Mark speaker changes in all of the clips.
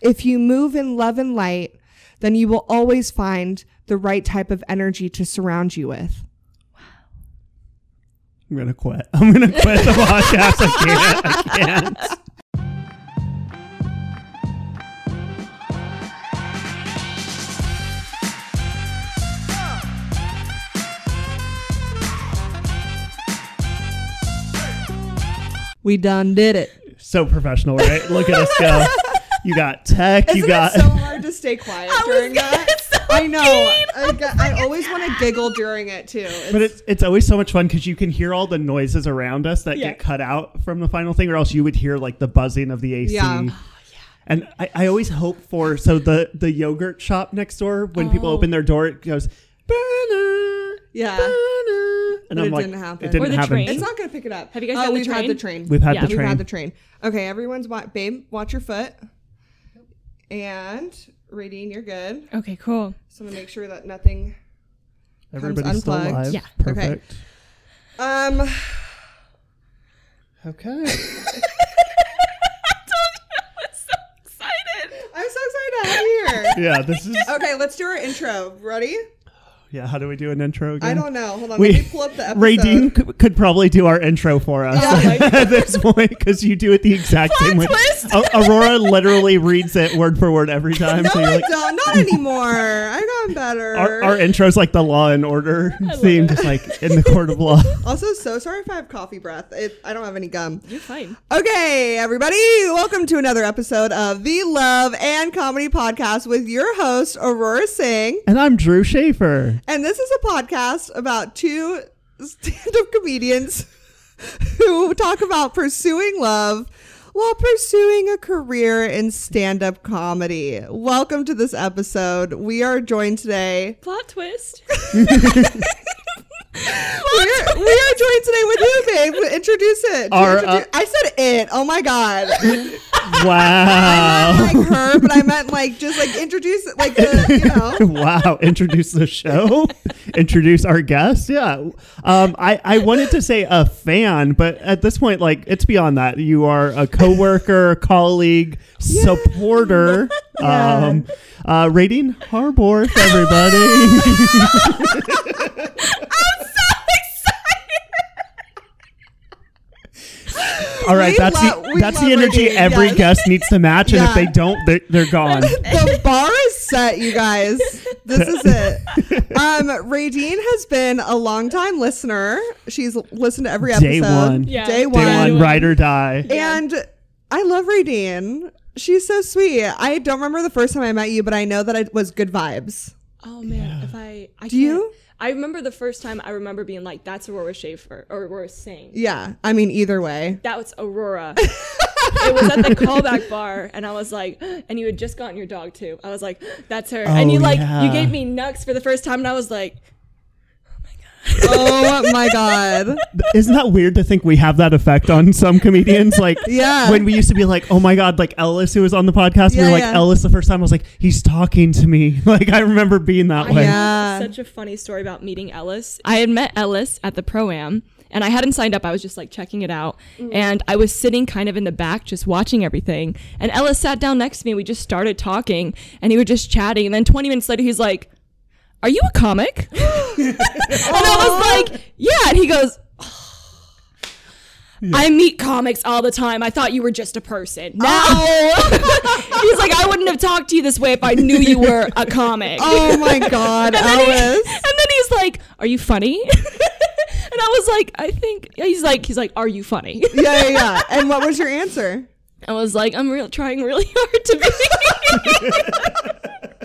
Speaker 1: If you move in love and light, then you will always find the right type of energy to surround you with.
Speaker 2: I'm gonna quit. I'm gonna quit the podcast. I can't. I can't.
Speaker 1: We done did it.
Speaker 2: So professional, right? Look at us go. You got tech. you got.
Speaker 1: so hard to stay quiet during that? I know. I, got- I always want to giggle during it too. It's-
Speaker 2: but it's it's always so much fun because you can hear all the noises around us that
Speaker 1: Yeah.
Speaker 2: get cut out from the final thing, or else you would hear like the buzzing of the AC.
Speaker 1: Yeah. Oh, yeah.
Speaker 2: And I, I always hope for so the the yogurt shop next door when people open their door it goes "Banana,
Speaker 1: Oh. Yeah.
Speaker 2: banana,"
Speaker 1: But
Speaker 2: and I'm
Speaker 1: it
Speaker 2: like
Speaker 1: didn't happen.
Speaker 2: it didn't
Speaker 1: Or
Speaker 3: the
Speaker 2: happen.
Speaker 3: train.
Speaker 1: it's not going to pick it up.
Speaker 3: Have you guys
Speaker 1: oh,
Speaker 3: had the
Speaker 1: we've
Speaker 3: train?
Speaker 1: had the train.
Speaker 2: We've had
Speaker 3: Yeah.
Speaker 2: the
Speaker 1: We've
Speaker 2: train.
Speaker 1: had the train. Okay, everyone's wa- babe, watch your foot. And Radine, you're good.
Speaker 3: Okay, cool.
Speaker 1: So I'm gonna make sure that nothing.
Speaker 2: Everybody's still
Speaker 1: unplugged.
Speaker 2: alive.
Speaker 3: Yeah.
Speaker 2: Perfect.
Speaker 1: Um,
Speaker 2: Okay.
Speaker 3: Excited.
Speaker 1: I'm so excited to have you here.
Speaker 2: yeah. This is
Speaker 1: Okay, let's do our intro. Ready?
Speaker 2: yeah. How do we do an intro again?
Speaker 1: I don't know. Hold on.
Speaker 2: We-
Speaker 1: let me pull up the episode.
Speaker 2: Radine c- could probably do our intro for us
Speaker 1: Yeah, like-
Speaker 2: at this point because you do it the exact same way.
Speaker 3: twist.
Speaker 2: A- Aurora literally reads it word for word every time.
Speaker 1: No,
Speaker 2: so you're
Speaker 1: Oh, I
Speaker 2: like,
Speaker 1: don't. Not anymore. I've gotten better.
Speaker 2: our, our intro's like the Law and Order theme, just like in the court of law.
Speaker 1: also, so sorry if I have coffee breath. It, I don't have any gum.
Speaker 3: You're fine.
Speaker 1: Okay, everybody, welcome to another episode of the Love and Comedy Podcast with your host, Aurora Singh.
Speaker 2: And I'm Drew Schaefer.
Speaker 1: And this is a podcast about two stand up comedians who talk about pursuing love while pursuing a career in stand up comedy. Welcome to this episode. We are joined today.
Speaker 3: Plot twist.
Speaker 1: We are, we are joined today with you, babe. Introduce it.
Speaker 2: Our,
Speaker 1: Introdu-
Speaker 2: uh,
Speaker 1: I said it. Oh my God.
Speaker 2: Wow.
Speaker 1: like her, but I meant like just like introduce it, like the, you know.
Speaker 2: wow. Introduce the show. Introduce our guest. Yeah. Um, I, I wanted to say a fan, but at this point, like it's beyond that. You are a coworker, colleague, supporter. Um, uh, rating Harborth, everybody. All right,
Speaker 1: We
Speaker 2: that's
Speaker 1: love-
Speaker 2: the,
Speaker 1: we
Speaker 2: that's the
Speaker 1: love
Speaker 2: energy
Speaker 1: Radine,
Speaker 2: every
Speaker 1: yes.
Speaker 2: guest needs to match, and if
Speaker 1: Yeah.
Speaker 2: they don't, they're, they're gone.
Speaker 1: the bar is set, you guys. This is it. Um, Radine has been a longtime listener. She's listened to every episode.
Speaker 2: Day one.
Speaker 3: Yeah.
Speaker 1: Day
Speaker 3: Day
Speaker 1: one.
Speaker 2: Day one,
Speaker 3: Wow.
Speaker 2: ride or die.
Speaker 3: Yeah.
Speaker 1: And I love Radine. She's so sweet. I don't remember the first time I met you, but I know that it was good vibes.
Speaker 3: Oh man, if I, I
Speaker 1: Do you?
Speaker 3: can't- I remember the first time I remember being like, "That's Aurora Schaefer," or Aurora Singh.
Speaker 1: Yeah. I mean, either way.
Speaker 3: That was Aurora. it was at the callback bar, and I was like, and you had just gotten your dog too. I was like, "That's her." and
Speaker 2: Oh,
Speaker 3: you like,
Speaker 2: yeah.
Speaker 3: you gave me Nux for the first time, and I was like,
Speaker 1: Oh my God.
Speaker 2: Isn't that weird to think we have that effect on some comedians? Like,
Speaker 1: Yeah.
Speaker 2: when we used to be like, oh my God, like Ellis, who was on the podcast, we
Speaker 1: Yeah,
Speaker 2: were like,
Speaker 1: yeah.
Speaker 2: Ellis, the first time, I was like, he's talking to me. Like, I remember being that way.
Speaker 1: yeah.
Speaker 3: such a funny story about meeting Ellis. I had met Ellis at the pro am, and I hadn't signed up. I was just like checking it out, and I was sitting kind of in the back, just watching everything. And Ellis sat down next to me. and We just started talking, and he was just chatting. And then 20 minutes later, he's like, "Are you a comic?" and I was like, "Yeah." And he goes. "Oh, I meet comics all the time. I thought you were just a person. Now he's like, I wouldn't have talked to you this way if I knew you were a comic.
Speaker 1: Oh my God,
Speaker 3: And then, he-
Speaker 1: Ellis.
Speaker 3: and then he's like, "Are you funny?" and I was like, "I think." yeah, He's like, "He's like, are you funny?"
Speaker 1: Yeah, yeah, yeah. And what was your answer?
Speaker 3: I was like, "I'm real trying really hard to be."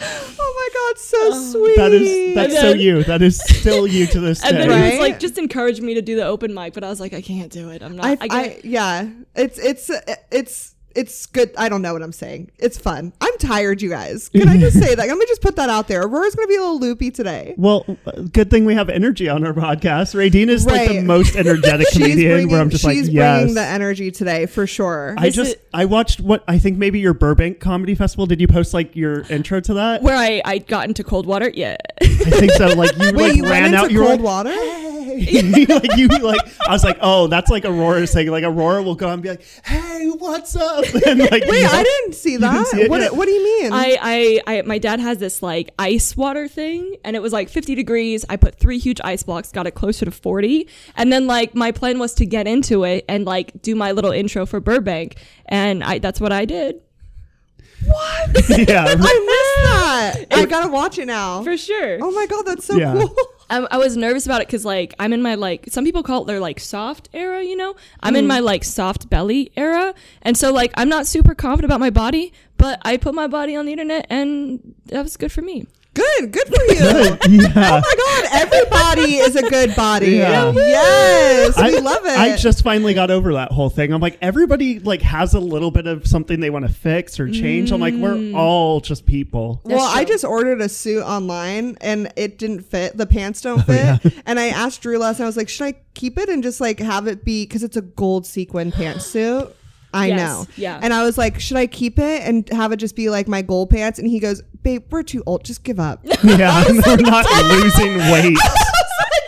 Speaker 1: Oh my God, so sweet.
Speaker 2: That is, that's
Speaker 3: And
Speaker 2: so
Speaker 3: then-
Speaker 2: you. That is still you to this
Speaker 3: and
Speaker 2: day.
Speaker 3: then he was
Speaker 1: Right?
Speaker 3: like, "Just encourage me to do the open mic," but I was like, "I can't do it. I'm not."
Speaker 1: I,
Speaker 3: I,
Speaker 1: I,
Speaker 3: can't.
Speaker 1: yeah, it's it's it's it's good. I don't know what I'm saying. It's fun. I'm tired, you guys. Can I just say that? Let me just put that out there. Aurora's gonna be a little loopy today.
Speaker 2: Well, uh, good thing we have energy on our podcast. Radine is like the
Speaker 1: Right.
Speaker 2: most energetic comedian where I'm just like,
Speaker 1: she's
Speaker 2: yes.
Speaker 1: bringing the energy today for sure.
Speaker 2: I
Speaker 3: Is
Speaker 2: just
Speaker 3: it-
Speaker 2: I watched what I think maybe your Burbank Comedy Festival. Did you post like your intro to that?
Speaker 3: where I I got into cold water. Yeah.
Speaker 1: Mm-hmm.
Speaker 2: I think so. Like you
Speaker 1: Wait,
Speaker 2: like
Speaker 1: you
Speaker 2: ran
Speaker 1: went
Speaker 2: out.
Speaker 1: into
Speaker 2: You were
Speaker 1: cold
Speaker 2: like,
Speaker 1: water?
Speaker 2: hey, like you like. I was like, oh, that's like Aurora saying like Aurora will go and be like, hey, what's up? And like,
Speaker 1: Wait,
Speaker 2: you
Speaker 1: I
Speaker 2: know-
Speaker 1: didn't see
Speaker 2: didn't
Speaker 1: that.
Speaker 2: see it
Speaker 1: what,
Speaker 2: yet?
Speaker 1: what do you mean?
Speaker 3: I, I, I, my dad has this like ice water thing, and it was like 50 degrees. I put three huge ice blocks, got it closer to 40, and then like my plan was to get into it and like do my little intro for Burbank, and I that's what I did
Speaker 1: what?
Speaker 2: Yeah.
Speaker 1: I missed that. I gotta watch it now.
Speaker 3: for sure.
Speaker 1: Oh my god, that's so
Speaker 2: Yeah.
Speaker 1: cool.
Speaker 3: I, I was nervous about it because like I'm in my like some people call it their like soft era, you know. I'm in my like soft belly era, and so like I'm not super confident about my body, but I put my body on the internet, and that was good for me.
Speaker 1: Good, good for you. Oh
Speaker 2: yeah.
Speaker 1: my god, everybody is a good body.
Speaker 2: Yeah.
Speaker 1: Yes, we love it.
Speaker 2: I just finally got over that whole thing. I'm like, everybody like has a little bit of something they want to fix or change. I'm like,
Speaker 1: Mm.
Speaker 2: we're all just people.
Speaker 1: well, I
Speaker 3: true.
Speaker 1: just ordered a suit online and it didn't fit. The pants don't fit. And I asked Drew last night, I was like, should I keep it and just like have it be because it's a gold sequin pantsuit? I
Speaker 3: Yes,
Speaker 1: know.
Speaker 3: yeah.
Speaker 1: And I was like, should I keep it and have it just be like my gold pants? And he goes, babe, we're too old. Just give up.
Speaker 2: Yeah, we're not losing weight.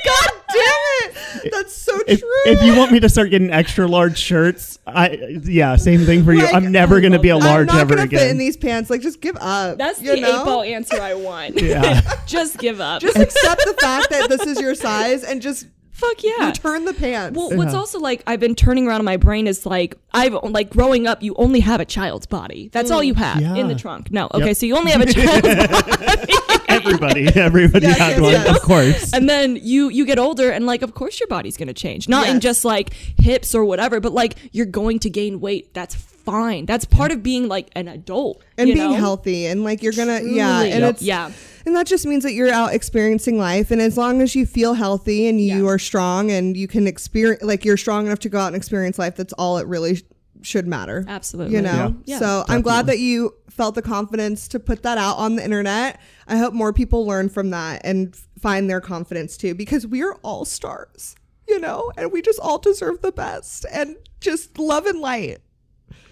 Speaker 1: God damn it. That's so
Speaker 2: If,
Speaker 1: true.
Speaker 2: if you want me to start getting extra large shirts, I yeah, same thing for you.
Speaker 1: Like,
Speaker 2: I'm never gonna be a large
Speaker 1: I'm not
Speaker 2: ever
Speaker 1: gonna fit in
Speaker 2: again.
Speaker 1: these pants. Like, just give up.
Speaker 3: That's
Speaker 1: you
Speaker 3: the
Speaker 1: know?
Speaker 3: eight ball answer I want.
Speaker 2: Yeah.
Speaker 3: just give up.
Speaker 1: Just accept the fact that this is your size and just
Speaker 3: fuck yeah.
Speaker 1: return the pants.
Speaker 3: Well, what's
Speaker 2: Yeah.
Speaker 3: also like I've been turning around in my brain is like I've like growing up, you only have a child's body. That's all you have in
Speaker 2: Yeah.
Speaker 3: the trunk. No, okay,
Speaker 2: Yep.
Speaker 3: so you only have a child's
Speaker 2: everybody, everybody
Speaker 1: Yes,
Speaker 2: had
Speaker 1: yes,
Speaker 2: one,
Speaker 1: yes.
Speaker 2: of course.
Speaker 3: and then you you get older and like of course your body's going to change not in
Speaker 1: Yes.
Speaker 3: just like hips or whatever but like you're going to gain weight that's fine that's part of being like an adult
Speaker 1: and
Speaker 3: you
Speaker 1: being
Speaker 3: know?
Speaker 1: healthy and like you're gonna yeah
Speaker 3: Truly.
Speaker 1: and
Speaker 3: Yep.
Speaker 1: it's
Speaker 3: Yeah.
Speaker 1: and that just means that you're out experiencing life and as long as you feel healthy and you
Speaker 3: Yeah.
Speaker 1: are strong and you can experience like you're strong enough to go out and experience life that's all it really sh- should matter
Speaker 3: Absolutely.
Speaker 1: you know
Speaker 3: Yeah. Yeah.
Speaker 1: so i'm glad that you felt the confidence to put that out on the internet i hope more people learn from that and f- find their confidence too because we are all stars you know and we just all deserve the best and just love and light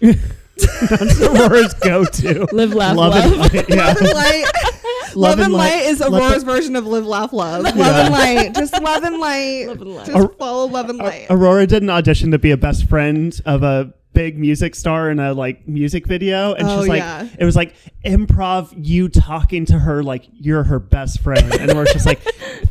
Speaker 2: That's Aurora's go-to.
Speaker 3: live laugh
Speaker 2: Love
Speaker 3: love
Speaker 2: and light. Yeah.
Speaker 1: love and light Love, and light, is
Speaker 2: Let the-
Speaker 1: Aurora's version of live, laugh, love. Love and light. Just love and light.
Speaker 3: Love and light.
Speaker 1: Just
Speaker 2: Ar-
Speaker 1: follow love and light.
Speaker 2: Aurora did an audition to be a best friend of a big music star in a like music video and
Speaker 1: Oh,
Speaker 2: she's like
Speaker 1: yeah.
Speaker 2: it was like improv you talking to her like you're her best friend and we're just like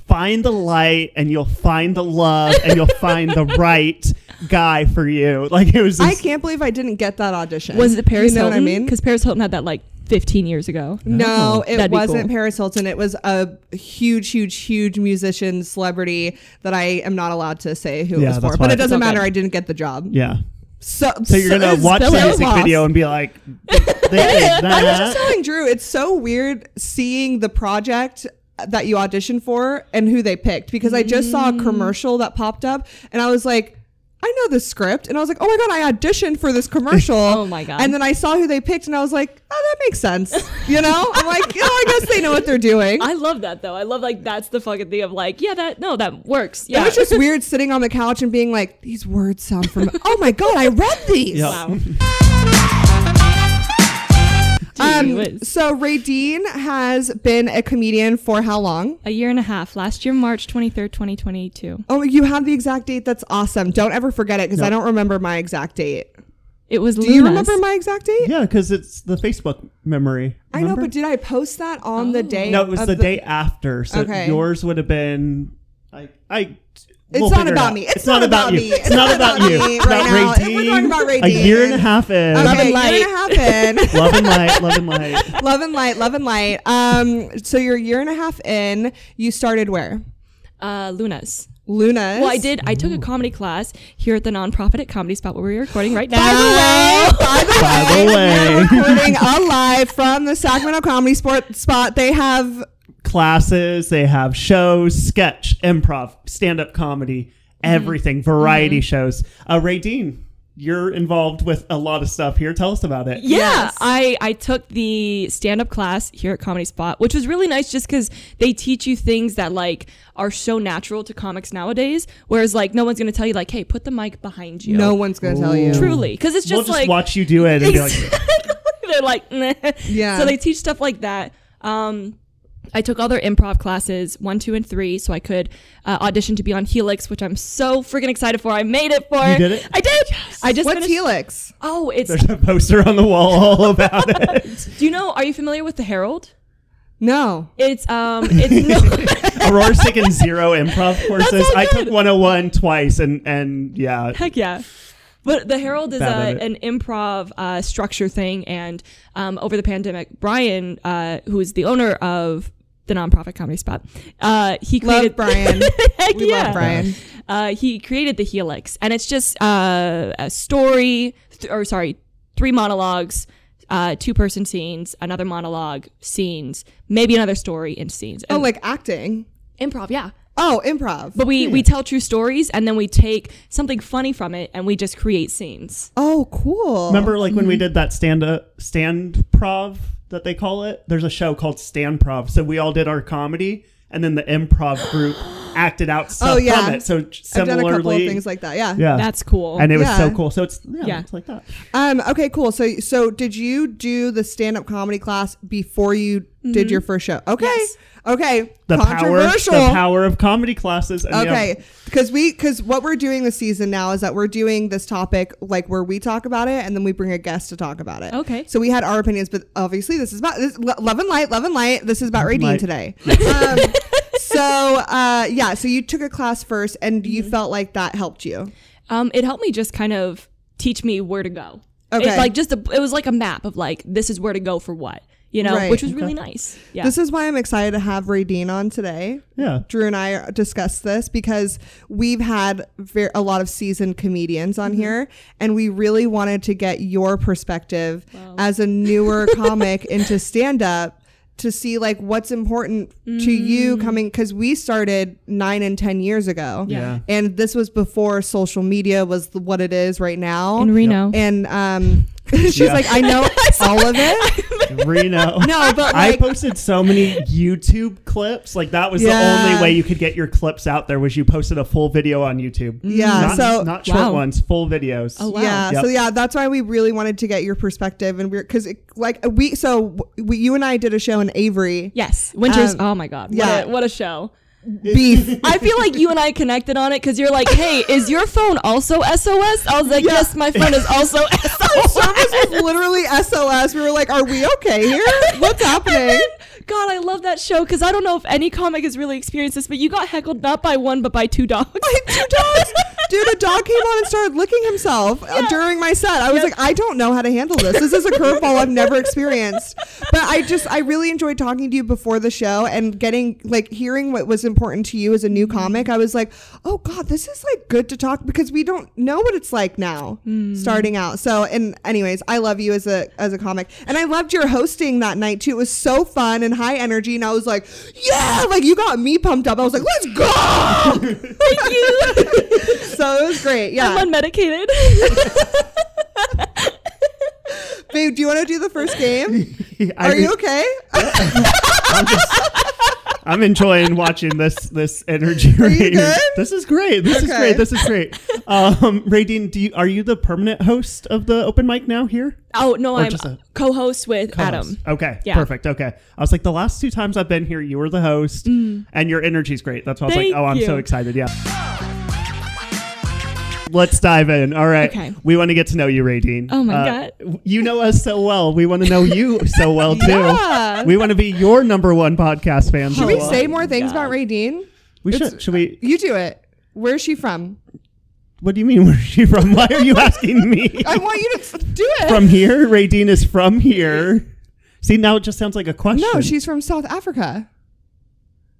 Speaker 2: find the light and you'll find the love and you'll find the right guy for you like it was
Speaker 1: I
Speaker 2: just,
Speaker 1: can't believe I didn't get that audition.
Speaker 3: was it paris
Speaker 1: You know
Speaker 3: hilton
Speaker 1: what I mean?
Speaker 3: because paris hilton had that like 15 years ago
Speaker 1: No, it
Speaker 3: That'd be
Speaker 1: wasn't
Speaker 3: cool.
Speaker 1: Paris Hilton. It was a huge, huge, huge musician celebrity that I am not allowed to say who it
Speaker 2: Yeah,
Speaker 1: was
Speaker 2: that's
Speaker 1: for. But
Speaker 2: why-
Speaker 1: it doesn't
Speaker 3: It's okay.
Speaker 1: matter. I didn't get the job.
Speaker 2: yeah
Speaker 1: So,
Speaker 2: so you're gonna
Speaker 1: it's
Speaker 2: watch the
Speaker 1: so
Speaker 2: music
Speaker 1: lost.
Speaker 2: video and be like they did
Speaker 1: I was just
Speaker 2: that
Speaker 1: telling Drew, it's so weird seeing the project that you auditioned for and who they picked because I just saw a
Speaker 3: Mm.
Speaker 1: commercial that popped up and I was like, I know the script. And I was like, oh my God, I auditioned for this commercial.
Speaker 3: Oh my God.
Speaker 1: And then I saw who they picked and I was like, oh, that makes sense. You know? I'm like, oh, I guess they know what they're doing.
Speaker 3: i love that though i love like that's the fucking thing of like yeah that no that works
Speaker 1: It
Speaker 3: yeah
Speaker 1: was just weird sitting on the couch and being like, these words sound familiar. oh my God, I read these.
Speaker 2: Yeah.
Speaker 3: wow Gee
Speaker 1: Um,
Speaker 3: whiz.
Speaker 1: so Ray Dean has been a comedian for how long?
Speaker 3: a year and a half last year march 23rd 2022
Speaker 1: Oh, you have the exact date. That's awesome. Don't ever forget it because I don't remember my exact date.
Speaker 3: it was
Speaker 1: Do you remember my exact date?
Speaker 2: yeah because it's the facebook memory
Speaker 1: I know,
Speaker 2: remember? Oh.
Speaker 1: but did I post that on the day?
Speaker 2: No, it was
Speaker 1: of
Speaker 2: the, day after. So
Speaker 1: Okay.
Speaker 2: yours would have been. I. I
Speaker 1: It's
Speaker 2: we'll
Speaker 1: not
Speaker 2: figure it
Speaker 1: about
Speaker 2: out.
Speaker 1: me. It's not about me.
Speaker 2: you. It's not about you.
Speaker 1: me
Speaker 2: It's
Speaker 1: right
Speaker 2: about
Speaker 1: now.
Speaker 2: Ray
Speaker 1: We're
Speaker 2: Dean.
Speaker 1: talking about Ray
Speaker 2: A year
Speaker 1: Dean.
Speaker 2: and a half in.
Speaker 1: Okay,
Speaker 3: and
Speaker 1: you're gonna happen.
Speaker 2: Love and light. Love and light.
Speaker 1: love and light, love and light. Um, so you're a year and a half in. You started where?
Speaker 3: uh lunas
Speaker 1: Luna's.
Speaker 3: Well, I did. I took a comedy class here at the nonprofit at Comedy Spot where we're recording right
Speaker 1: By the
Speaker 3: now.
Speaker 1: way, by the
Speaker 2: By the way.
Speaker 1: way, we're recording a live from the Sacramento Comedy Sport Spot. They have
Speaker 2: Classes. They have shows, sketch, improv, stand-up comedy,
Speaker 3: Mm-hmm.
Speaker 2: everything, variety shows. Uh, Ray Dean, you're involved with a lot of stuff here. Tell us about it.
Speaker 3: Yeah,
Speaker 1: Yes.
Speaker 3: I, I took the stand up class here at Comedy Spot, which was really nice just because they teach you things that like are so natural to comics nowadays. Whereas like no one's gonna tell you like, hey, put the mic behind you.
Speaker 1: no one's gonna tell you.
Speaker 3: truly, because it's just
Speaker 2: we'll just
Speaker 3: like
Speaker 2: watch you do it and be like,
Speaker 3: They're like, nah.
Speaker 1: Yeah.
Speaker 3: So they teach stuff like that. Um, I took all their improv classes, one, two, and three, so I could uh, audition to be on Helix, which I'm so freaking excited for. I made it for.
Speaker 2: You did it?
Speaker 3: I did. I just
Speaker 1: What's
Speaker 3: finished-
Speaker 1: Helix?
Speaker 3: Oh, it's.
Speaker 2: There's a poster on the wall all about it.
Speaker 3: Do you know? Are you familiar with the Herald?
Speaker 1: No.
Speaker 3: It's um. It's no.
Speaker 2: Aurora's taken zero improv courses.
Speaker 3: so
Speaker 2: I
Speaker 3: good.
Speaker 2: took 101 twice, and and yeah,
Speaker 3: Heck yeah. But the Herald is
Speaker 2: Bad
Speaker 3: a,
Speaker 2: at
Speaker 3: an improv uh, structure thing. And um, over the pandemic, Brian, uh, who is the owner of the nonprofit comedy spot, uh, he
Speaker 1: Love
Speaker 3: created
Speaker 1: Brian.
Speaker 3: Heck
Speaker 1: we
Speaker 3: yeah.
Speaker 1: love Brian.
Speaker 3: Uh, he created the Helix, and it's just uh, a story, th- or sorry, three monologues, uh, two person scenes, another monologue, scenes, maybe another story, and scenes.
Speaker 1: Oh,
Speaker 3: And
Speaker 1: like acting.
Speaker 3: improv, yeah.
Speaker 1: Oh, improv.
Speaker 3: But we we tell true stories, and then we take something funny from it, and we just create scenes.
Speaker 1: oh, cool.
Speaker 2: Remember, like when we
Speaker 1: Mm-hmm.
Speaker 2: did that stand up stand prov that they call it. There's a show called stand prov. So we all did our comedy, and then the improv group acted out stuff
Speaker 1: Oh, yeah.
Speaker 2: from it. So
Speaker 1: I've done a
Speaker 2: similarly,
Speaker 1: couple of things like that. Yeah.
Speaker 2: yeah,
Speaker 3: That's cool.
Speaker 2: and it was so
Speaker 1: Yeah.
Speaker 2: cool. So it's yeah,
Speaker 3: Yeah.
Speaker 2: it's like that.
Speaker 1: Um. Okay. Cool. So, so did you do the stand-up comedy class before you did your first show? Okay.
Speaker 3: Mm-hmm. Yes.
Speaker 1: Okay.
Speaker 2: The power,
Speaker 1: Controversial.
Speaker 2: the power of comedy classes. And yeah.
Speaker 1: Okay, because we because what we're doing this season now is that we're doing this topic like where we talk about it and then we bring a guest to talk about it.
Speaker 3: Okay.
Speaker 1: So we had our opinions, but obviously this is about this lo- love and light, love and light. This is about Ray Dean
Speaker 2: Light.
Speaker 1: today. um, so uh, yeah, so you took a class first and you
Speaker 3: Mm-hmm.
Speaker 1: felt like that helped you.
Speaker 3: Um, it helped me just kind of teach me where to go.
Speaker 1: Okay.
Speaker 3: It's like just a, it was like a map of like this is where to go for what, you know,
Speaker 1: Right.
Speaker 3: which was really nice. Yeah.
Speaker 1: This is why I'm excited to have Ray Dean on today.
Speaker 2: Yeah.
Speaker 1: Drew and I discussed this because we've had ver- a lot of seasoned comedians on here, and we really wanted to get your perspective as a newer comic into stand up to see like what's important to you coming because we started nine and ten years ago,
Speaker 2: Yeah.
Speaker 1: and this was before social media was the, what it is right now.
Speaker 3: in Reno.
Speaker 1: and um, she's
Speaker 2: Yeah.
Speaker 1: like, I know all of it.
Speaker 2: Reno.
Speaker 1: No, but
Speaker 2: I
Speaker 1: like,
Speaker 2: posted so many YouTube clips. Like that was
Speaker 1: Yeah.
Speaker 2: the only way you could get your clips out there was you posted a full video on YouTube.
Speaker 1: yeah.
Speaker 2: Not,
Speaker 1: so
Speaker 2: not short
Speaker 3: Wow.
Speaker 2: ones, full videos.
Speaker 3: Oh, wow.
Speaker 1: Yeah.
Speaker 2: Yep.
Speaker 1: So yeah, that's why we really wanted to get your perspective, and we're because like we so we, you and I did a show in Avery
Speaker 3: yes. Winters.
Speaker 1: Um,
Speaker 3: oh my God. What,
Speaker 1: yeah.
Speaker 3: a, what a show.
Speaker 1: beef.
Speaker 3: I feel like you and I connected on it because you're like, hey, is your phone also SOS? I was like,
Speaker 1: Yeah.
Speaker 3: yes, my phone is also
Speaker 1: Service
Speaker 3: SOS.
Speaker 1: was literally SOS. We were like, "Are we okay here? What's happening?"
Speaker 3: God, I love that show because I don't know if any comic has really experienced this, but you got heckled not by one, but by two dogs. By
Speaker 1: Two dogs. Dude, a dog came on and started licking himself uh, during my set. I was like, I don't know how to handle this. This is a curveball I've never experienced. But I just, I really enjoyed talking to you before the show and getting, like, hearing what was important to you as a new comic. I was like, oh God, this is like good to talk because we don't know what it's like now starting out. So, and anyways, I love you as a, as a comic. And I loved your hosting that night too. It was so fun and high energy. And I was like, yeah, like you got me pumped up. I was like, let's go.
Speaker 3: Thank you.
Speaker 1: So it was great. Yeah.
Speaker 3: I'm unmedicated.
Speaker 1: Babe, do you want to do the first game?
Speaker 2: I
Speaker 1: Are you
Speaker 2: re-
Speaker 1: okay?
Speaker 2: I'm enjoying watching this this energy. Are
Speaker 1: you good?
Speaker 2: This is great. This is
Speaker 1: Okay.
Speaker 2: great. This is great. Um, Radine, do you, are you the permanent host of the open mic now here?
Speaker 3: Oh no, I'm
Speaker 2: just a-
Speaker 3: co-host with Adam.
Speaker 2: Co-host. Okay.
Speaker 3: Yeah.
Speaker 2: Perfect. Okay. I was like, the last two times I've been here, you were the host, and your energy's great. That's why I was
Speaker 3: Thank
Speaker 2: like, oh, I'm so
Speaker 3: you.
Speaker 2: excited. Yeah. Let's dive in. All right.
Speaker 3: Okay.
Speaker 2: We want to get to know you, Radine.
Speaker 3: Oh my God.
Speaker 2: w- You know us so well. We want to know you so well too.
Speaker 1: Yeah.
Speaker 2: We want to be your number one podcast fan.
Speaker 1: Should
Speaker 2: so
Speaker 1: we
Speaker 2: well.
Speaker 1: say more things
Speaker 3: God.
Speaker 1: about Ray Dean?
Speaker 2: We should. Should we?
Speaker 1: You do it. Where's she from?
Speaker 2: What do you mean? Where's she from? Why are you asking me?
Speaker 1: I want you to do it.
Speaker 2: from here, Radine is from here. See, now it just sounds like a question.
Speaker 1: no, she's from South Africa.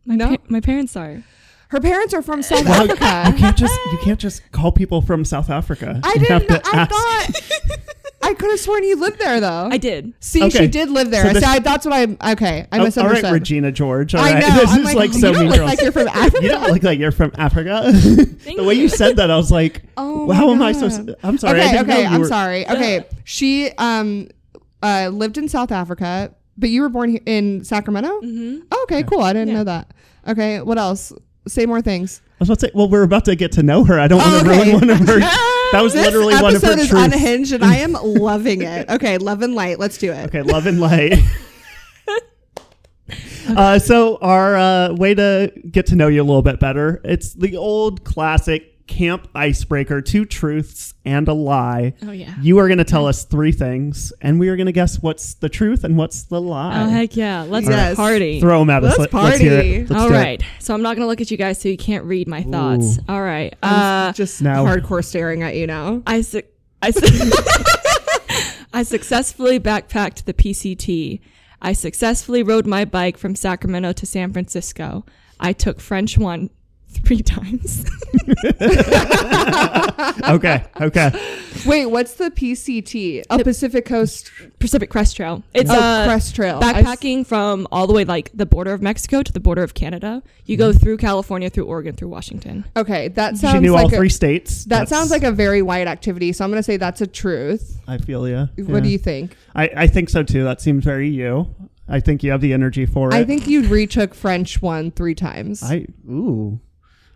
Speaker 3: My,
Speaker 1: No.
Speaker 3: pa- my parents are.
Speaker 1: Her parents are from South
Speaker 2: Wow, you
Speaker 1: Africa.
Speaker 2: can't just you can't just call people from South Africa.
Speaker 1: I
Speaker 2: You have
Speaker 1: didn't. know-
Speaker 2: to
Speaker 1: I
Speaker 2: ask.
Speaker 1: thought. I could have sworn you lived there, though.
Speaker 3: I did.
Speaker 1: See,
Speaker 2: Okay.
Speaker 1: she did live there.
Speaker 2: So
Speaker 1: So,
Speaker 2: this-
Speaker 1: I, that's what I. Okay, I
Speaker 2: Oh, all right,
Speaker 1: misunderstood.
Speaker 2: Regina George. All
Speaker 1: I
Speaker 2: right,
Speaker 1: know.
Speaker 2: this
Speaker 1: I'm
Speaker 2: is
Speaker 1: like,
Speaker 2: like
Speaker 1: you
Speaker 2: so
Speaker 1: don't
Speaker 2: mean
Speaker 1: look
Speaker 2: girls.
Speaker 1: like you're from Africa.
Speaker 2: you don't look like you're from Africa. the way you said that, I was like,
Speaker 1: Oh
Speaker 2: well, how
Speaker 1: my
Speaker 2: am I
Speaker 1: God.
Speaker 2: supposed? to- I'm sorry. I
Speaker 1: okay,
Speaker 2: didn't know
Speaker 1: okay,
Speaker 2: you
Speaker 1: I'm
Speaker 2: were-
Speaker 1: sorry. Okay, she um uh lived in South Africa, but you were born he- in Sacramento. Mm-hmm. Oh, okay, cool. I didn't know that. Okay, what else? Say more things.
Speaker 2: I was about to say, well, we're about to get to know her. I don't want to
Speaker 1: Okay.
Speaker 2: ruin one of her. That was
Speaker 1: this
Speaker 2: literally
Speaker 1: episode
Speaker 2: one of her
Speaker 1: is
Speaker 2: truths.
Speaker 1: unhinged, and I am loving it. Okay, love and light. Let's do it.
Speaker 2: Okay, love and light. Uh, so our uh, way to get to know you a little bit better, it's the old classic camp icebreaker: two truths and a lie.
Speaker 3: Oh, yeah.
Speaker 2: You are going to tell us three things, and we are going to guess what's the truth and what's the lie.
Speaker 3: Oh heck yeah! Let's
Speaker 1: Yes.
Speaker 3: party.
Speaker 2: Throw them at us.
Speaker 1: Let's
Speaker 2: Let- Let's hear
Speaker 1: party.
Speaker 2: it. Let's
Speaker 3: All
Speaker 2: do it.
Speaker 3: right. So I'm not gonna look at you guys, so you can't read my thoughts.
Speaker 2: Ooh.
Speaker 3: All right. Uh,
Speaker 1: just
Speaker 2: now-
Speaker 1: hardcore staring at you now.
Speaker 3: I su- I, su- I successfully backpacked the PCT. I successfully rode my bike from Sacramento to San Francisco. I took French one three times.
Speaker 2: Okay. Okay.
Speaker 1: Wait, what's the PCT? A Pacific Coast
Speaker 3: Pacific Crest Trail. It's
Speaker 1: Oh,
Speaker 3: uh,
Speaker 1: Crest Trail. I s-
Speaker 3: Backpacking from all the way like the border of Mexico to the border of Canada. You
Speaker 1: Mm-hmm.
Speaker 3: go through California, through Oregon, through Washington.
Speaker 1: Okay, that sounds
Speaker 2: She knew
Speaker 1: like
Speaker 2: all
Speaker 1: a,
Speaker 2: three states.
Speaker 1: that sounds like a very wide activity. So I'm gonna say that's a truth.
Speaker 2: I feel you.
Speaker 1: What do you think?
Speaker 2: I, I think so too. That seems very you. I think you have the energy for it.
Speaker 1: I think you retook French one three times. I,
Speaker 2: I ooh.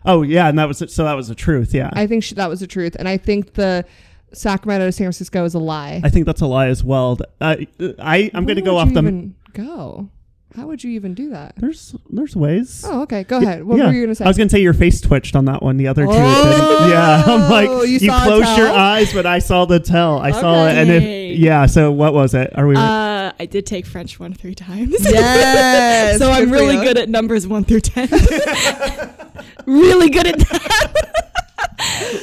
Speaker 2: Oh yeah, and that was so that was the truth. Yeah, I,
Speaker 1: think she, that was a truth, and I think the Sacramento to San Francisco is a lie.
Speaker 2: think that's a lie as well. Uh, I I'm going to
Speaker 1: Where
Speaker 2: go
Speaker 1: would
Speaker 2: off
Speaker 1: you
Speaker 2: the.
Speaker 1: even go. How would you even do that?
Speaker 2: There's there's ways.
Speaker 1: Oh, okay. Go ahead. What
Speaker 2: Yeah.
Speaker 1: were you gonna say?
Speaker 2: I was gonna say your face twitched on that one. The other two,
Speaker 1: Oh,
Speaker 2: things. yeah. I'm like
Speaker 1: you
Speaker 2: you,
Speaker 1: saw a
Speaker 2: closed your
Speaker 1: tell?
Speaker 2: eyes, but I saw the tell. I saw it, and
Speaker 3: Okay.
Speaker 2: if yeah, so what was it? Are we?
Speaker 3: Uh, I did take French one three times.
Speaker 1: yes.
Speaker 3: so I'm really good at numbers one through ten. really good at that.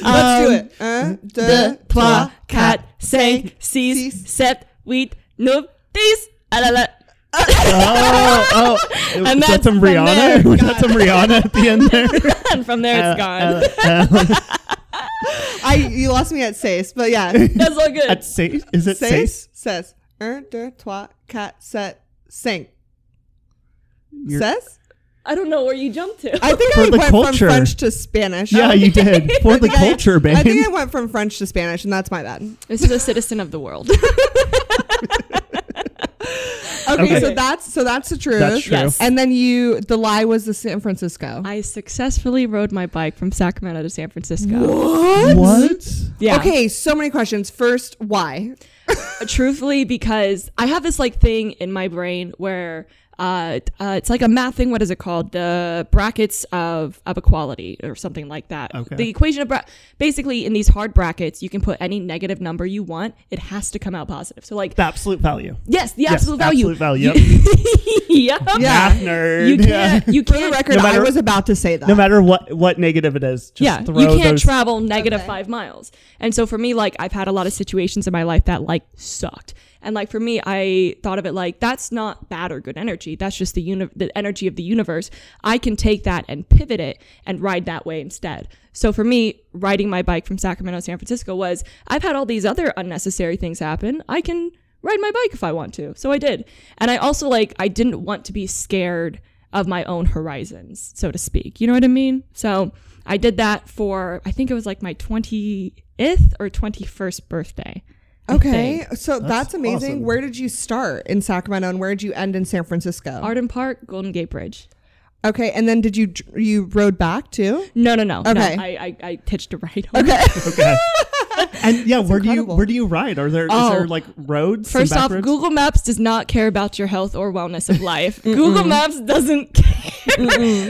Speaker 1: Let's do
Speaker 3: Um,
Speaker 1: it. Uh, Un,
Speaker 3: deux,
Speaker 1: deux,
Speaker 3: trois,
Speaker 1: trois,
Speaker 3: quatre, cinq, six,
Speaker 1: six.
Speaker 3: sept, huit, neuf, dix. Ah, la, la.
Speaker 2: oh, oh, was
Speaker 3: and
Speaker 2: that
Speaker 3: that's
Speaker 2: some
Speaker 3: from
Speaker 2: Rihanna?
Speaker 3: there.
Speaker 2: Was that some Rihanna at the end there?
Speaker 3: And from there,
Speaker 2: Uh,
Speaker 3: it's gone.
Speaker 2: uh, uh,
Speaker 1: I you lost me at seis, but yeah.
Speaker 3: That's all good.
Speaker 2: at Sa- is it Sace?
Speaker 1: Seis says Er, un, deux, trois, quatre, sept, cinq.
Speaker 2: You're-
Speaker 1: Says?
Speaker 3: I don't know where you jumped to.
Speaker 1: I think
Speaker 2: For
Speaker 1: I
Speaker 2: the
Speaker 1: went
Speaker 2: culture.
Speaker 1: from French to Spanish.
Speaker 2: Yeah, you did for the
Speaker 1: I-
Speaker 2: culture, babe.
Speaker 1: I think I went from French to Spanish, and that's my bad.
Speaker 3: This is a citizen of the world.
Speaker 1: Okay,
Speaker 2: Okay.
Speaker 1: so that's so that's the truth.
Speaker 2: That's true.
Speaker 3: Yes.
Speaker 1: And then you, the lie was the San Francisco.
Speaker 3: I successfully rode my bike from Sacramento to San Francisco.
Speaker 1: What?
Speaker 2: What?
Speaker 3: Yeah.
Speaker 1: Okay, so many questions. First, why?
Speaker 3: truthfully because I have this like thing in my brain where uh, uh, it's like a math thing. What is it called? The brackets of of equality or something like that.
Speaker 2: Okay.
Speaker 3: The equation of bra- basically in these hard brackets, you can put any negative number you want. It has to come out positive. So like
Speaker 2: The absolute value.
Speaker 3: yes, the
Speaker 2: Yes,
Speaker 3: absolute value.
Speaker 2: absolute value.
Speaker 3: yep.
Speaker 1: Yeah.
Speaker 2: Math nerd.
Speaker 3: You can't. You
Speaker 1: For the
Speaker 3: can't.
Speaker 1: record,
Speaker 2: No matter-
Speaker 1: I was about to say that.
Speaker 2: no matter what what negative it is, just
Speaker 3: yeah,
Speaker 2: throw
Speaker 3: you can't
Speaker 2: those.
Speaker 3: travel negative
Speaker 1: Okay.
Speaker 3: five miles. And so for me, like I've had a lot of situations in my life that like sucked. And like for me, I thought of it like that's not bad or good energy. That's just the uni- the energy of the universe. I can take that and pivot it and ride that way instead. So for me, riding my bike from Sacramento to San Francisco was I've had all these other unnecessary things happen. I can ride my bike if I want to. So I did. And I also like I didn't want to be scared of my own horizons, so to speak. You know what I mean? So I did that for I think it was like my 20th or 21st birthday. I
Speaker 1: okay,
Speaker 3: think.
Speaker 1: so that's, amazing.
Speaker 2: awesome.
Speaker 1: Where did you start in Sacramento, and where did you end in San Francisco?
Speaker 3: Arden Park, Golden Gate Bridge.
Speaker 1: okay, and then did you dr- you rode back too?
Speaker 3: No, no, no. no.
Speaker 1: Okay.
Speaker 3: I, I I pitched a ride. Okay.
Speaker 2: Okay. And yeah, where do
Speaker 1: incredible.
Speaker 2: you where do you ride? Are there is
Speaker 3: Oh.
Speaker 2: there like roads? and
Speaker 3: First
Speaker 2: back
Speaker 3: off,
Speaker 2: roads?
Speaker 3: Google Maps does not care about your health or wellness of life. Google Maps doesn't care.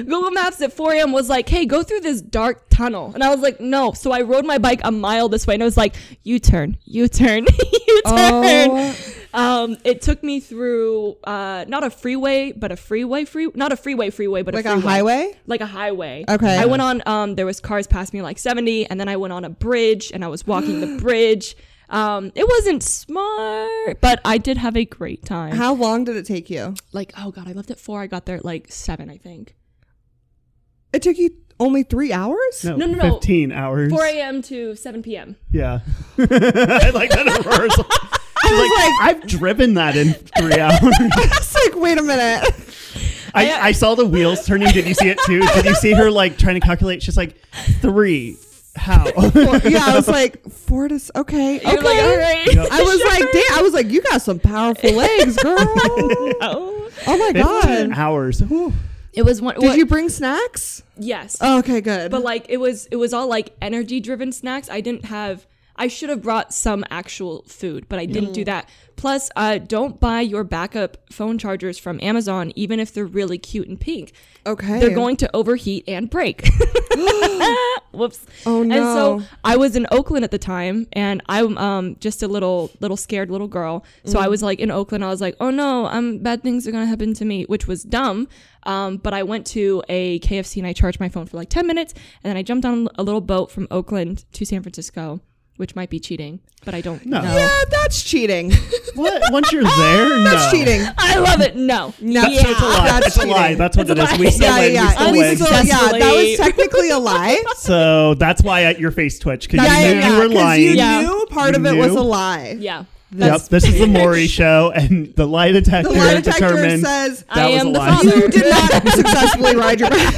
Speaker 3: Google Maps at 4 a.m. was like, hey, go through this dark tunnel. And I was like, no. So I rode my bike a mile this way and it was like, U turn, U turn, U turn.
Speaker 1: Oh.
Speaker 3: Um, it took me through uh, not a freeway, but a freeway, free, not a freeway, freeway, but
Speaker 1: Like a
Speaker 3: a, freeway
Speaker 1: highway?
Speaker 3: like a highway.
Speaker 1: Okay.
Speaker 3: I went on. Um, there was cars past me like seventy, and then I went on a bridge, and I was walking the bridge. Um, it wasn't smart, but I did have a great time.
Speaker 1: How long did it take you?
Speaker 3: like, oh god, I left at four. I got there at like seven, I think.
Speaker 1: It took you only three hours.
Speaker 2: no,
Speaker 3: No, no, no.
Speaker 2: fifteen hours.
Speaker 3: Four a.m. to seven p.m.
Speaker 2: Yeah, I like that reversal. Like, I've driven that in three hours.
Speaker 1: It's like, wait a minute.
Speaker 2: I,
Speaker 3: uh,
Speaker 2: I saw the wheels turning. Did you see it too? Did you see her like trying to calculate? She's like three. How?
Speaker 3: Oh
Speaker 1: yeah, I was like, four to s- okay, okay.
Speaker 3: You're like, all right.
Speaker 2: "Oh,
Speaker 1: I was like, damn. I was like, you got some powerful legs, girl. oh
Speaker 3: Oh.
Speaker 1: my
Speaker 2: Fifteen
Speaker 1: god.
Speaker 2: hours. Whew.
Speaker 3: It was one.
Speaker 1: Did
Speaker 3: what-
Speaker 1: you bring snacks? Oh,
Speaker 3: Yes.
Speaker 1: Okay, good.
Speaker 3: but like it was it was all like energy driven snacks i didn't have I should have brought some actual food, but I didn't do that. Plus, uh, don't buy your backup phone chargers from Amazon, even if they're really cute and pink.
Speaker 1: Okay.
Speaker 3: They're going to overheat and break. Whoops.
Speaker 1: Oh,
Speaker 3: And so
Speaker 1: no.
Speaker 3: I was in Oakland at the time, and I'm um, just a little little scared little girl. So I
Speaker 1: Mm.
Speaker 3: was like in Oakland, I was like, oh no, um, bad things are gonna happen to me, which was dumb. Um, but I went to a KFC and I charged my phone for like ten minutes, and then I jumped on a little boat from Oakland to San Francisco, which might be cheating, but I don't
Speaker 2: No.
Speaker 3: know.
Speaker 1: Yeah, that's cheating.
Speaker 2: What? Once you're there, no.
Speaker 1: That's cheating.
Speaker 3: I love it. No,
Speaker 1: No,
Speaker 2: That's, that's a lie.
Speaker 1: That's
Speaker 2: That's, a
Speaker 1: cheating.
Speaker 2: lie. That's what
Speaker 3: That's
Speaker 2: it
Speaker 3: a
Speaker 2: is.
Speaker 3: lie.
Speaker 2: We still
Speaker 1: yeah,
Speaker 2: win.
Speaker 1: yeah.
Speaker 2: We still
Speaker 1: We
Speaker 2: win.
Speaker 1: still- yeah, that
Speaker 3: Successfully.
Speaker 1: was technically a lie.
Speaker 2: So that's why at your face twitch because
Speaker 1: yeah,
Speaker 2: you
Speaker 1: yeah,
Speaker 2: knew
Speaker 1: yeah.
Speaker 2: you were
Speaker 1: 'cause
Speaker 2: lying.
Speaker 1: You
Speaker 3: Yeah.
Speaker 1: knew part of
Speaker 2: You
Speaker 1: it was
Speaker 2: knew?
Speaker 1: a lie.
Speaker 3: yeah.
Speaker 2: Yep, this is the Maury show, and the lie detector,
Speaker 1: The lie detector
Speaker 2: determined
Speaker 1: says
Speaker 2: that
Speaker 3: I
Speaker 2: was
Speaker 3: am
Speaker 2: a
Speaker 3: the
Speaker 2: lie.
Speaker 3: father.
Speaker 1: you did not successfully ride your bike.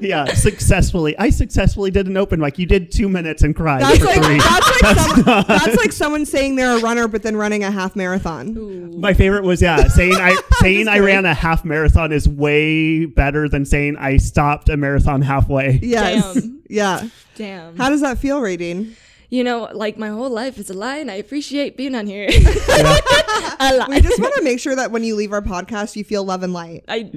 Speaker 2: yeah, successfully. I successfully did an open mic. You did two minutes and cried
Speaker 1: That's
Speaker 2: for
Speaker 1: like
Speaker 2: three.
Speaker 1: that's like some, that's like someone saying they're a runner but then running a half marathon.
Speaker 2: My favorite was yeah, saying I saying I ran a half marathon is way better than saying I stopped a marathon halfway.
Speaker 1: Yes.
Speaker 3: Damn.
Speaker 1: Yeah.
Speaker 3: Damn.
Speaker 1: How does that feel, rating?
Speaker 3: you know, like my whole life is a lie, and I appreciate being on here.
Speaker 2: Yeah.
Speaker 3: a lot.
Speaker 1: We just want to make sure that when you leave our podcast, you feel love and light.
Speaker 3: I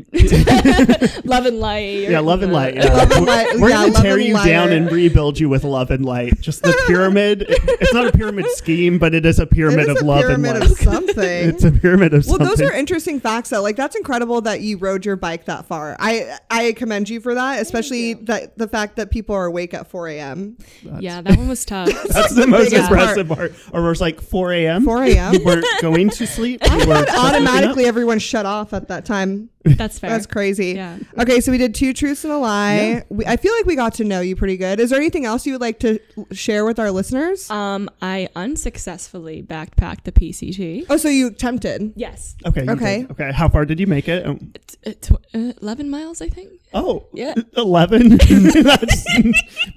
Speaker 3: love and light.
Speaker 2: Yeah, love and light.
Speaker 3: Uh,
Speaker 2: Yeah.
Speaker 1: Love and
Speaker 2: We're-
Speaker 1: light.
Speaker 2: We're,
Speaker 1: Yeah,
Speaker 2: gonna
Speaker 1: love
Speaker 2: tear
Speaker 1: and
Speaker 2: you
Speaker 1: light.
Speaker 2: down and rebuild you with love and light. Just the pyramid. It- it's not a pyramid scheme, but it is a pyramid
Speaker 1: it is
Speaker 2: of
Speaker 1: a
Speaker 2: love
Speaker 1: pyramid
Speaker 2: and
Speaker 1: of
Speaker 2: light.
Speaker 1: something.
Speaker 2: It's a pyramid of
Speaker 1: well,
Speaker 2: something.
Speaker 1: those are interesting facts though. Like that's incredible that you rode your bike that far. I I commend you for that, especially that the fact that people are awake at 4 a.m.
Speaker 3: Yeah, that one was tough.
Speaker 2: That's the most
Speaker 1: biggest
Speaker 2: impressive part. Or where it's like 4 a.m.
Speaker 1: 4 a.m.
Speaker 2: We're going to sleep. We're just waking up.
Speaker 1: Automatically, everyone shut off at that time.
Speaker 3: That's fair.
Speaker 1: That's crazy.
Speaker 3: Yeah.
Speaker 1: Okay, so we did two truths and a lie.
Speaker 2: Yeah.
Speaker 1: We, I feel like we got to know you pretty good. Is there anything else you would like to share with our listeners?
Speaker 3: Um, I unsuccessfully backpacked the PCT.
Speaker 1: oh, so you tempted.
Speaker 3: Yes,
Speaker 2: Okay. you
Speaker 1: Okay.
Speaker 2: did. Okay. How far did you make it? Oh,
Speaker 3: T- uh, tw- uh, eleven miles, I think.
Speaker 2: Oh,
Speaker 3: Yeah.
Speaker 2: 11. That's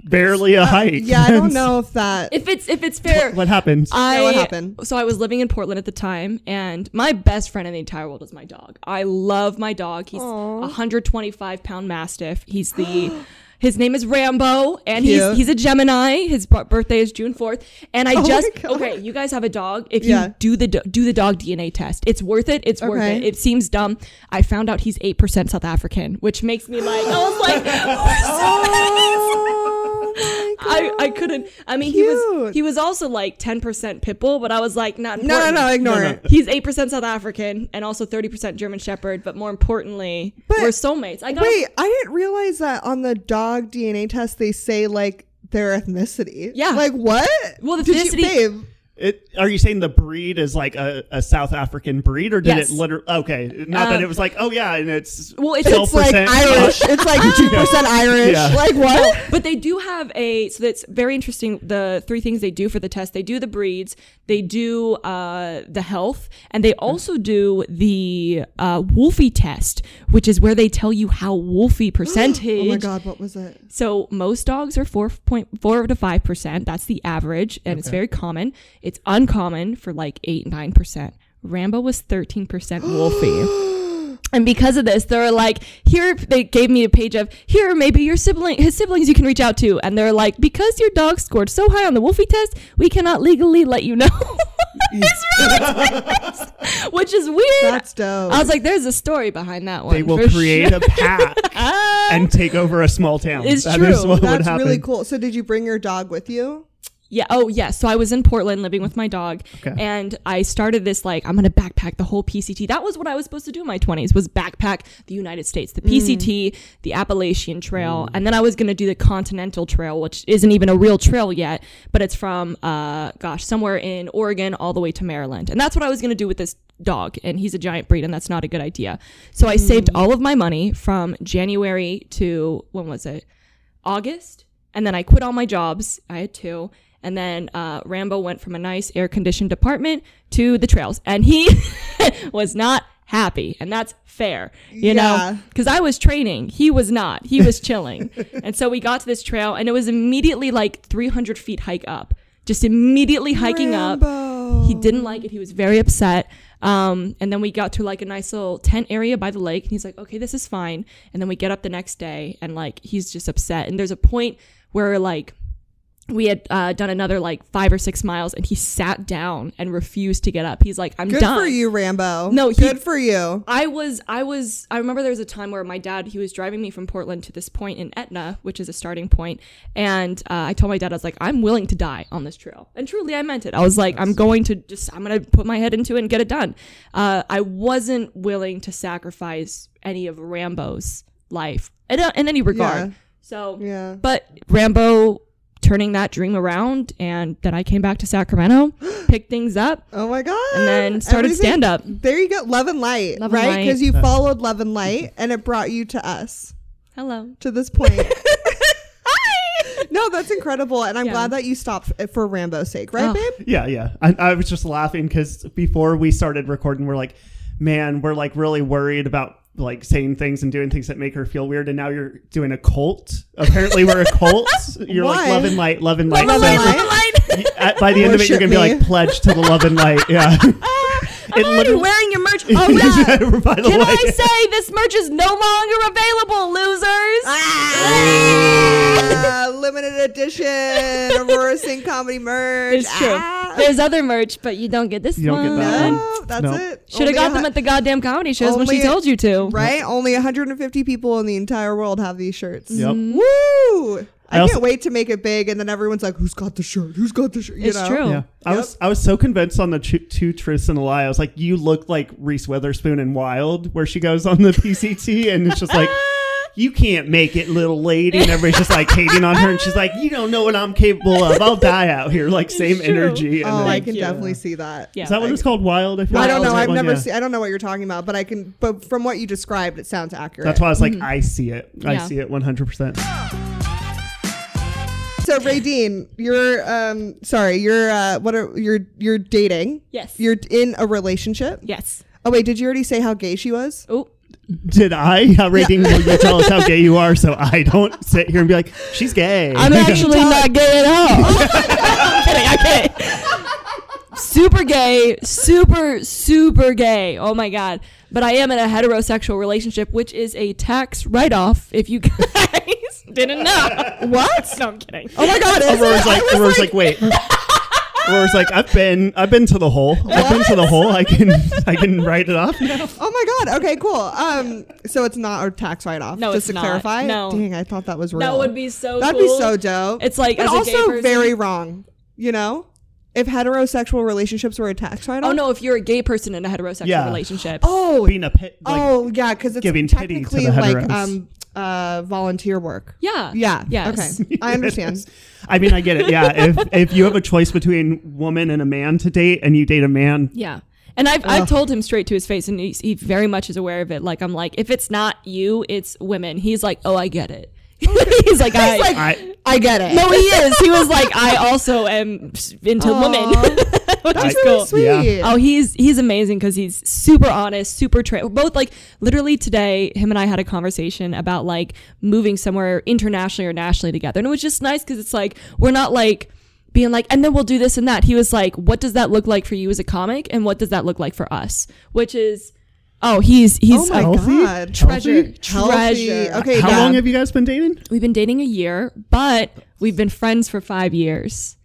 Speaker 2: barely a hike.
Speaker 1: Uh, Yeah, I don't
Speaker 2: That's-
Speaker 1: know if that.
Speaker 3: If it's if it's fair,
Speaker 2: What happened?
Speaker 3: I
Speaker 1: Yeah, what happened?
Speaker 3: So I was living in Portland at the time, and my best friend in the entire world is my dog. I love my dog. He's a 125 pound mastiff. He's the his name is Rambo, and
Speaker 1: Cute. Oh
Speaker 3: he's he's a Gemini. His b- birthday is June 4th, and I
Speaker 1: my
Speaker 3: just
Speaker 1: God.
Speaker 3: okay. You guys have a dog. If
Speaker 1: Yeah.
Speaker 3: you do the do, do the dog DNA test, it's worth it. It's worth
Speaker 1: Okay.
Speaker 3: it. It seems dumb. I found out he's eight percent South African, which makes me like I was like.
Speaker 1: oh my
Speaker 3: I, I couldn't. I mean, he was
Speaker 1: Cute.
Speaker 3: he was also like ten percent pit bull, but I was like, not
Speaker 1: No, no,
Speaker 3: important.
Speaker 1: no, ignore
Speaker 2: No, no.
Speaker 1: it.
Speaker 3: He's eight percent South African and also thirty percent German Shepherd. But more importantly,
Speaker 1: But-
Speaker 3: we're soulmates. I got
Speaker 1: Wait, I didn't realize that on the dog DNA test they say like their ethnicity.
Speaker 3: Yeah.
Speaker 1: Like what?
Speaker 3: Well, the
Speaker 1: Did
Speaker 3: ethnicity-
Speaker 1: You, babe,
Speaker 2: It, are you saying the breed is like a, a South African breed, or did
Speaker 3: Yes.
Speaker 2: it literally? Okay, not that
Speaker 3: Um,
Speaker 2: it was like, oh yeah, and it's
Speaker 3: Well, it's-
Speaker 1: it's like
Speaker 2: 12%
Speaker 1: Irish. it's like two percent Irish.
Speaker 2: Yeah.
Speaker 1: Like what?
Speaker 3: but they do have a so that's very interesting. The three things they do for the test: they do the breeds, they do uh, the health, and they also do the uh, Wolfie test, which is where they tell you how Wolfie percentage.
Speaker 1: Oh my god, what was it?
Speaker 3: So most dogs are 4.4 to 5%. That's the average, and it's very common. It's uncommon for like 8, 9%. Rambo was 13% Wolfie. And because of this, they're like, here they gave me a page of here are maybe your sibling his siblings you can reach out to. And they're like, because your dog scored so high on the Wolfie test, we cannot legally let you know. It's really- Which is weird.
Speaker 1: That's dope.
Speaker 3: I was like, there's a story behind that one.
Speaker 2: They will
Speaker 3: for
Speaker 2: create
Speaker 3: sure. Oh,
Speaker 2: a pack and take over a small town.
Speaker 3: It's
Speaker 2: That
Speaker 3: true.
Speaker 2: is what would
Speaker 1: That's
Speaker 2: happen.
Speaker 1: really cool. So did you bring your dog with you?
Speaker 3: Yeah. Oh, yeah. So I was in Portland living with my dog,
Speaker 2: Okay.
Speaker 3: and I started this like I'm gonna backpack the whole PCT. That was what I was supposed to do in my 20s was backpack the United States, the PCT, the Appalachian Trail, and then I was gonna do the Continental Trail, which isn't even a real trail yet, but it's from uh, gosh, somewhere in Oregon all the way to Maryland, and that's what I was gonna do with this dog and he's a giant breed and that's not a good idea so i saved all of my money from january to when was it August, and then I quit all my jobs. I had two, and then uh, Rambo went from a nice air conditioned apartment to the trails, and he was not happy, and that's fair, you
Speaker 1: Yeah.
Speaker 3: know, because I was training, he was not, he was chilling, and so we got to this trail, and it was immediately like 300 feet hike up, just immediately hiking up.
Speaker 1: Rambo.
Speaker 3: He didn't like it. He was very upset. Um, and then we got to like a nice little tent area by the lake, and he's like, "Okay, this is fine." And then we get up the next day, and like he's just upset. And there's a point where like we had uh, done another like five or six miles, and he sat down and refused to get up. He's like, "I'm
Speaker 1: Good
Speaker 3: done."
Speaker 1: for you, Rambo.
Speaker 3: No, he-
Speaker 1: good for you.
Speaker 3: I was, I was, I remember there was a time where my dad, he was driving me from Portland to this point in Etna, which is a starting point, and uh, I told my dad, I was like, I'm willing to die on this trail, and truly, I meant it. I was like, I'm going to just, I'm gonna put my head into it and get it done. Uh, I wasn't willing to sacrifice any of Rambo's life in, in any regard.
Speaker 1: Yeah.
Speaker 3: So,
Speaker 1: Yeah.
Speaker 3: but Rambo turning that dream around, and then I came back to Sacramento, picked things up,
Speaker 1: Oh my god!
Speaker 3: and then started
Speaker 1: Everything-
Speaker 3: stand up.
Speaker 1: There you go, love and light,
Speaker 3: Love and
Speaker 1: right?
Speaker 3: Light.
Speaker 1: Because you followed love and light, and it brought you to us
Speaker 3: Hello.
Speaker 1: to this point. no, that's incredible, and I'm
Speaker 3: Yeah.
Speaker 1: glad that you stopped f- for Rambo's sake, right,
Speaker 3: Oh.
Speaker 1: babe?
Speaker 2: Yeah, yeah. I, I was just laughing because before we started recording, we're like, man, we're like really worried about like saying things and doing things that make her feel weird. And now you're doing a cult. Apparently, we're a cult. You're like
Speaker 1: Why?
Speaker 2: love and light, love and light.
Speaker 1: and
Speaker 2: So-
Speaker 1: light.
Speaker 2: at- by the end of it, you're
Speaker 1: Worship
Speaker 2: gonna be like
Speaker 1: me.
Speaker 2: pledged to the love and light. Yeah. it
Speaker 3: I'm already wearing your merch. Oh yeah.
Speaker 2: yeah. by the
Speaker 3: Can I
Speaker 2: light.
Speaker 3: say this merch is no longer available, losers?
Speaker 1: Ah, limited edition Aurora Sing comedy merch.
Speaker 3: It's true.
Speaker 1: Ah.
Speaker 3: There's other merch, but you don't get this
Speaker 2: You don't get
Speaker 3: one.
Speaker 2: that one.
Speaker 1: Oh, that's
Speaker 2: No.
Speaker 1: it.
Speaker 3: Should have
Speaker 1: Only
Speaker 3: got
Speaker 1: a
Speaker 3: them
Speaker 1: hu-
Speaker 3: at the goddamn comedy shows when she
Speaker 1: Only-
Speaker 3: told you to.
Speaker 1: right. Only 150 people in the entire world have these shirts.
Speaker 2: Yep.
Speaker 3: Mm-hmm.
Speaker 1: Woo! I,
Speaker 2: I also-
Speaker 1: can't wait to make it big, and then everyone's like, "Who's got the shirt? Who's got the shirt?" You
Speaker 3: It's
Speaker 1: know? Oh,
Speaker 3: true.
Speaker 2: Yeah, I
Speaker 1: Yep.
Speaker 2: was I was so convinced on the two, two truths and a lie. I was like, you look like Reese Witherspoon in Wild, where she goes on the PCT, and it's just like, you can't make it, little lady, and everybody's just like hating on her, and she's like, you don't know what I'm capable of. I'll die out here, like same
Speaker 3: true.
Speaker 2: energy. And
Speaker 1: Oh, I
Speaker 2: like,
Speaker 1: can
Speaker 3: you.
Speaker 1: definitely see that.
Speaker 3: Yeah.
Speaker 2: is that what it's called, Wild? feel
Speaker 1: I
Speaker 2: like
Speaker 1: don't
Speaker 2: that
Speaker 1: know.
Speaker 2: was
Speaker 1: I've
Speaker 2: one,
Speaker 1: never
Speaker 2: yeah.
Speaker 1: seen. I don't know what you're talking about, but I can. But from what you described, it sounds accurate.
Speaker 2: That's why I was like, I see it. I
Speaker 3: Mm-hmm. Yeah.
Speaker 2: see it 100. percent
Speaker 1: So, Radine, you're um, sorry, you're uh, what are you're you're dating?
Speaker 3: Yes.
Speaker 1: You're in a relationship.
Speaker 3: Yes.
Speaker 1: Oh wait, did you already say how gay she was?
Speaker 3: Oh.
Speaker 2: Did I? How rating? Will you tell us how gay you are, so I don't sit here and be like, she's gay.
Speaker 3: I'm actually not gay at all. I'm kidding. I'm kidding. Super gay, super, super gay. Oh my god! But I am in a heterosexual relationship, which is a tax write-off. If you guys didn't know, what? No, I'm kidding.
Speaker 1: Oh my god, is
Speaker 2: Aurora's
Speaker 1: it?
Speaker 2: like,
Speaker 1: I was
Speaker 2: Aurora's like, wait. Aurora's like, I've been, I've been to the hole. I've been to the hole. I can, I can write it off now.
Speaker 1: oh my god. Okay, cool. Um, so it's not a tax write off.
Speaker 3: No,
Speaker 1: just
Speaker 3: it's
Speaker 1: to
Speaker 3: not.
Speaker 1: clarify.
Speaker 3: No.
Speaker 1: dang, I thought that was real.
Speaker 3: That would be so.
Speaker 1: That'd
Speaker 3: cool.
Speaker 1: be so dope.
Speaker 3: It's like
Speaker 1: but
Speaker 3: as a gay
Speaker 1: also
Speaker 3: person-
Speaker 1: very wrong. You know, if heterosexual relationships were a tax write off.
Speaker 3: Oh no! If you're a gay person in a heterosexual
Speaker 2: Yeah.
Speaker 3: relationship,
Speaker 1: Oh,
Speaker 2: Being a pit, like,
Speaker 1: oh yeah, because it's
Speaker 2: giving titty to the
Speaker 1: technically like
Speaker 2: heteros.
Speaker 1: um uh volunteer work.
Speaker 3: yeah,
Speaker 1: Yeah.
Speaker 3: yes.
Speaker 1: Okay. I understand.
Speaker 2: I mean, I get it. Yeah. If if you have a choice between woman and a man to date, and you date a man,
Speaker 3: Yeah. And I've, I've told him straight to his face, and he's, he very much is aware of it. Like, I'm like, if it's not you, it's women. He's like, oh, I get it. he's like, I.
Speaker 2: I,
Speaker 1: I get it.
Speaker 3: no, he is. He was like, I also am into women. Which is
Speaker 1: That's really
Speaker 3: cool.
Speaker 1: sweet.
Speaker 2: Yeah.
Speaker 3: Oh, he's he's amazing because he's super honest, super tra- both like literally today, him and I had a conversation about like moving somewhere internationally or nationally together, and it was just nice because it's like we're not like being like, and then we'll do this and that. He was like, "What does that look like for you as a comic, and what does that look like for us?" Which is, oh, he's
Speaker 1: Oh
Speaker 3: he's
Speaker 1: my
Speaker 2: Healthy?
Speaker 1: god.
Speaker 3: treasure,
Speaker 2: Healthy?
Speaker 1: Healthy.
Speaker 3: treasure.
Speaker 1: Okay.
Speaker 2: how
Speaker 1: yeah.
Speaker 2: long have you guys been dating?
Speaker 3: We've been dating a year, but we've been friends for five years,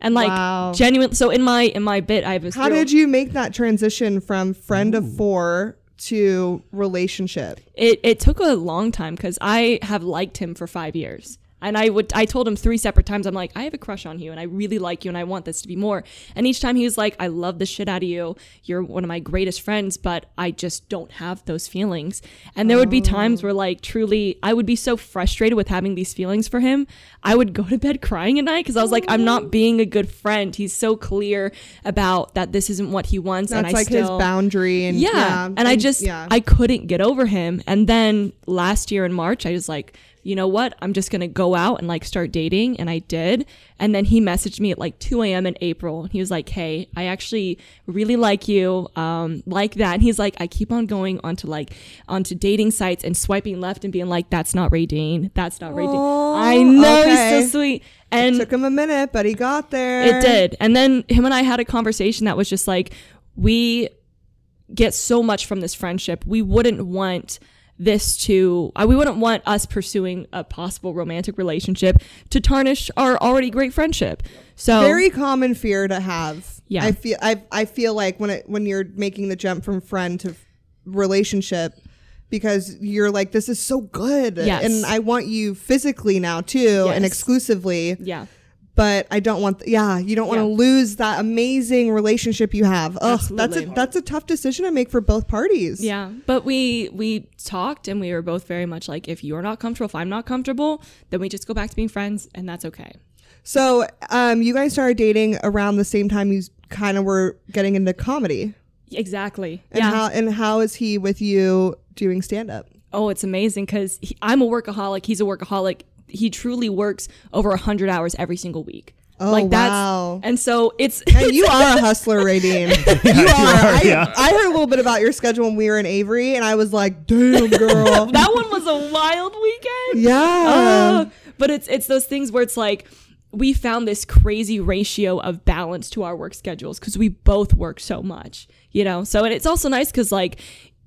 Speaker 3: and like
Speaker 1: Wow.
Speaker 3: genuine. So in my in my bit, I have a
Speaker 1: How did you make that transition from friend of four to relationship?
Speaker 3: it, it took a long time because I have liked him for five years. And I would I told him three separate times, I'm like, I have a crush on you and I really like you and I want this to be more. And each time he was like, I love the shit out of you. You're one of my greatest friends, but I just don't have those feelings. And there would be
Speaker 1: Oh.
Speaker 3: times where like truly I would be so frustrated with having these feelings for him. I would go to bed crying at night because I was like, I'm
Speaker 1: Oh.
Speaker 3: not being a good friend. He's so clear about that this isn't what he wants.
Speaker 1: That's
Speaker 3: and I
Speaker 1: like his
Speaker 3: still,
Speaker 1: boundary and
Speaker 3: yeah. And, I just
Speaker 1: yeah.
Speaker 3: I couldn't get over him. And then last year in March, I was like, you know what? I'm just gonna go out and like start dating. And I did. And then he messaged me at like 2 a.m. in April. And he was like, Hey, I actually really like you. Um, like that. And he's like, I keep on going onto like onto dating sites and swiping left and being like, That's not Ray Dean. That's not Ray Dean.
Speaker 1: Oh,
Speaker 3: I know
Speaker 1: okay.
Speaker 3: he's so sweet. And
Speaker 1: took him a minute, but he got there.
Speaker 3: it did. And then him and I had a conversation that was just like, we get so much from this friendship. We wouldn't want this to I, we wouldn't want us pursuing a possible romantic relationship to tarnish our already great friendship. So
Speaker 1: Very common fear to have.
Speaker 3: Yeah.
Speaker 1: I feel I I feel like when it when you're making the jump from friend to relationship because you're like this is so good
Speaker 3: Yes.
Speaker 1: and I want you physically now too and
Speaker 3: Yes.
Speaker 1: exclusively
Speaker 3: yeah,
Speaker 1: but I don't want yeah you don't want to
Speaker 3: Yeah.
Speaker 1: lose that amazing relationship you have. Ugh, that's a
Speaker 3: Absolutely.
Speaker 1: that's a tough decision to make for both parties.
Speaker 3: yeah. But we we talked and we were both very much like if you're not comfortable, if I'm not comfortable, then we just go back to being friends and that's okay.
Speaker 1: So, um, you guys started dating around the same time you kind of were getting into comedy.
Speaker 3: Exactly.
Speaker 1: And
Speaker 3: yeah.
Speaker 1: how and how is he with you doing stand up?
Speaker 3: oh, it's amazing because I'm a workaholic. He's a workaholic. He truly works over 100 hours every single week.
Speaker 1: Oh,
Speaker 3: like that's,
Speaker 1: wow.
Speaker 3: And so it's,
Speaker 1: And you are a hustler, Radine. you are. I,
Speaker 2: yeah.
Speaker 1: I heard a little bit about your schedule when we were in Avery, and I was like, "Damn, girl."
Speaker 3: that one was a wild weekend.
Speaker 1: yeah.
Speaker 3: Oh, but it's it's those things where it's like we found this crazy ratio of balance to our work schedules because we both work so much, you know. So and it's also nice because like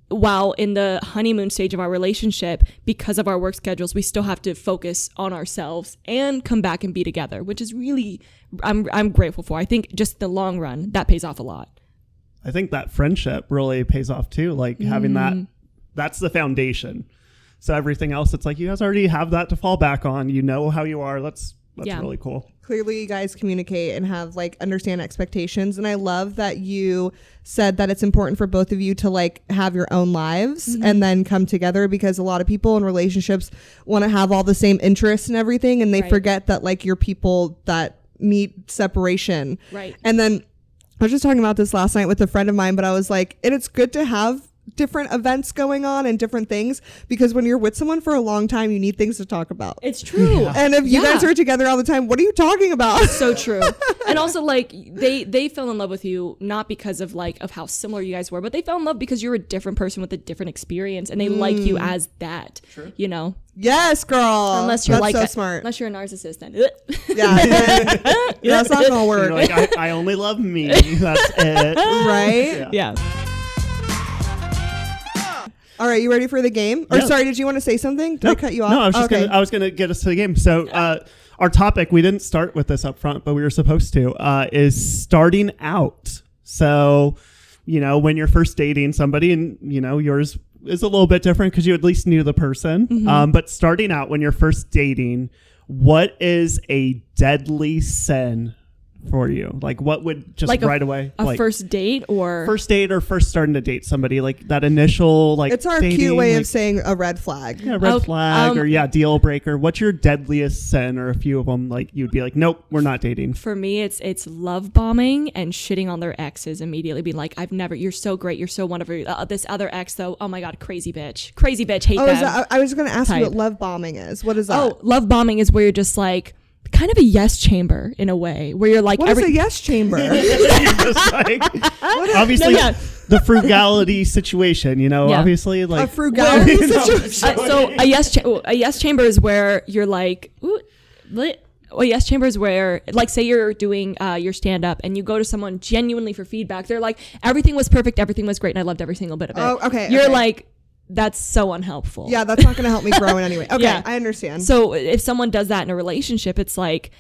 Speaker 3: while in the honeymoon stage of our relationship, because of our work schedules, we still have to focus on ourselves and come back and be together, which is really I'm I'm grateful for. I think just the long run that pays off a lot.
Speaker 2: I think that friendship really pays off too. Like having
Speaker 1: Mm.
Speaker 2: that, that's the foundation. So everything else, it's like you guys already have that to fall back on. You know how you are. That's that's
Speaker 3: Yeah.
Speaker 2: really cool.
Speaker 1: Clearly, you guys communicate and have like understand expectations, and I love that you said that it's important for both of you to like have your own lives
Speaker 3: Mm-hmm.
Speaker 1: and then come together because a lot of people in relationships want to have all the same interests and everything, and they
Speaker 3: Right.
Speaker 1: forget that like you're people that need separation.
Speaker 3: Right.
Speaker 1: And then I was just talking about this last night with a friend of mine, but I was like, and it's good to have different events going on and different things because when you're with someone for a long time, you need things to talk about.
Speaker 3: It's true.
Speaker 1: And if you
Speaker 3: Yeah.
Speaker 1: guys are together all the time, what are you talking about?
Speaker 3: so true and also like they they fell in love with you not because of like of how similar you guys were but they fell in love because you're a different person with a different experience and they like you as that you know
Speaker 1: yes, girl.
Speaker 3: Mm. unless you're
Speaker 1: That's
Speaker 3: like
Speaker 1: so
Speaker 3: a-
Speaker 1: smart.
Speaker 3: unless you're a narcissist then yeah
Speaker 1: yeah, then- that's not gonna
Speaker 2: You're
Speaker 1: work,
Speaker 2: like I, I only love me. That's it.
Speaker 1: right?
Speaker 3: yeah
Speaker 1: All right, you ready for the game? Or
Speaker 2: Yeah.
Speaker 1: sorry, did you want to say something? Did I cut you off?
Speaker 2: No, I was just
Speaker 1: okay.
Speaker 2: gonna. uh, I was gonna get us to the game. So uh, our topic, we didn't start with this up front, but we were supposed to, uh, is starting out. So, you know, when you're first dating somebody, and you know yours is a little bit different because you at least knew the person.
Speaker 1: Mm-hmm.
Speaker 2: Um, but starting out when you're first dating, what is a deadly sin for you? Like, what would just
Speaker 3: Like a-
Speaker 2: right away
Speaker 3: a
Speaker 2: like
Speaker 3: first date or
Speaker 2: first date or first starting to date somebody? Like that initial like
Speaker 1: it's our
Speaker 2: dating,
Speaker 1: cute way
Speaker 2: like-
Speaker 1: of saying a red flag.
Speaker 2: yeah, red
Speaker 3: Okay,
Speaker 2: flag
Speaker 3: um,
Speaker 2: or yeah, deal breaker. What's your deadliest sin or a few of them like you'd be like, nope, we're not dating.
Speaker 3: for me it's it's love bombing and shitting on their exes immediately being like i've never you're so great you're so wonderful uh, this other ex though oh my god crazy bitch crazy bitch hate
Speaker 1: Oh,
Speaker 3: them
Speaker 1: is that, I, I was gonna ask you
Speaker 3: Type.
Speaker 1: what love bombing is. What is that?
Speaker 3: Oh, love bombing is where you're just like kind of a yes chamber in a way, where you're like
Speaker 1: What is
Speaker 3: every-
Speaker 1: a yes chamber?
Speaker 2: Just like- obviously,
Speaker 3: No, yeah.
Speaker 2: the frugality situation. You know,
Speaker 3: Yeah.
Speaker 2: obviously, like
Speaker 1: a frugality
Speaker 2: Well, you know,
Speaker 1: situation.
Speaker 3: Uh, so a yes cha- oh, a yes chamber is where you're like ooh, lit. Well, yes chamber is where, like, say you're doing uh, your stand up and you go to someone genuinely for feedback. They're like, everything was perfect, everything was great, and I loved every single bit of it.
Speaker 1: Oh, okay,
Speaker 3: You're
Speaker 1: okay.
Speaker 3: like, that's so unhelpful.
Speaker 1: Yeah, that's not going to help me grow in any way. Okay,
Speaker 3: Yeah.
Speaker 1: I understand.
Speaker 3: So if someone does that in a relationship, it's like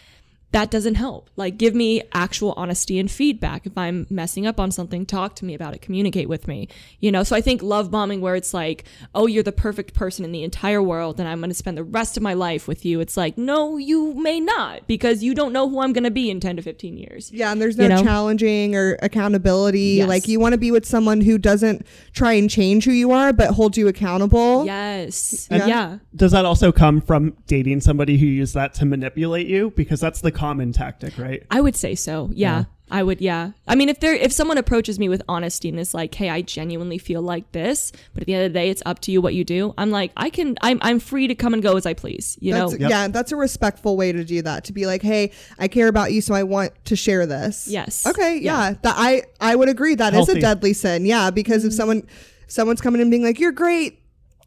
Speaker 3: that doesn't help. Like give me actual honesty and feedback. If I'm messing up on something, talk to me about it, communicate with me. You know, so I think love bombing where it's like, "Oh, you're the perfect person in the entire world and I'm going to spend the rest of my life with you." It's like, "No, you may not because you don't know who I'm going to be in 10 to 15 years."
Speaker 1: yeah, and there's no
Speaker 3: you know?
Speaker 1: challenging or accountability.
Speaker 3: Yes.
Speaker 1: Like you want to be with someone who doesn't try and change who you are, but holds you accountable.
Speaker 3: Yes.
Speaker 1: Yeah.
Speaker 3: yeah.
Speaker 2: does that also come from dating somebody who used that to manipulate you? Because that's the common tactic, right?
Speaker 3: I would say so. Yeah. I would, yeah. I mean, if there, if someone approaches me with honesty and is like, "Hey, I genuinely feel like this," but at the end of the day, it's up to you what you do. I'm like, I can, I'm, I'm free to come and go as I please. You know,
Speaker 1: That's, Yeah, that's a respectful way to do that. To be like, hey, I care about you, so I want to share this.
Speaker 3: Yes.
Speaker 1: Okay. Yeah.
Speaker 3: Yeah.
Speaker 1: That I I would agree. That is a
Speaker 2: Healthy.
Speaker 1: deadly sin. Yeah, because
Speaker 3: Mm-hmm.
Speaker 1: if someone someone's coming and being like, you're great.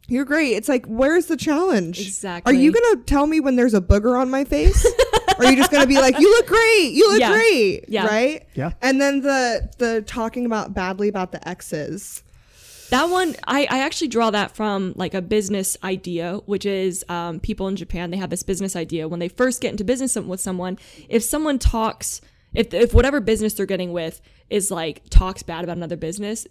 Speaker 1: You're great. It's like, where's the challenge?
Speaker 3: Exactly.
Speaker 1: Are you gonna tell me when there's a booger on my face? or are you just gonna be like, you look great, you look
Speaker 3: Yeah.
Speaker 1: great,
Speaker 3: Yeah.
Speaker 1: right?
Speaker 2: Yeah.
Speaker 1: And then the the talking about badly about the exes.
Speaker 3: That one, I, I actually draw that from like a business idea, which is um, people in Japan, they have this business idea. When they first get into business with someone, if someone talks, if, if whatever business they're getting with is like talks bad about another business,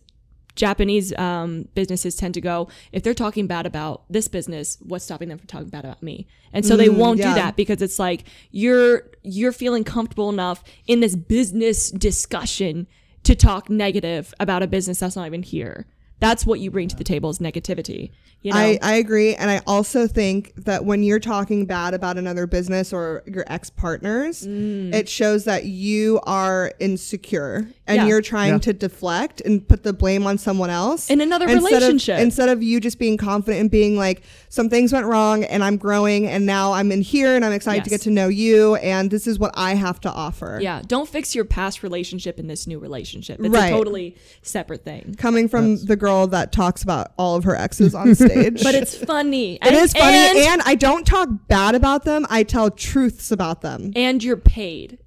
Speaker 3: Japanese um, businesses tend to go, if they're talking bad about this business, what's stopping them from talking bad about me? And so they won't
Speaker 1: yeah.
Speaker 3: do that because it's like you're you're feeling comfortable enough in this business discussion to talk negative about a business that's not even here. That's what you bring to the table is negativity. You know,
Speaker 1: I, I agree. And I also think that when you're talking bad about another business or your ex partners,
Speaker 3: Mm.
Speaker 1: it shows that you are insecure and
Speaker 3: Yeah.
Speaker 1: you're trying
Speaker 2: Yeah.
Speaker 1: to deflect and put the blame on someone else.
Speaker 3: In another
Speaker 1: of-
Speaker 3: relationship.
Speaker 1: instead of you just being confident and being like, some things went wrong and I'm growing and now I'm in here and I'm excited to
Speaker 3: Yes.
Speaker 1: get to know you and this is what I have to offer.
Speaker 3: yeah. Don't fix your past relationship in this new relationship. It's
Speaker 1: Right.
Speaker 3: a totally separate thing.
Speaker 1: Coming from the girl that talks about all of her exes on stage.
Speaker 3: But it's funny.
Speaker 1: It is funny, and, I don't talk bad about them. I tell truths about them.
Speaker 3: and you're paid.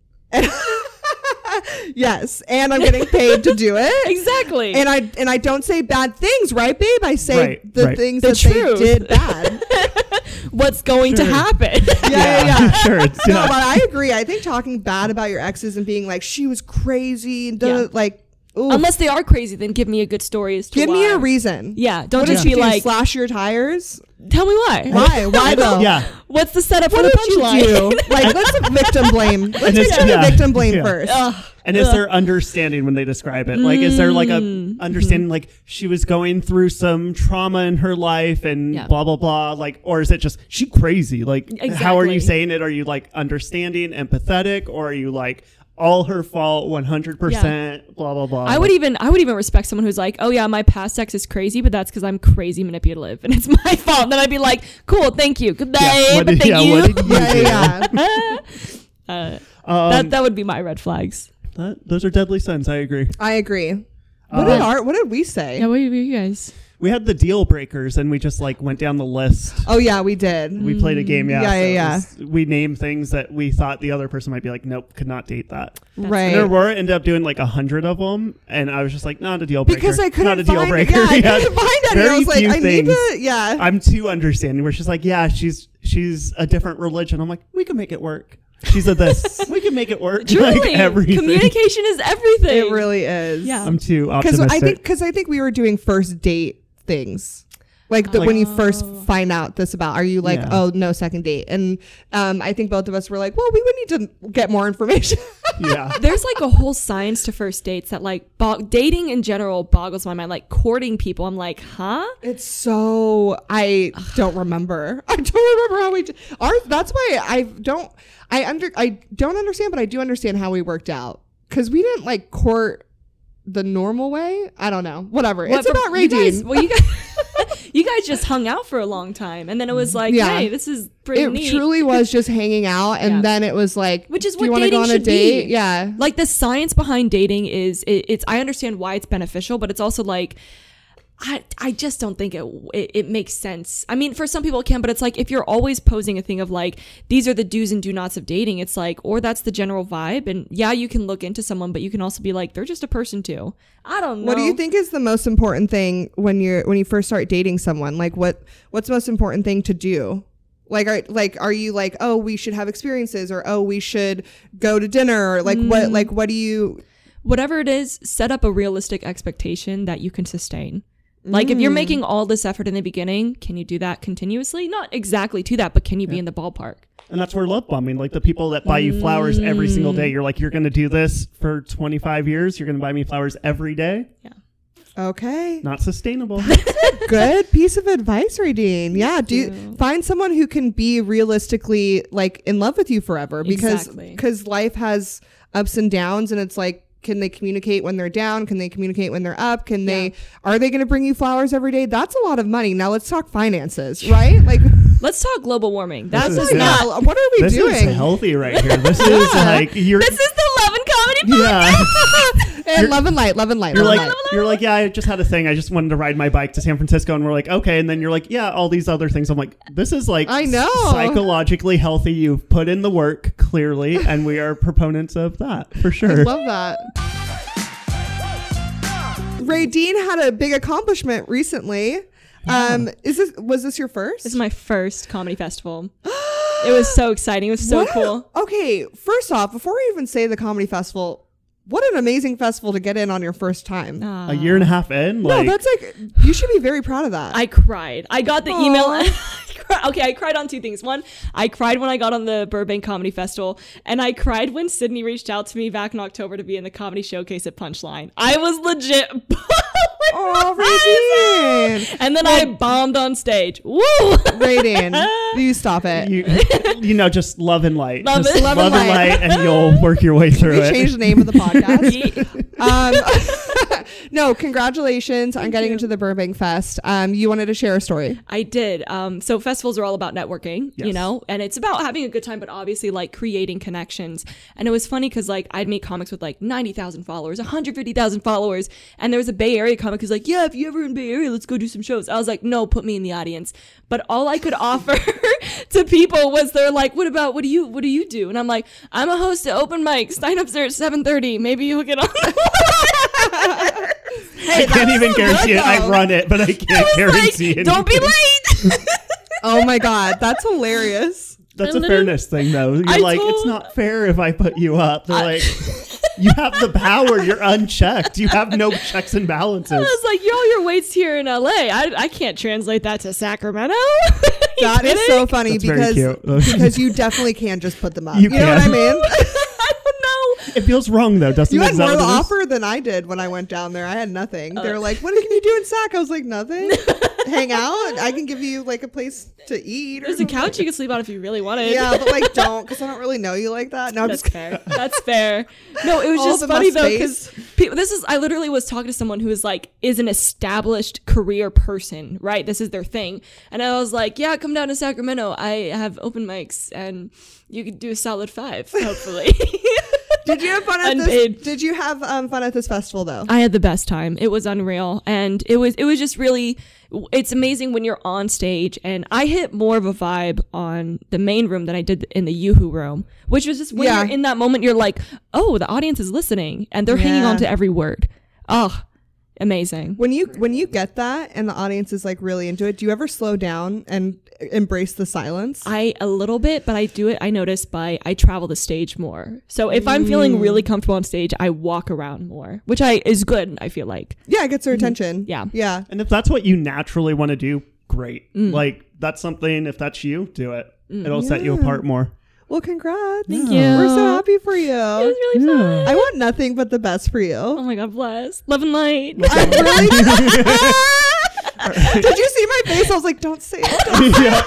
Speaker 1: Yes, and I'm getting paid to do it.
Speaker 3: Exactly.
Speaker 1: And I and I don't say bad things, right, babe? I say
Speaker 2: Right,
Speaker 1: the
Speaker 2: right.
Speaker 1: things
Speaker 3: The
Speaker 1: that
Speaker 3: truth.
Speaker 1: they did bad.
Speaker 3: what's going to
Speaker 2: Sure.
Speaker 3: happen.
Speaker 1: Yeah, yeah, yeah.
Speaker 2: sure, it's
Speaker 1: No,
Speaker 2: not.
Speaker 1: but I agree. I think talking bad about your exes and being like she was crazy and da-
Speaker 3: Yeah.
Speaker 1: like, ooh,
Speaker 3: Unless they are crazy, then give me a good story as to
Speaker 1: give me
Speaker 3: why.
Speaker 1: a reason.
Speaker 3: Yeah, don't
Speaker 1: What
Speaker 3: just
Speaker 1: did
Speaker 3: be
Speaker 1: you do,
Speaker 3: like,
Speaker 1: slash your tires.
Speaker 3: tell me why.
Speaker 1: Why? Why though?
Speaker 2: yeah.
Speaker 3: What's the setup
Speaker 1: What
Speaker 3: for the
Speaker 1: did you
Speaker 3: punchline?
Speaker 1: do? Like, let's victim blame. Let's
Speaker 2: And it's-
Speaker 1: do
Speaker 2: yeah,
Speaker 1: the victim blame
Speaker 2: yeah.
Speaker 1: first.
Speaker 2: And is there understanding when they describe it? Like, is there like a
Speaker 3: Mm-hmm.
Speaker 2: understanding? Like, she was going through some trauma in her life, and
Speaker 3: Yeah.
Speaker 2: blah blah blah. Like, or is it just she crazy? Like, how are
Speaker 3: Exactly.
Speaker 2: you saying it? Are you like understanding, empathetic, or are you like all her fault, one hundred percent? Blah blah blah.
Speaker 3: I would even I would even respect someone who's like, oh yeah, my past sex is crazy, but that's because I'm crazy manipulative and it's my fault. Then I'd be like, cool, thank you, good day,
Speaker 2: what
Speaker 3: but
Speaker 2: did-
Speaker 3: thank
Speaker 2: yeah,
Speaker 3: you.
Speaker 2: what did you
Speaker 1: yeah,
Speaker 2: do?
Speaker 1: yeah. yeah.
Speaker 3: Uh,
Speaker 2: Um,
Speaker 3: that that would be my red flags.
Speaker 2: that- those are deadly sins. I agree.
Speaker 1: I agree. What did our What did we say?
Speaker 3: Yeah, what do you guys?
Speaker 2: We had the deal breakers, and we just like went down the list.
Speaker 1: Oh yeah, we did.
Speaker 2: We played a game, yeah.
Speaker 1: Mm, Yeah, yeah,
Speaker 2: so it was- we named things that we thought the other person might be like, nope, could not date that. And
Speaker 1: right.
Speaker 2: Aurora ended up doing like a hundred of them, and I was just like, not a deal breaker.
Speaker 1: Because I couldn't
Speaker 2: not a deal
Speaker 1: find,
Speaker 2: breaker.
Speaker 1: Yeah, I
Speaker 2: Yeah.
Speaker 1: couldn't find any.
Speaker 2: Very
Speaker 1: I was like,
Speaker 2: few
Speaker 1: I need
Speaker 2: things.
Speaker 1: to. Yeah.
Speaker 2: I'm too understanding. Where she's like, yeah, she's she's a different religion. I'm like, we can make it work. She's a this. we can make it work.
Speaker 3: Truly,
Speaker 2: like everything.
Speaker 3: communication is everything.
Speaker 1: It really is.
Speaker 3: Yeah.
Speaker 2: I'm too
Speaker 1: Because
Speaker 2: optimistic.
Speaker 1: I think because I think we were doing first date things. Like the, when you first find out this about, are you like,
Speaker 2: Oh. Yeah.
Speaker 1: oh no, second date? And um, I think both of us were like, well, we would need to get more information.
Speaker 2: yeah.
Speaker 3: There's like a whole science to first dates that like bog- dating in general boggles my mind. Like courting people, I'm like, huh?
Speaker 1: It's so I don't remember. I don't remember how we did. Our, that's why I don't. I under. I don't understand, but I do understand how we worked out because we didn't like court the normal way. I don't know. Whatever. it's
Speaker 3: What, but
Speaker 1: about
Speaker 3: you guys-
Speaker 1: raging.
Speaker 3: Well, you guys, you guys just hung out for a long time, and then it was like,
Speaker 1: Mm-hmm. Yeah.
Speaker 3: hey, this is pretty
Speaker 1: It
Speaker 3: neat.
Speaker 1: truly was just hanging out, and
Speaker 3: Yeah.
Speaker 1: then it was like,
Speaker 3: Which is
Speaker 1: do you
Speaker 3: what
Speaker 1: wanna
Speaker 3: dating
Speaker 1: go on a
Speaker 3: should
Speaker 1: date?
Speaker 3: be.
Speaker 1: Yeah.
Speaker 3: like the science behind dating is it, it's. I understand why it's beneficial, but it's also like. I, I just don't think it, it it makes sense. I mean, for some people it can, but it's like if you're always posing a thing of like these are the do's and do nots of dating, it's like or that's the general vibe. And yeah, you can look into someone, but you can also be like they're just a person too. I don't know.
Speaker 1: What do you think is the most important thing when you're when you first start dating someone? Like what what's the most important thing to do? Like are like are you like, oh, we should have experiences or oh, we should go to dinner or like what like what do you
Speaker 3: whatever it is, set up a realistic expectation that you can sustain. Like if
Speaker 2: Mm.
Speaker 3: you're making all this effort in the beginning, can you do that continuously? Not exactly to that, but can you be in the ballpark?
Speaker 2: And that's where love bombing, like the people that buy you flowers every single
Speaker 1: Mm.
Speaker 2: day. You're like, you're going to do this for 25 years. You're going to buy me flowers every day.
Speaker 1: Okay.
Speaker 2: Not sustainable.
Speaker 1: Good piece of advice, Radine. Yeah, do find someone who can be realistically like in love with you forever because
Speaker 3: Exactly.
Speaker 1: because life has ups and downs and it's like can they communicate when they're down? Can they communicate when they're up? Can they are they going to bring you flowers every day? That's a lot of money. Now let's talk finances, right? Like
Speaker 3: Let's talk global warming. That's
Speaker 2: This
Speaker 3: what
Speaker 2: is- yeah.
Speaker 1: now, what are we
Speaker 2: this
Speaker 1: doing?
Speaker 2: is healthy right here. This is like you're
Speaker 3: this is the love and comedy podcast.
Speaker 2: yeah.
Speaker 1: and love and light, love and light,
Speaker 2: You're
Speaker 1: love and
Speaker 2: like
Speaker 1: light.
Speaker 2: you're like yeah. I just had a thing. I just wanted to ride my bike to San Francisco, and we're like okay. And then you're like yeah, all these other things. I'm like this is like
Speaker 1: I know.
Speaker 2: psychologically healthy. You've put in the work clearly, and we are proponents of that for
Speaker 1: I
Speaker 2: sure.
Speaker 1: love that. Ray Dean had a big accomplishment recently. Um, is this was this your first?
Speaker 3: This is my first comedy festival. it was so exciting. It was so
Speaker 1: Wow.
Speaker 3: cool.
Speaker 1: Okay, first off, before we even say the comedy festival, what an amazing festival to get in on your first time.
Speaker 3: Ah.
Speaker 2: a year and a half in,
Speaker 1: no,
Speaker 2: like
Speaker 1: that's like you should be very proud of that.
Speaker 3: I cried. I got the email.
Speaker 1: Aw.
Speaker 3: I cri- okay, I cried on two things. One, I cried when I got on the Burbank Comedy Festival, and I cried when Sydney reached out to me back in October to be in the comedy showcase at Punchline. I was legit.
Speaker 1: oh, Ray Dean.
Speaker 3: and then I bombed on stage. Woo!
Speaker 1: Ray Dean, you stop it.
Speaker 2: you, you know, just love and light,
Speaker 3: Love
Speaker 2: just
Speaker 3: and-
Speaker 2: love, and light, and you'll work your way through
Speaker 1: we
Speaker 2: it.
Speaker 1: changed the name of the podcast.
Speaker 3: Ye-
Speaker 1: um, no, congratulations on getting into the Burbank Fest. Um, you wanted to share a story.
Speaker 3: I did. Um, so festivals are all about networking, you
Speaker 2: Yes.
Speaker 3: know, and it's about having a good time, but obviously like creating connections. And it was funny because like I'd meet comics with like ninety thousand followers, one hundred fifty thousand followers, and there was a Bay Area comic who's like, "Yeah, if you ever in Bay Area, let's go do some shows." I was like, "No, put me in the audience." But all I could offer to people was they're like, "What about what do you what do you do?" And I'm like, "I'm a host at open mics. Signups are at seven thirty. Maybe you'll get on."
Speaker 2: I can't even guarantee it. I
Speaker 1: though.
Speaker 2: run it, but I can't
Speaker 3: I was
Speaker 2: guarantee
Speaker 3: like,
Speaker 2: it.
Speaker 3: "Don't be late."
Speaker 1: Oh my god, that's hilarious.
Speaker 2: That's
Speaker 3: I
Speaker 2: a
Speaker 3: literally-
Speaker 2: fairness thing, though. You're
Speaker 3: I
Speaker 2: like,
Speaker 3: told-
Speaker 2: it's not fair if I put you up. They're like, you have the power. You're unchecked. You have no checks and balances.
Speaker 3: I was like, yo, your weight's here in LA. I, I can't translate that to Sacramento. You
Speaker 1: That is so
Speaker 3: kidding?
Speaker 1: funny
Speaker 2: That's very cute.
Speaker 1: because because you definitely can just put them up. You,
Speaker 2: You
Speaker 1: know what I
Speaker 2: can.
Speaker 1: mean?
Speaker 3: I don't know.
Speaker 2: It feels wrong, though, doesn't
Speaker 1: You
Speaker 2: it?
Speaker 1: had
Speaker 2: Is that
Speaker 1: more to
Speaker 2: what it is?
Speaker 1: offer than I did when I went down there. I had nothing.
Speaker 3: Uh.
Speaker 1: they were like, "What can you do in Sac?" I was like, "Nothing. Hang out. I can give you like a place to eat." Or
Speaker 3: There's a couch you can sleep on if you really wanted.
Speaker 1: yeah, but like, don't because I don't really know you like that. No, I'm
Speaker 3: That's
Speaker 1: just
Speaker 3: fair. That's fair. No, it was
Speaker 1: All
Speaker 3: just
Speaker 1: the
Speaker 3: funny
Speaker 1: must
Speaker 3: though
Speaker 1: face.
Speaker 3: because this is I literally was talking to someone who is like is an established career person, right? This is their thing, and I was like, yeah, come down to Sacramento. I have open mics, and you could do a solid five, hopefully.
Speaker 1: Did you have fun at this?
Speaker 3: Unpaid.
Speaker 1: Did you have um, fun at this festival though?
Speaker 3: I had the best time. It was unreal, and it was it was just really. It's amazing when you're on stage, and I hit more of a vibe on the main room than I did in the YooHoo room, which was just when
Speaker 1: Yeah.
Speaker 3: you're in that moment, you're like, oh, the audience is listening, and they're hanging
Speaker 1: Yeah.
Speaker 3: on to every word. Oh, amazing.
Speaker 1: When you when you get that and the audience is like really into it, do you ever slow down and embrace the silence?
Speaker 3: I a little bit, but I do it. I notice by I travel the stage more. So if I'm feeling
Speaker 1: Mm.
Speaker 3: really comfortable on stage, I walk around more, which I is good. I feel like
Speaker 1: yeah, it gets their attention.
Speaker 3: Mm-hmm. Yeah.
Speaker 1: yeah.
Speaker 2: And if that's what you naturally want to do, great.
Speaker 1: Mm.
Speaker 2: Like, that's something, if that's you, do it. It'll set you
Speaker 1: Yeah.
Speaker 2: apart more.
Speaker 1: Well, congrats.
Speaker 3: Thank you.
Speaker 1: We're so happy for
Speaker 3: it was
Speaker 1: you.
Speaker 3: really fun.
Speaker 1: I want nothing but the best for
Speaker 3: Oh
Speaker 1: you.
Speaker 3: my God, bless. Love and light.
Speaker 1: I'm really. Did you see my face? I was like, "Don't say it."
Speaker 2: yeah.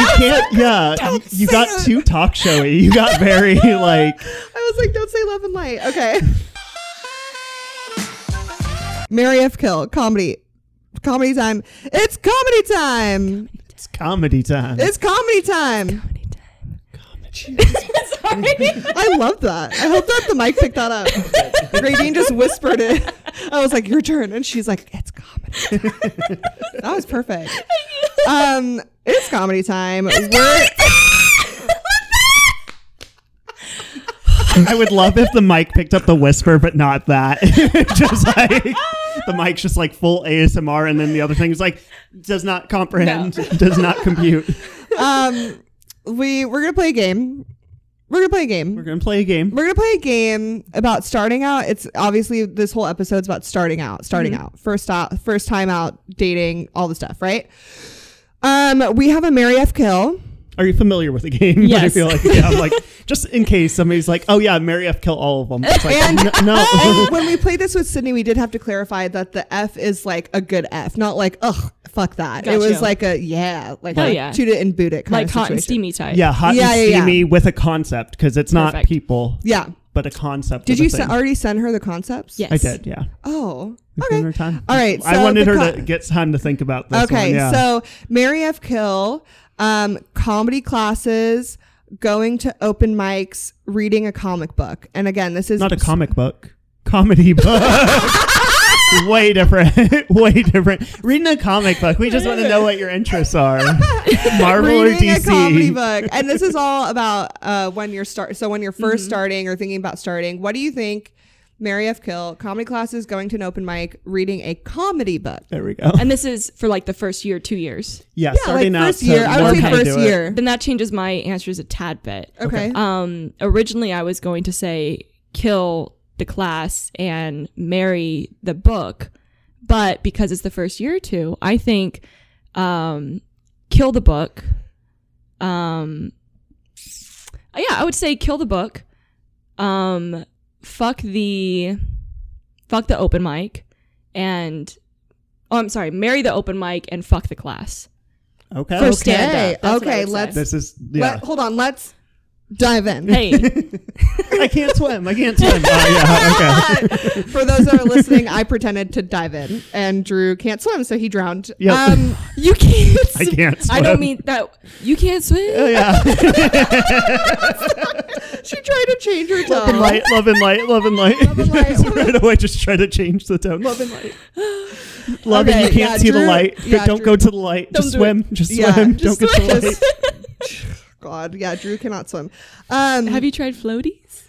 Speaker 2: You can't, yeah. You, you got too talk showy. You got very, like,
Speaker 1: I was like, "Don't say love and light." Okay. Mary F. Kill comedy, comedy time. It's comedy time.
Speaker 2: it's comedy time.
Speaker 1: It's comedy time.
Speaker 3: Sorry.
Speaker 1: I love that. I hope that the mic picked that up. Radine just whispered it. I was like, "Your turn," and she's like, "It's comedy." time." that was perfect. Um, it's comedy time. We're-
Speaker 2: I would love if the mic picked up the whisper, but not that. just like the mic's just like full ASMR, and then the other thing is like does not comprehend, does not compute.
Speaker 1: um, we we're gonna play a game. We're gonna play a game.
Speaker 2: We're gonna play a game.
Speaker 1: We're gonna play a game about starting out. It's obviously this whole episode's about starting out, starting
Speaker 2: Mm-hmm.
Speaker 1: out, first out, first time out, dating, all the stuff, right? Um, we have a Mary F. Kill.
Speaker 2: Are you familiar with the game? I
Speaker 3: Yes.
Speaker 2: feel like yeah, I'm like just in case somebody's like, oh yeah, Mary F. Kill all of them. It's like
Speaker 1: And-
Speaker 2: n- no,
Speaker 1: And when we played this with Sydney, we did have to clarify that the F is like a good F, not like ugh, fuck that. It
Speaker 3: Gotcha.
Speaker 1: was like a yeah, like
Speaker 3: Hell
Speaker 1: a
Speaker 3: yeah.
Speaker 1: toot it and boot it kind
Speaker 3: like
Speaker 1: of
Speaker 3: hot and
Speaker 1: situation.
Speaker 3: steamy type.
Speaker 2: yeah, hot
Speaker 1: Yeah, yeah,
Speaker 2: and
Speaker 1: yeah.
Speaker 2: steamy with a concept because it's not
Speaker 3: Perfect.
Speaker 2: people,
Speaker 1: Yeah.
Speaker 2: but a concept.
Speaker 1: Did
Speaker 2: of a
Speaker 1: you
Speaker 2: thing.
Speaker 1: sen- already send her the concepts?
Speaker 3: Yes.
Speaker 2: I did. Yeah.
Speaker 1: Oh.
Speaker 2: We've given
Speaker 1: Okay.
Speaker 2: her time.
Speaker 1: All right, so
Speaker 2: I wanted
Speaker 1: the
Speaker 2: her
Speaker 1: co-
Speaker 2: to get time to think about this.
Speaker 1: okay.
Speaker 2: one, yeah.
Speaker 1: So Mary F. Kill, um, comedy classes, going to open mics, reading a comic book, and again, this is
Speaker 2: not a comic book, comedy book. Way different. Way different. Reading a comic book, we just want to know what your interests are. Marvel or
Speaker 1: reading a comedy
Speaker 2: DC?
Speaker 1: book, and
Speaker 2: Mm-hmm.
Speaker 1: this is all about uh, when you're start. So when you're 1st starting or thinking about starting, what do you think Mary F. Kill, comedy classes, going to an open mic, reading a comedy book.
Speaker 2: There we go.
Speaker 3: And this is for like the first year, two years.
Speaker 2: yeah,
Speaker 1: Yeah,
Speaker 2: starting
Speaker 1: like
Speaker 2: out
Speaker 1: first
Speaker 2: to
Speaker 1: year. I would
Speaker 2: learn
Speaker 1: say
Speaker 2: how to
Speaker 1: first
Speaker 2: do it.
Speaker 1: year.
Speaker 3: Then that changes my answers a tad bit.
Speaker 1: Okay.
Speaker 3: Um, originally, I was going to say kill the class and marry the book, but because it's the first year or two, I think um, kill the book. Um, yeah, I would say kill the book. Um, fuck the, fuck the open mic, and oh, I'm sorry, marry the open mic and fuck the class.
Speaker 2: Okay.
Speaker 3: First
Speaker 1: Okay.
Speaker 3: stand up. That's what I
Speaker 1: Okay,
Speaker 3: would say.
Speaker 1: let's-
Speaker 2: This is yeah.
Speaker 1: Let- hold on, let's dive in.
Speaker 3: Hey.
Speaker 2: I can't swim. I can't swim. Oh yeah. Okay.
Speaker 1: For those that are listening, I pretended to dive in, and Drew can't swim, so he drowned.
Speaker 2: Yep.
Speaker 1: Um,
Speaker 3: You can't.
Speaker 2: I
Speaker 3: sw-
Speaker 2: can't
Speaker 3: I don't
Speaker 2: swim.
Speaker 3: mean that. You can't swim.
Speaker 2: Oh yeah.
Speaker 1: she tried to change her
Speaker 2: Love and
Speaker 1: tone.
Speaker 2: light. Love and light. Love and light.
Speaker 1: and light.
Speaker 2: right away, just try to change the tone. Love and light. Love and
Speaker 1: Okay,
Speaker 2: you can't
Speaker 1: yeah,
Speaker 2: see the
Speaker 1: Drew-
Speaker 2: light. but
Speaker 1: yeah,
Speaker 2: don't
Speaker 1: Drew-
Speaker 2: go to the light. just
Speaker 3: do
Speaker 2: swim. Just
Speaker 1: Yeah,
Speaker 2: swim.
Speaker 1: just
Speaker 2: don't go to the light.
Speaker 1: God, yeah, Drew cannot swim.
Speaker 2: Uh,
Speaker 1: Um,
Speaker 3: Have you tried floaties?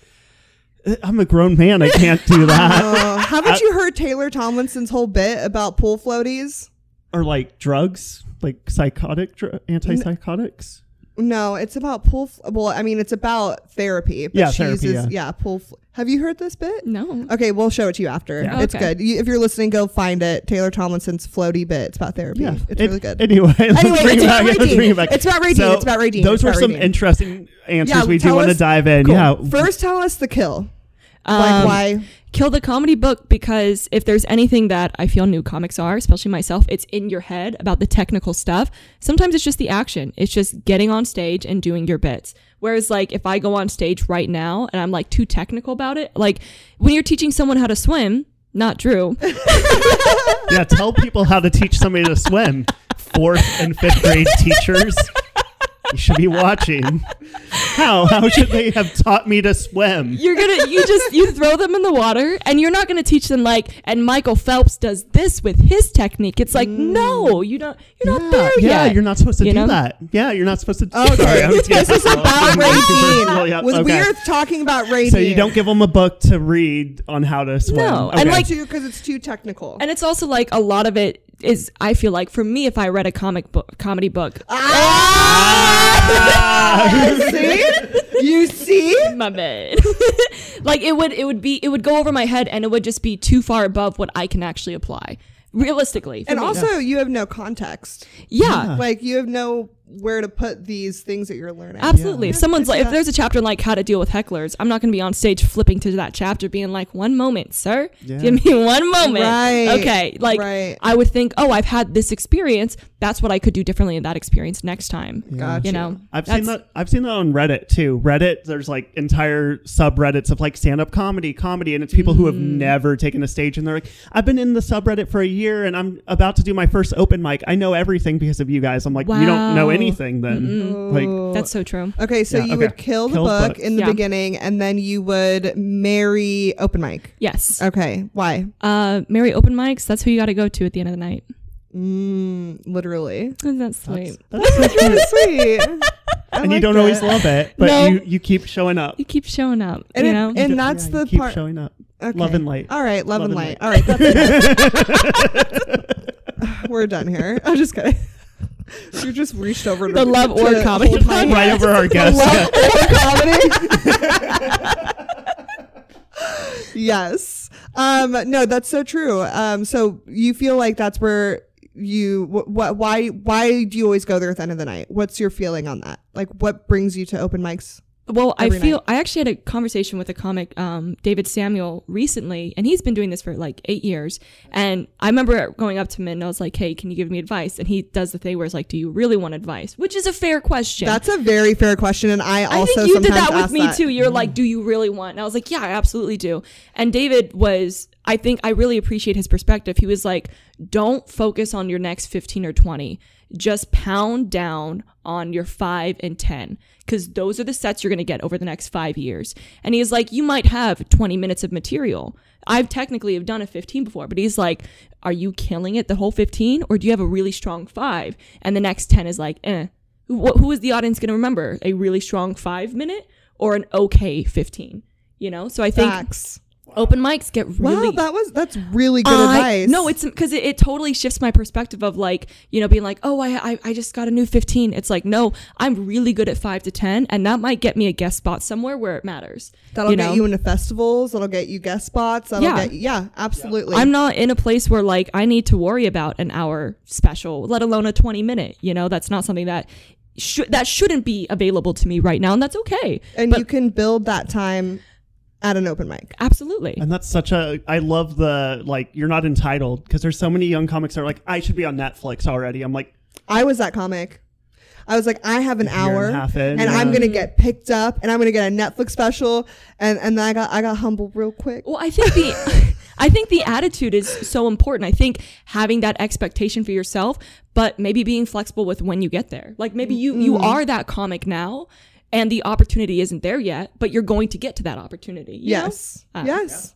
Speaker 2: I'm a grown man. I can't do that.
Speaker 3: Oh.
Speaker 1: uh, haven't you heard Taylor Tomlinson's whole bit about pool floaties?
Speaker 2: or like drugs, like psychotic, dr- antipsychotics.
Speaker 1: No, it's about pool. F- well, I mean, it's about therapy. But
Speaker 2: Yeah,
Speaker 1: she
Speaker 2: therapy,
Speaker 1: uses,
Speaker 2: yeah.
Speaker 1: pool. F- have you heard this bit?
Speaker 2: Uh,
Speaker 3: No.
Speaker 1: Okay, we'll show it to you after.
Speaker 2: Yeah.
Speaker 1: It's
Speaker 3: Okay.
Speaker 1: good. You, if you're listening, go find it. Taylor Tomlinson's floaty bit. It's about therapy.
Speaker 2: Yeah,
Speaker 1: It's
Speaker 2: An-
Speaker 1: really good.
Speaker 2: Anyway, let's
Speaker 1: Anyway,
Speaker 2: bring
Speaker 1: it's
Speaker 2: it
Speaker 1: about
Speaker 2: back. Let's
Speaker 1: Ray
Speaker 2: bring
Speaker 1: Dean.
Speaker 2: it back.
Speaker 1: It's about Ray Dean. It's about Ray Dean.
Speaker 2: Those
Speaker 1: It's
Speaker 2: were
Speaker 1: about Ray
Speaker 2: some
Speaker 1: Dean.
Speaker 2: interesting answers we do
Speaker 1: tell
Speaker 2: want to
Speaker 1: us-
Speaker 2: dive in.
Speaker 1: cool.
Speaker 2: Yeah,
Speaker 1: First, tell us the kill. like
Speaker 3: Um,
Speaker 1: why?
Speaker 3: Kill the comedy book because if there's anything that I feel new comics are, especially myself, it's in your head about the technical stuff. Sometimes it's just the action. It's just getting on stage and doing your bits. Whereas like if I go on stage right now and I'm like too technical about it, like when you're teaching someone how to swim, not Drew.
Speaker 2: yeah. Tell people how to teach somebody to swim. Fourth and fifth grade teachers, you should be watching. How how should they have taught me to swim?
Speaker 3: you're gonna you just you throw them in the water and you're not gonna teach them like and michael phelps does this with his technique it's like no you don't you're
Speaker 2: Mm. yeah,
Speaker 3: not there
Speaker 2: yeah,
Speaker 3: yet
Speaker 2: you're not supposed to
Speaker 3: you
Speaker 2: do
Speaker 3: know?
Speaker 2: that. Yeah, you're not supposed to.
Speaker 1: Okay.
Speaker 2: Oh, Sorry, I was
Speaker 1: this
Speaker 2: getting-
Speaker 1: is about Ray Dean.
Speaker 2: Yeah,
Speaker 1: Was
Speaker 2: okay.
Speaker 1: we're talking about Ray
Speaker 2: So
Speaker 1: Dean.
Speaker 2: you don't give them a book to read on how to swim.
Speaker 3: No, and, like,
Speaker 1: too because it's too technical.
Speaker 3: and it's also like a lot of it is i feel like for me if i read a comic book comedy book
Speaker 1: Ah! see, you see.
Speaker 3: my bad like it would it would be it would go over my head and it would just be too far above what i can actually apply realistically for
Speaker 1: And
Speaker 3: me.
Speaker 1: also, you have no context.
Speaker 3: yeah.
Speaker 1: Like you have no where to put these things that you're learning.
Speaker 3: Absolutely. If someone's
Speaker 1: I see
Speaker 3: like, if
Speaker 1: that.
Speaker 3: there's a chapter on like how to deal with hecklers, I'm not going to be on stage flipping to that chapter, being like, "One moment, sir.
Speaker 2: Yeah.
Speaker 3: Give me one moment."
Speaker 1: Right.
Speaker 3: Okay. Like,
Speaker 1: Right.
Speaker 3: I would think, "Oh, I've had this experience. That's what I could do differently in that experience next time."
Speaker 1: Gotcha.
Speaker 3: You know.
Speaker 2: I've
Speaker 3: That's-
Speaker 2: seen that. I've seen that on Reddit too. Reddit, there's like entire subreddits of like stand-up comedy, comedy, and it's people who have
Speaker 1: Mm.
Speaker 2: never taken a stage, and they're like, "I've been in the subreddit for a year, and I'm about to do my first open mic. I know everything because of you guys." I'm like, "You don't know
Speaker 3: Wow.
Speaker 2: anything then." Like,
Speaker 3: That's so true.
Speaker 1: Oh. Okay, so
Speaker 2: Yeah,
Speaker 1: you
Speaker 2: okay.
Speaker 1: would kill the
Speaker 2: Kill the
Speaker 1: book
Speaker 2: book.
Speaker 1: in the
Speaker 3: Yeah.
Speaker 1: beginning, and then you would marry open mic.
Speaker 3: Yes.
Speaker 1: Okay, why?
Speaker 3: Uh, Mary open mics. That's who you got to go to at the end of the night.
Speaker 1: Mm, literally.
Speaker 3: Isn't that sweet?
Speaker 2: that's so
Speaker 1: Sweet. I
Speaker 2: cute. and you
Speaker 1: like
Speaker 2: don't
Speaker 1: that.
Speaker 2: always love it, but
Speaker 3: No.
Speaker 2: you you keep showing up.
Speaker 3: You keep showing up.
Speaker 1: And
Speaker 3: you
Speaker 1: it-
Speaker 3: know.
Speaker 1: and
Speaker 2: You-
Speaker 1: that's
Speaker 2: yeah,
Speaker 1: the
Speaker 2: you keep
Speaker 1: part-
Speaker 2: showing up.
Speaker 1: Okay.
Speaker 2: Love and light.
Speaker 1: All right, love,
Speaker 2: Love
Speaker 1: and
Speaker 2: and
Speaker 1: light. All right, that's enough. We're done here. I'm just kidding. You just reached over to
Speaker 3: The love or
Speaker 1: to
Speaker 3: comedy
Speaker 1: hold my
Speaker 2: Right over our guest.
Speaker 1: love or comedy. yes. Um, no, that's so true. Um, so you feel like that's where you wh- what why why do you always go there at the end of the night? What's your feeling on that? Like what brings you to open mics?
Speaker 3: Well, I
Speaker 1: every
Speaker 3: feel
Speaker 1: night.
Speaker 3: I actually had a conversation with a comic, um, David Samuel, recently, and he's been doing this for like eight years. And I remember going up to him and I was like, "Hey, can you give me advice?" And he does the thing where it's like, "Do you really want advice?" Which is a fair question.
Speaker 1: That's a very fair question, and I
Speaker 3: I
Speaker 1: also
Speaker 3: think you did
Speaker 1: sometimes
Speaker 3: that with
Speaker 1: ask
Speaker 3: me
Speaker 1: that. Mm-hmm.
Speaker 3: too. You're like, "Do you really want?" And I was like, "Yeah, I absolutely do." And David was, I think, I really appreciate his perspective. He was like, "Don't focus on your next 15 or 20. Just pound down on your 5 and 10 because those are the sets you're going to get over the next 5 years." And he's like, "You might have 20 minutes of material. I've technically have done a 15 before, but he's like, "Are you killing it the whole 15 or do you have a really strong 5?" And the next 10 is like, "Eh, who, who is the audience going to remember? A really strong five minute or an okay 15? You know? So I think
Speaker 1: Facts.
Speaker 3: Open mics get really
Speaker 1: Wow, that was that's really good
Speaker 3: I-
Speaker 1: advice.
Speaker 3: No, it's because it, it totally shifts my perspective of like, you know, being like, oh, I, I, I just got a new 15. It's like, no, I'm really good at five to 10, and that might get me a guest spot somewhere where it matters.
Speaker 1: that'll
Speaker 3: you
Speaker 1: get
Speaker 3: know?
Speaker 1: you into festivals. That'll get you guest spots. That'll
Speaker 3: Yeah.
Speaker 1: get yeah, absolutely.
Speaker 3: I'm not in a place where like I need to worry about an hour special, let alone a 20 minute. You know, that's not something that should that shouldn't be available to me right now, and that's okay.
Speaker 1: and
Speaker 3: but
Speaker 1: you can build that time at an open mic.
Speaker 3: absolutely,
Speaker 2: And that's such a. I love the like. You're not entitled because there's so many young comics that are like, I should be on Netflix already. I'm like,
Speaker 1: I was that comic. I was like, I have an
Speaker 2: and a
Speaker 1: hour,
Speaker 2: half in,
Speaker 1: and I'm
Speaker 2: yeah.
Speaker 1: gonna get picked up, and I'm gonna get a Netflix special, and and then I got I got humbled real quick.
Speaker 3: Well, I think the I think the attitude is so important. I think having that expectation for yourself, but maybe being flexible with when you get there. Like maybe you
Speaker 1: Mm-hmm.
Speaker 3: you are that comic now and the opportunity isn't there yet, but you're going to get to that opportunity. you know?
Speaker 1: Yes,
Speaker 3: Ah.
Speaker 1: yes.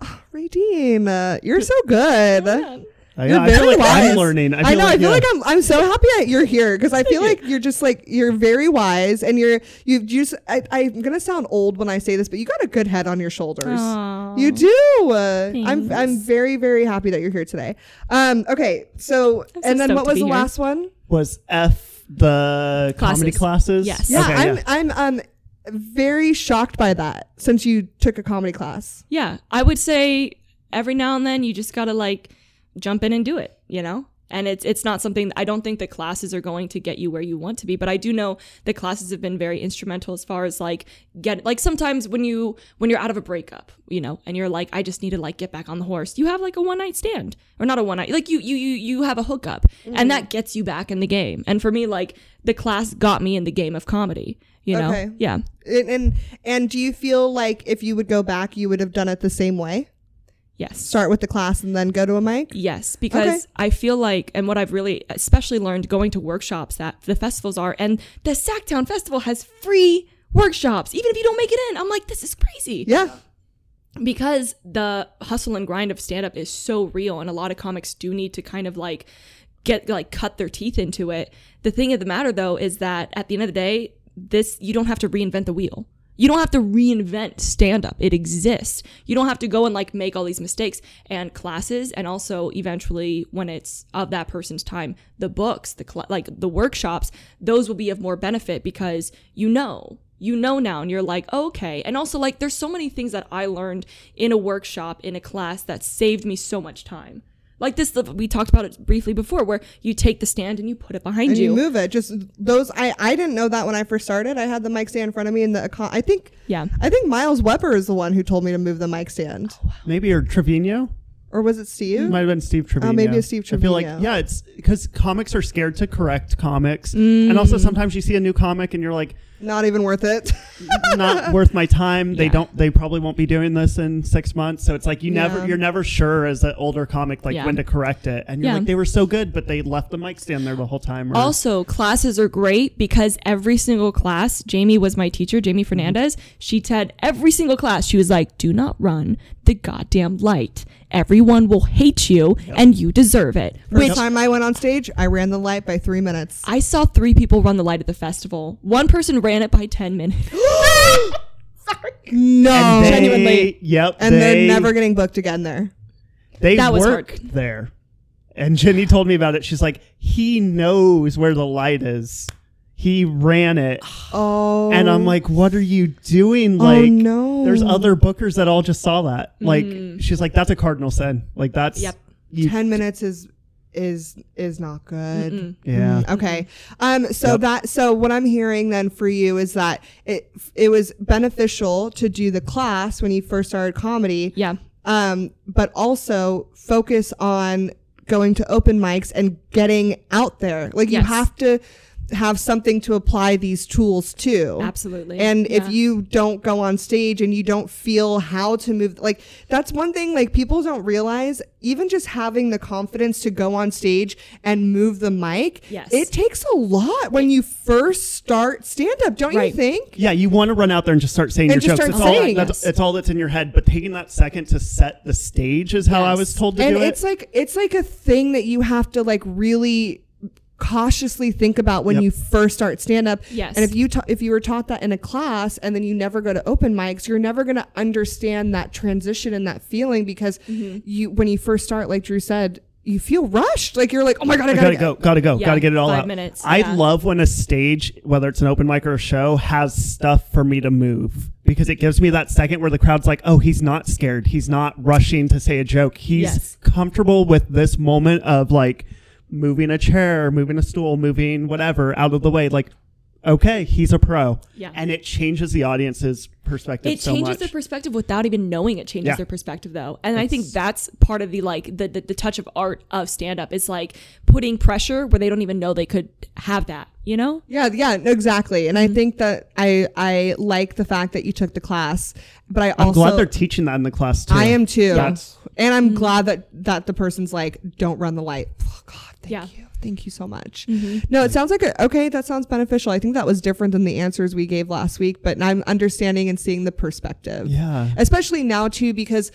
Speaker 1: Oh, Redeem, uh, you're so good.
Speaker 3: Yeah.
Speaker 2: I,
Speaker 1: You're
Speaker 2: I feel
Speaker 1: very
Speaker 2: like
Speaker 1: wise.
Speaker 2: I'm learning. I, feel
Speaker 1: know.
Speaker 2: Like,
Speaker 1: I feel
Speaker 2: yeah.
Speaker 1: like I'm. I'm so happy that you're here because I feel like you're just like you're very wise and you're you've just. I, I'm gonna sound old when I say this, but you got a good head on your shoulders.
Speaker 3: Aw.
Speaker 1: You do. Uh, I'm.
Speaker 3: Thanks.
Speaker 1: I'm very very happy that you're here today. Um. Okay. So
Speaker 3: I'm so
Speaker 1: and then
Speaker 3: stoked
Speaker 1: what
Speaker 3: to
Speaker 1: was
Speaker 3: be
Speaker 1: the
Speaker 3: here.
Speaker 1: last one?
Speaker 2: was F the comedy
Speaker 3: Classes.
Speaker 2: classes.
Speaker 3: Yes.
Speaker 1: Yeah.
Speaker 2: Okay,
Speaker 1: I'm. I'm. Um. Very shocked by that since you took a comedy class.
Speaker 3: Yeah. I would say every now and then you just gotta like jump in and do it, you know? And it's it's not something I don't think the classes are going to get you where you want to be, but I do know the classes have been very instrumental as far as like get like sometimes when you when you're out of a breakup, you know, and you're like, I just need to like get back on the horse, you have like a one night stand. Or not a one night like you you you you have a hookup and that gets you back in the game. And for me, like the class got me in the game of comedy, you know?
Speaker 1: Okay.
Speaker 3: Yeah.
Speaker 1: And, and and do you feel like if you would go back, you would have done it the same way?
Speaker 3: Yes.
Speaker 1: Start with the class and then go to a mic.
Speaker 3: Yes, because I feel like, and what I've really especially learned going to workshops that the festivals are, and the Sacktown Festival has free workshops, even if you don't make it in. I'm like, this is crazy.
Speaker 1: Yeah.
Speaker 3: Because the hustle and grind of stand up is so real, and a lot of comics do need to kind of like get like cut their teeth into it. The thing of the matter though is that at the end of the day, this you don't have to reinvent the wheel. You don't have to reinvent stand up. It exists. You don't have to go and like make all these mistakes and classes and also eventually when it's of that person's time, the books, the cl- like the workshops, those will be of more benefit because you know you know now and you're like "Oh, okay and also like there's so many things that i learned in a workshop in a class that saved me so much time like this we talked about it briefly before where you take the stand and you put it behind
Speaker 1: and
Speaker 3: you,
Speaker 1: you move it. Just those. I I didn't know that when I first started. I had the mic stand in front of me, and the econ- I think
Speaker 3: yeah
Speaker 1: I think Miles Weber is the one who told me to move the mic stand,
Speaker 2: Maybe or Trevino.
Speaker 1: or was it Steve?
Speaker 2: It might have been Steve Trevino.
Speaker 1: Uh, maybe it's Steve
Speaker 2: I feel like
Speaker 1: Trevino.
Speaker 2: yeah, it's because comics are scared to correct comics,
Speaker 1: Mm.
Speaker 2: and also sometimes you see a new comic and you're like,
Speaker 1: Not even worth it.
Speaker 2: not worth my time. They
Speaker 3: Yeah.
Speaker 2: don't. They probably won't be doing this in six months. So it's like you
Speaker 1: Yeah.
Speaker 2: never. You're never sure as an older comic like
Speaker 3: Yeah.
Speaker 2: when to correct it. And you're
Speaker 3: Yeah.
Speaker 2: like they were so good, but they left the mic stand there the whole time. Or,
Speaker 3: also classes are great because every single class jamie was my teacher jamie
Speaker 1: Mm-hmm.
Speaker 3: fernandez she said every single class she was like do not run the goddamn light everyone will hate you and you deserve it
Speaker 1: First time I went on stage, I ran the light by three minutes.
Speaker 3: I saw three people run the light at the festival. One person ran it by 10 minutes.
Speaker 1: No,
Speaker 2: and they,
Speaker 1: genuinely.
Speaker 2: Yep.
Speaker 1: And
Speaker 2: they,
Speaker 1: they're never getting booked again there.
Speaker 2: They
Speaker 3: That was
Speaker 2: work
Speaker 3: hard.
Speaker 2: there. And Jenny told me about it. She's like, he knows where the light is. He ran it.
Speaker 1: Oh,
Speaker 2: And I'm like, what are you doing? Like,
Speaker 1: no. Mm.
Speaker 2: there's other bookers that all just saw that. Like, she's like, that's a cardinal sin. Like, that's.
Speaker 3: Yep.
Speaker 2: You,
Speaker 1: ten minutes is is is not good.
Speaker 2: yeah. Mm-hmm.
Speaker 1: Okay. Um. So
Speaker 2: Yep.
Speaker 1: that. So what I'm hearing then for you is that it it was beneficial to do the class when you first started comedy.
Speaker 3: Yeah.
Speaker 1: Um. But also focus on going to open mics and getting out there. Like you
Speaker 3: Yes.
Speaker 1: have to have something to apply these tools to.
Speaker 3: Absolutely.
Speaker 1: And if
Speaker 3: Yeah.
Speaker 1: you don't go on stage and you don't feel how to move, like that's one thing, like people don't realize even just having the confidence to go on stage and move the mic,
Speaker 3: Yes.
Speaker 1: it takes a lot when you first start stand up, don't
Speaker 3: Right.
Speaker 1: you think?
Speaker 2: Yeah, you want to run out there and just start saying
Speaker 1: And
Speaker 2: your
Speaker 1: just
Speaker 2: jokes.
Speaker 1: start
Speaker 2: it's, all,
Speaker 1: saying
Speaker 2: that's,
Speaker 1: it.
Speaker 2: it's all that's in your head. But taking that second to set the stage is how I
Speaker 3: Yes.
Speaker 2: was told to
Speaker 1: and
Speaker 2: do it.
Speaker 1: it's like it's like a thing that you have to like really cautiously think about when
Speaker 2: Yep.
Speaker 1: you first start stand up.
Speaker 3: Yes.
Speaker 1: And if you ta- if you were taught that in a class and then you never go to open mics, you're never going to understand that transition and that feeling because you when you first start like Drew said, you feel rushed. Like you're like, "Oh my god, I
Speaker 2: I
Speaker 1: got
Speaker 2: gotta
Speaker 1: to
Speaker 2: go, gotta go,
Speaker 3: Yeah,
Speaker 2: gotta get it all
Speaker 3: five
Speaker 2: out.
Speaker 3: minutes,
Speaker 2: I
Speaker 3: yeah.
Speaker 2: love when a stage, whether it's an open mic or a show, has stuff for me to move because it gives me that second where the crowd's like, "Oh, he's not scared. He's not rushing to say a joke. He's
Speaker 3: Yes.
Speaker 2: comfortable with this moment of like moving a chair, moving a stool, moving whatever out of the way." Like, okay, he's a pro.
Speaker 3: Yeah.
Speaker 2: and it changes the audience's perspective.
Speaker 3: it
Speaker 2: so
Speaker 3: changes
Speaker 2: much.
Speaker 3: their perspective without even knowing it changes
Speaker 2: Yeah.
Speaker 3: their perspective though and i think that's part of the like the, the, the touch of art of stand up is like putting pressure where they don't even know they could have that you know
Speaker 1: Yeah, yeah, exactly. And I think that I I like the fact that you took the class, but I
Speaker 2: I'm
Speaker 1: also
Speaker 2: glad they're teaching that in the class too.
Speaker 1: I am too.
Speaker 2: That's-
Speaker 1: And I'm glad that that the person's like, don't run the light. Oh, God, thank
Speaker 3: Yeah.
Speaker 1: you. Thank you so much. No, it sounds like a, okay. That sounds beneficial. I think that was different than the answers we gave last week, but I'm understanding and seeing the perspective.
Speaker 2: Yeah.
Speaker 1: Especially now too, because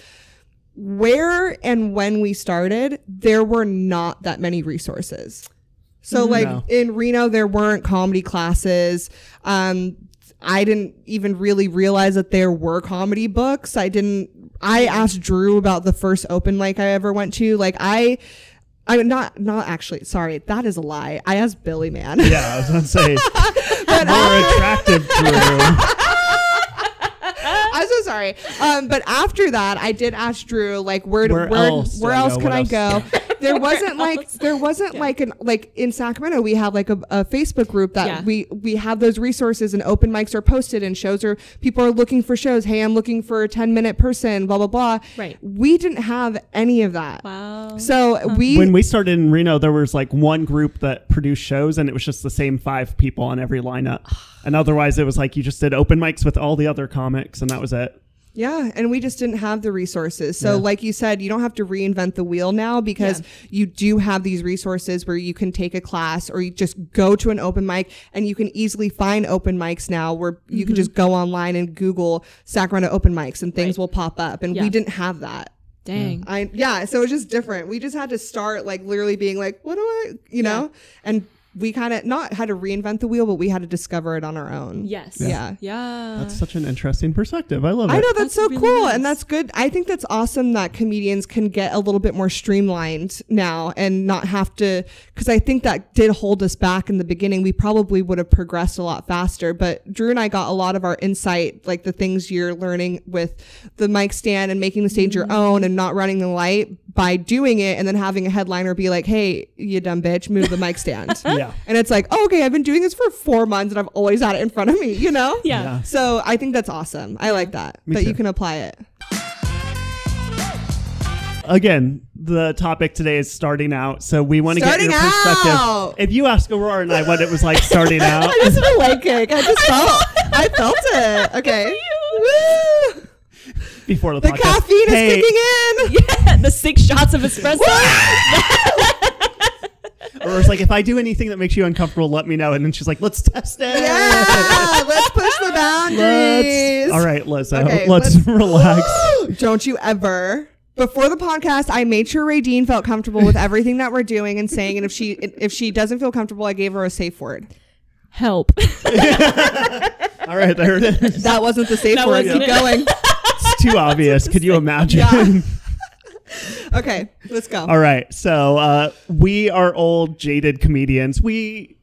Speaker 1: where and when we started, there were not that many resources. So like
Speaker 2: Mm-hmm. No.
Speaker 1: in Reno, there weren't comedy classes. Um, I didn't even really realize that there were comedy books. I didn't. I asked Drew about the first open mic I ever went to. Like I, I am not not actually. Sorry, that is a lie. I asked Billy Man.
Speaker 2: Yeah, I was gonna say more attractive Drew.
Speaker 1: I'm so sorry. Um, but after that, I did ask Drew like where
Speaker 2: Where
Speaker 1: where where
Speaker 2: else
Speaker 1: else,
Speaker 2: do I go?
Speaker 1: could
Speaker 2: What
Speaker 1: I
Speaker 2: else?
Speaker 1: go? There wasn't like there wasn't like an like in Sacramento we have like a, a Facebook group that
Speaker 3: Yeah.
Speaker 1: we we have those resources and open mics are posted and shows are people are looking for shows. Hey, I'm looking for a 10 minute person. Blah blah blah.
Speaker 3: Right.
Speaker 1: We didn't have any of that.
Speaker 3: wow
Speaker 1: So we
Speaker 2: when we started in Reno, there was like one group that produced shows, and it was just the same five people on every lineup. And otherwise, it was like you just did open mics with all the other comics, and that was it.
Speaker 1: Yeah, and we just didn't have the resources. So,
Speaker 2: Yeah.
Speaker 1: like you said, you don't have to reinvent the wheel now because
Speaker 3: Yeah.
Speaker 1: you do have these resources where you can take a class or you just go to an open mic and you can easily find open mics now where you
Speaker 3: Mm-hmm.
Speaker 1: can just go online and Google Sacramento open mics and things
Speaker 3: Right.
Speaker 1: will pop up. And
Speaker 3: Yeah.
Speaker 1: we didn't have that.
Speaker 3: dang
Speaker 1: I yeah, so it was just different. We just had to start like literally being like, what do I, you know, and we kind of not had to reinvent the wheel, but we had to discover it on our own.
Speaker 3: yes
Speaker 1: Yeah.
Speaker 3: yeah
Speaker 2: That's such an interesting perspective. I love it.
Speaker 1: I know that's,
Speaker 3: That's
Speaker 1: so
Speaker 3: really
Speaker 1: cool,
Speaker 3: nice.
Speaker 1: and that's good. I think that's awesome that comedians can get a little bit more streamlined now and not have to. Because I think that did hold us back in the beginning. We probably would have progressed a lot faster. But Drew and I got a lot of our insight, like the things you're learning with the mic stand and making the stage
Speaker 3: Mm-hmm.
Speaker 1: your own and not running the light by doing it, and then having a headliner be like, "Hey, you dumb bitch, move the mic stand."
Speaker 2: Yeah.
Speaker 1: And it's like, oh, okay, I've been doing this for four months and I've always had it in front of me, you know?
Speaker 3: Yeah.
Speaker 2: Yeah.
Speaker 1: So I think that's awesome. I like that.
Speaker 2: Me
Speaker 1: that
Speaker 2: too.
Speaker 1: you can apply it.
Speaker 2: Again, the topic today is starting out, so we want to get your
Speaker 1: Starting
Speaker 2: perspective.
Speaker 1: out!
Speaker 2: If you ask Aurora and I what it was like starting out,
Speaker 1: I just did a leg kick. I just felt I felt it. Okay. Woo!
Speaker 2: before the,
Speaker 1: The
Speaker 2: podcast,
Speaker 1: caffeine
Speaker 2: hey,
Speaker 1: is kicking in.
Speaker 3: yeah the six shots of espresso
Speaker 2: Aurora's like, if I do anything that makes you uncomfortable, let me know. And then she's like, let's test it.
Speaker 1: Yeah. Let's push the boundaries.
Speaker 2: Let's, all right, Lizzo,
Speaker 1: Okay,
Speaker 2: let's,
Speaker 1: let's-
Speaker 2: relax.
Speaker 1: Don't you ever. Before the podcast, I made sure Radine felt comfortable with everything that we're doing and saying. And if she if she doesn't feel comfortable, I gave her a safe word.
Speaker 3: help
Speaker 2: All right, there it is.
Speaker 1: That wasn't the safe
Speaker 3: That
Speaker 1: word.
Speaker 3: wasn't
Speaker 1: Keep
Speaker 3: it.
Speaker 1: going.
Speaker 2: It's too obvious. Could you imagine?
Speaker 1: Yeah. Okay, let's go.
Speaker 2: All right. So uh, we are old, jaded comedians. We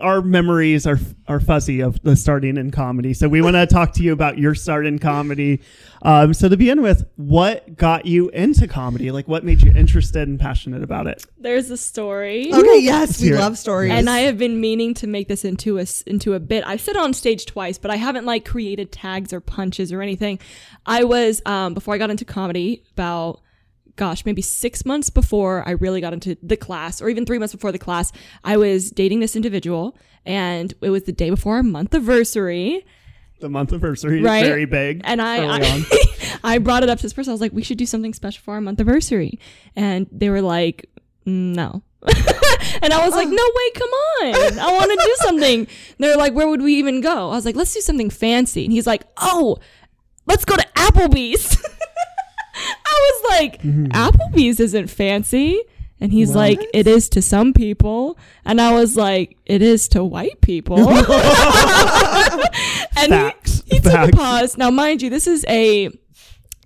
Speaker 2: our memories are are fuzzy of the starting in comedy. So we want to talk to you about your start in comedy. Um, so to begin with, what got you into comedy? Like, what made you interested and passionate about it?
Speaker 3: there's a story
Speaker 1: Okay, yes, we
Speaker 2: hear it.
Speaker 1: love stories.
Speaker 3: and I have been meaning to make this into a s- into a bit. I've said it on stage twice, but I haven't like created tags or punches or anything. I was um, before I got into comedy about gosh maybe six months before I really got into the class, or even three months before the class. I was dating this individual, and it was the day before our month anniversary.
Speaker 2: The month anniversary
Speaker 3: Right.
Speaker 2: is very big.
Speaker 3: And I,
Speaker 2: early on.
Speaker 3: I, I brought it up to this person. I was like, we should do something special for our month anniversary. And they were like, "Mm, no. and I was like, no way, come on. I want to do something. And They're like, where would we even go? I was like, let's do something fancy. And he's like, oh, let's go to
Speaker 2: Mm-hmm.
Speaker 3: Applebee's. I was like, Applebee's isn't fancy. And he's like, it is to some people. And I was like, it is to white people. and he-
Speaker 2: Facts.
Speaker 3: he, took a
Speaker 2: Facts.
Speaker 3: pause. Now, mind you, this is a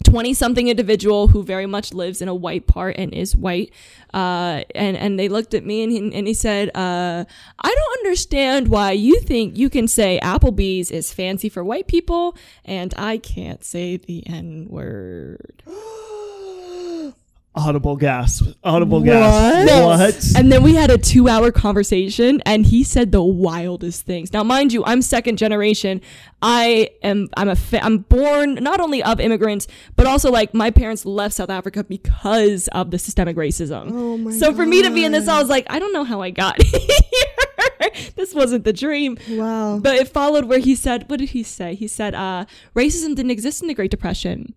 Speaker 3: 20 something individual who very much lives in a white part and is white. Uh, and, and they looked at me and he, and he said, uh, I don't understand why you think you can say Applebee's is fancy for white people and I can't say the N word.
Speaker 2: Audible gasp. Audible gasp. What?
Speaker 3: And then we had a two hour conversation and he said the wildest things. Now, mind you, I'm second generation. I am, I'm a, fa- I'm born not only of immigrants, but also like my parents left South Africa because of the systemic racism.
Speaker 1: Oh my
Speaker 3: so for me to be in this, I was like, I don't know how I got here. this wasn't the dream.
Speaker 1: Wow.
Speaker 3: But it followed where he said, what did he say? He said, uh, racism didn't exist in the Great Depression.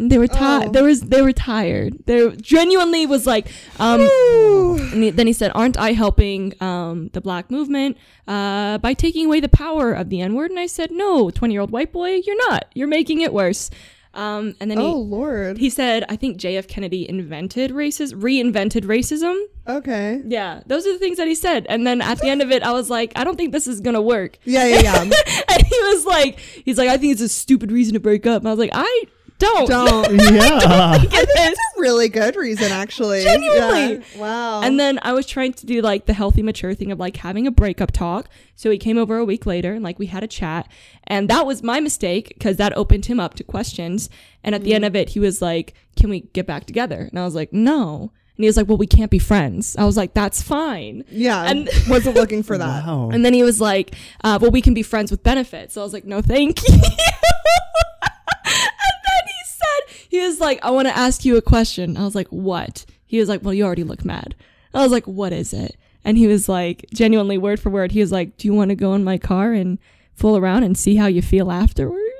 Speaker 3: They were tired.
Speaker 1: Oh.
Speaker 3: There was they were tired. They genuinely was like, um,
Speaker 1: Ooh.
Speaker 3: and he- then he said, "Aren't I helping um, the black movement uh, by taking away the power of the N word?" And I said, "No, twenty-year-old white boy, you're not. You're making it worse." Um, and then
Speaker 1: Oh Lord.
Speaker 3: he, he said, "I think J.F. Kennedy invented racism, reinvented racism."
Speaker 1: Okay.
Speaker 3: Yeah, those are the things that he said. And then at the end of it, I was like, "I don't think this is gonna work."
Speaker 1: Yeah, yeah, yeah.
Speaker 3: and he was like, "He's like, I think it's a stupid reason to break up." And I was like, "I don't,
Speaker 1: Don't.
Speaker 2: yeah.
Speaker 3: get this."
Speaker 1: really good reason, actually.
Speaker 3: Genuinely.
Speaker 1: Yeah. Wow.
Speaker 3: And then I was trying to do like the healthy, mature thing of like having a breakup talk. So he came over a week later and like we had a chat. And that was my mistake because that opened him up to questions. And at the end of it, he was like, Can we get back together? And I was like, No. And he was like, Well, we can't be friends. I was like, That's fine.
Speaker 1: yeah,
Speaker 3: and-
Speaker 1: wasn't looking for that.
Speaker 2: Wow.
Speaker 3: And then he was like, uh, Well, we can be friends with benefits. So I was like, No, thank you. and then he said, He was like, I want to ask you a question. I was like, What? He was like, Well, you already look mad. I was like, What is it? And he was like, genuinely, word for word, he was like, Do you want to go in my car and fool around and see how you feel afterwards?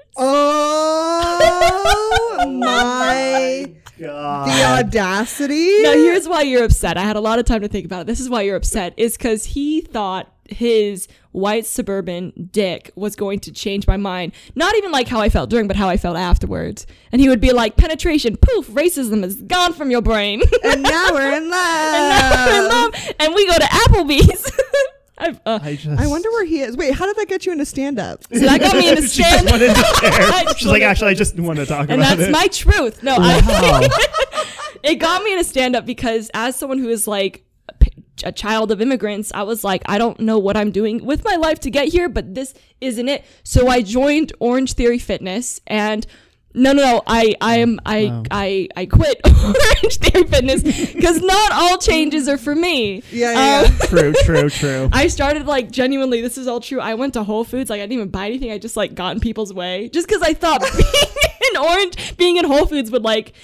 Speaker 1: Oh my! The
Speaker 2: God.
Speaker 1: audacity.
Speaker 3: Now, here's why you're upset. I had a lot of time to think about it. This is why you're upset, is because he thought his white suburban dick was going to change my mind. Not even like how I felt during, but how I felt afterwards. And he would be like, penetration, poof, racism is gone from your brain.
Speaker 1: and now we're in love.
Speaker 3: and now we're in love, and we go to Applebee's. I've, uh,
Speaker 2: I just.
Speaker 1: I wonder where he is. Wait, how did that get you into stand up?
Speaker 3: so that got me in a
Speaker 2: She just
Speaker 3: stand.
Speaker 2: wanted to share. She's like,
Speaker 3: wanted-
Speaker 2: actually, I just want to talk
Speaker 3: and
Speaker 2: about
Speaker 3: that's
Speaker 2: it.
Speaker 3: my truth. No,
Speaker 2: Wow.
Speaker 3: I, it got me in a stand up because as someone who is like a p- a child of immigrants, I was like, I don't know what I'm doing with my life to get here, but this isn't it. So I joined Orange Theory Fitness and. No, no, no. I, I am, I, I, I quit Orange Theory Fitness because not all changes are for me. Um,
Speaker 1: Yeah, yeah, yeah.
Speaker 2: true, true, true.
Speaker 3: I started like genuinely, this is all true. I went to Whole Foods, like I didn't even buy anything. I just like got in people's way just because I thought being in Orange, being in Whole Foods would like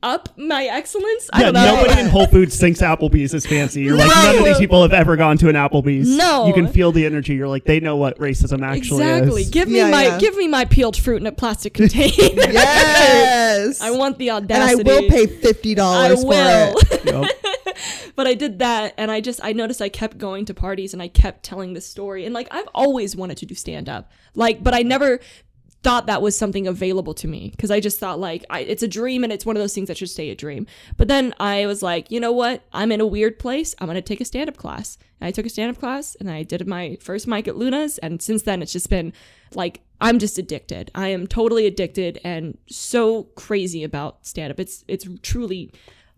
Speaker 3: up my excellence. I
Speaker 2: Yeah,
Speaker 3: don't know.
Speaker 2: nobody in Whole Foods thinks Applebee's is fancy. You're like, none of these people have ever gone to an Applebee's.
Speaker 3: No.
Speaker 2: You can feel the energy. You're like, they know what racism actually
Speaker 3: exactly.
Speaker 2: is.
Speaker 3: Give me
Speaker 1: Yeah,
Speaker 3: my
Speaker 1: yeah.
Speaker 3: give me my peeled fruit in a plastic container.
Speaker 1: Yes.
Speaker 3: I want the
Speaker 1: and I
Speaker 3: audacity.
Speaker 1: will pay fifty
Speaker 3: I
Speaker 1: dollars for
Speaker 3: will.
Speaker 1: it.
Speaker 2: Yep.
Speaker 3: but I did that and I just I noticed I kept going to parties and I kept telling this story and like I've always wanted to do stand up. Like but I never thought that was something available to me because I just thought like I, it's a dream and it's one of those things that should stay a dream. But then I was like, you know what? I'm in a weird place. I'm going to take a stand up class. And I took a stand up class and I did my first mic at Luna's and since then it's just been like I'm just addicted. I am totally addicted and so crazy about stand up. It's it's truly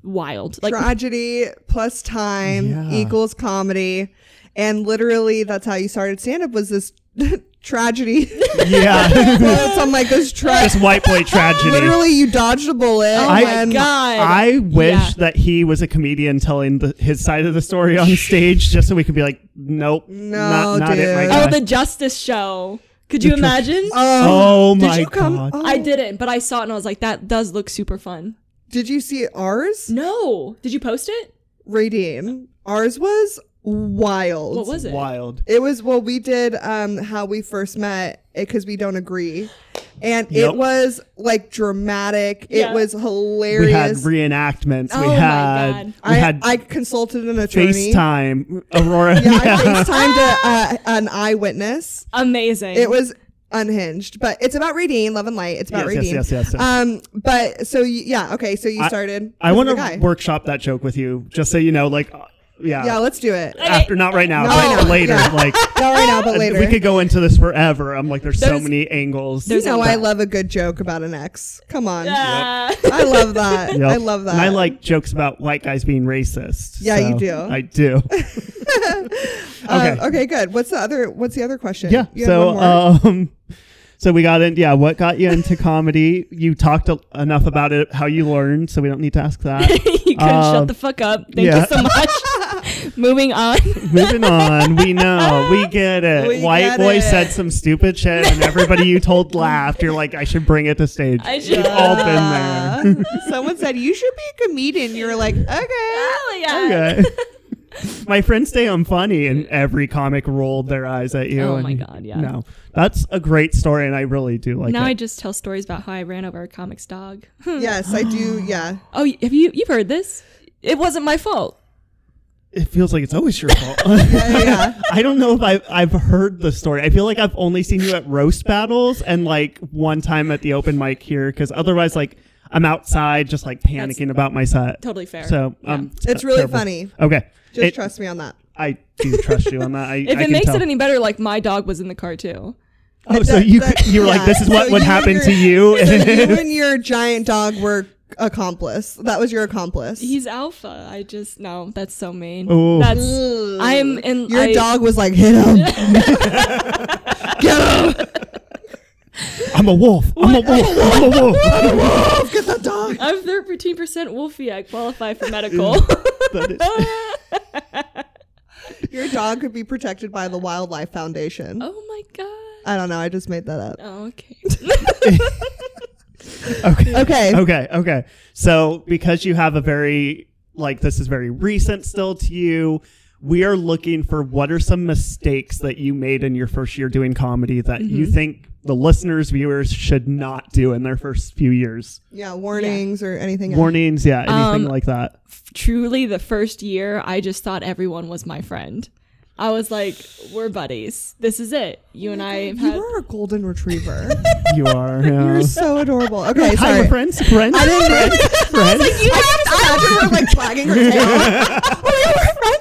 Speaker 3: wild. Like
Speaker 1: Tragedy plus time
Speaker 2: Yeah.
Speaker 1: equals comedy, and literally that's how you started stand up. Was this tragedy?
Speaker 2: Yeah.
Speaker 1: well, so I'm like this tragedy.
Speaker 2: this white boy tragedy.
Speaker 1: Literally, you dodged a bullet.
Speaker 3: Oh my
Speaker 1: and
Speaker 3: god!
Speaker 2: I wish
Speaker 3: Yeah.
Speaker 2: that he was a comedian telling the, his side of the story on stage, just so we could be like, nope,
Speaker 1: No,
Speaker 2: not, not it, my
Speaker 1: dude.
Speaker 2: guy.
Speaker 3: Oh, the Justice Show. Could you
Speaker 2: The tr-
Speaker 3: imagine?
Speaker 2: Oh
Speaker 1: did
Speaker 2: my
Speaker 1: you come-
Speaker 2: god!
Speaker 1: oh.
Speaker 3: I didn't, but I saw it and I was like, that does look super fun.
Speaker 1: Did you see ours?
Speaker 3: No, did you post it?
Speaker 1: Radine. Ours was wild.
Speaker 3: What was it?
Speaker 2: Wild.
Speaker 1: It was well, we did um how we first met because we don't agree, and
Speaker 2: Yep.
Speaker 1: it was like dramatic.
Speaker 3: Yeah.
Speaker 1: It was
Speaker 2: We had
Speaker 1: hilarious.
Speaker 2: reenactments.
Speaker 3: Oh
Speaker 2: we
Speaker 3: my
Speaker 2: had.
Speaker 3: God.
Speaker 2: We
Speaker 1: I
Speaker 2: had
Speaker 1: I consulted an attorney.
Speaker 2: FaceTime. Aurora.
Speaker 1: Yeah, I FaceTimed a, uh, an eyewitness.
Speaker 3: Amazing.
Speaker 1: It was unhinged, but it's about Radine, Love and Light. It's about
Speaker 2: Yes, yes,
Speaker 1: Radine.
Speaker 2: yes, yes, yes.
Speaker 1: Um, but so you, yeah, okay. So you
Speaker 2: I-
Speaker 1: started.
Speaker 2: I
Speaker 1: with
Speaker 2: want
Speaker 1: the guy.
Speaker 2: to workshop that joke with you, just so you know. Like, uh, yeah,
Speaker 1: Yeah, let's do it.
Speaker 2: after not right now,
Speaker 1: Not
Speaker 2: but
Speaker 1: right now.
Speaker 2: later.
Speaker 1: Yeah.
Speaker 2: Like,
Speaker 1: Not right now, but later.
Speaker 2: we could go into this forever. I'm like, there's, so
Speaker 3: There's-
Speaker 2: many angles.
Speaker 1: you
Speaker 3: there's
Speaker 1: know,
Speaker 3: a-
Speaker 1: I love a good joke about an ex. Come on,
Speaker 3: Ah.
Speaker 1: I love that.
Speaker 2: Yep.
Speaker 1: I love that.
Speaker 2: And I like jokes about white guys being racist.
Speaker 1: Yeah, you
Speaker 2: so
Speaker 1: do.
Speaker 2: I do.
Speaker 1: Uh,
Speaker 2: okay.
Speaker 1: okay, good. What's the other? What's the other question?
Speaker 2: Yeah.
Speaker 1: You had one
Speaker 2: so,
Speaker 1: more?
Speaker 2: um, so we got in. Yeah, what got you into comedy? You talked a- enough about it, how you learned, so we don't need to ask that.
Speaker 3: you couldn't
Speaker 2: Um,
Speaker 3: shut the fuck up. Thank
Speaker 2: yeah.
Speaker 3: you so much. Moving on.
Speaker 2: Moving on, we know, we get it.
Speaker 1: We
Speaker 2: White
Speaker 1: get
Speaker 2: boy
Speaker 1: it.
Speaker 2: said some stupid shit, and everybody you told laughed. You're like, I should bring it to stage.
Speaker 3: I
Speaker 2: We've
Speaker 3: should-
Speaker 2: all been there.
Speaker 1: Uh, Someone said you should be a comedian. You were like, okay.
Speaker 3: Hell yeah.
Speaker 2: Okay. my friends say I'm funny, and every comic rolled their eyes at you.
Speaker 3: Oh
Speaker 2: and
Speaker 3: my God, yeah.
Speaker 2: No, that's a great story, and I really do like
Speaker 3: now I
Speaker 2: it.
Speaker 3: just tell stories about how I ran over a comic's dog.
Speaker 1: Yes, I do. Yeah.
Speaker 3: oh, y- have you you've heard this? It wasn't my fault.
Speaker 2: it feels like it's always your fault.
Speaker 1: Yeah, yeah, yeah.
Speaker 2: I don't know if I've, I've heard the story. I feel like I've only seen you at roast battles and like one time at the open mic here, because otherwise, like, I'm outside just like panicking
Speaker 3: That's
Speaker 2: about my set.
Speaker 3: Totally fair.
Speaker 2: So, um,
Speaker 1: It's really
Speaker 2: terrible.
Speaker 1: funny.
Speaker 2: Okay.
Speaker 1: Just
Speaker 2: It-
Speaker 1: trust me on that.
Speaker 2: I do trust you on that. I,
Speaker 3: if
Speaker 2: I
Speaker 3: it
Speaker 2: can
Speaker 3: makes
Speaker 2: tell.
Speaker 3: it any better, like my dog was in the car too.
Speaker 2: oh,
Speaker 1: It
Speaker 2: so
Speaker 1: does-
Speaker 2: you
Speaker 1: that-
Speaker 2: you were like,
Speaker 1: yeah.
Speaker 2: this is what
Speaker 1: So
Speaker 2: would
Speaker 1: you
Speaker 2: happen
Speaker 1: were-
Speaker 2: to you.
Speaker 1: So you and your giant dog were accomplice. That was your accomplice.
Speaker 3: He's alpha. I just no. That's so mean.
Speaker 2: Ooh.
Speaker 3: That's
Speaker 1: Ooh.
Speaker 3: I'm in.
Speaker 1: Your
Speaker 3: I-
Speaker 1: dog was like, hit him. Get him.
Speaker 2: I'm a wolf. I'm a wolf. I'm a wolf.
Speaker 1: Wolf, get the dog.
Speaker 3: I'm thirteen percent wolfie. I qualify for medical.
Speaker 2: That is-
Speaker 1: Your dog could be protected by the Wildlife Foundation.
Speaker 3: oh my god.
Speaker 1: I don't know. I just made that up.
Speaker 3: Oh, okay.
Speaker 2: okay.
Speaker 3: Oh.
Speaker 1: Okay.
Speaker 2: Okay. Okay. So because you have a very like this is very recent still to you, we are looking for what are some mistakes that you made in your first year doing comedy that you
Speaker 1: Mm-hmm.
Speaker 2: think the listeners viewers should not do in their first few years.
Speaker 1: Yeah, warnings or anything. else.
Speaker 2: Warnings, yeah, anything
Speaker 3: Um,
Speaker 2: like that.
Speaker 3: Truly, the first year, I just thought everyone was my friend. I was like, we're buddies. This is it. You and I have
Speaker 1: You
Speaker 3: had.
Speaker 1: are a golden retriever.
Speaker 2: You are. Yeah.
Speaker 1: You're so adorable. Okay,
Speaker 2: Hi,
Speaker 1: sorry.
Speaker 2: we're friends. Friends.
Speaker 1: I didn't read.
Speaker 2: friends.
Speaker 1: I just imagine her like flagging her tail.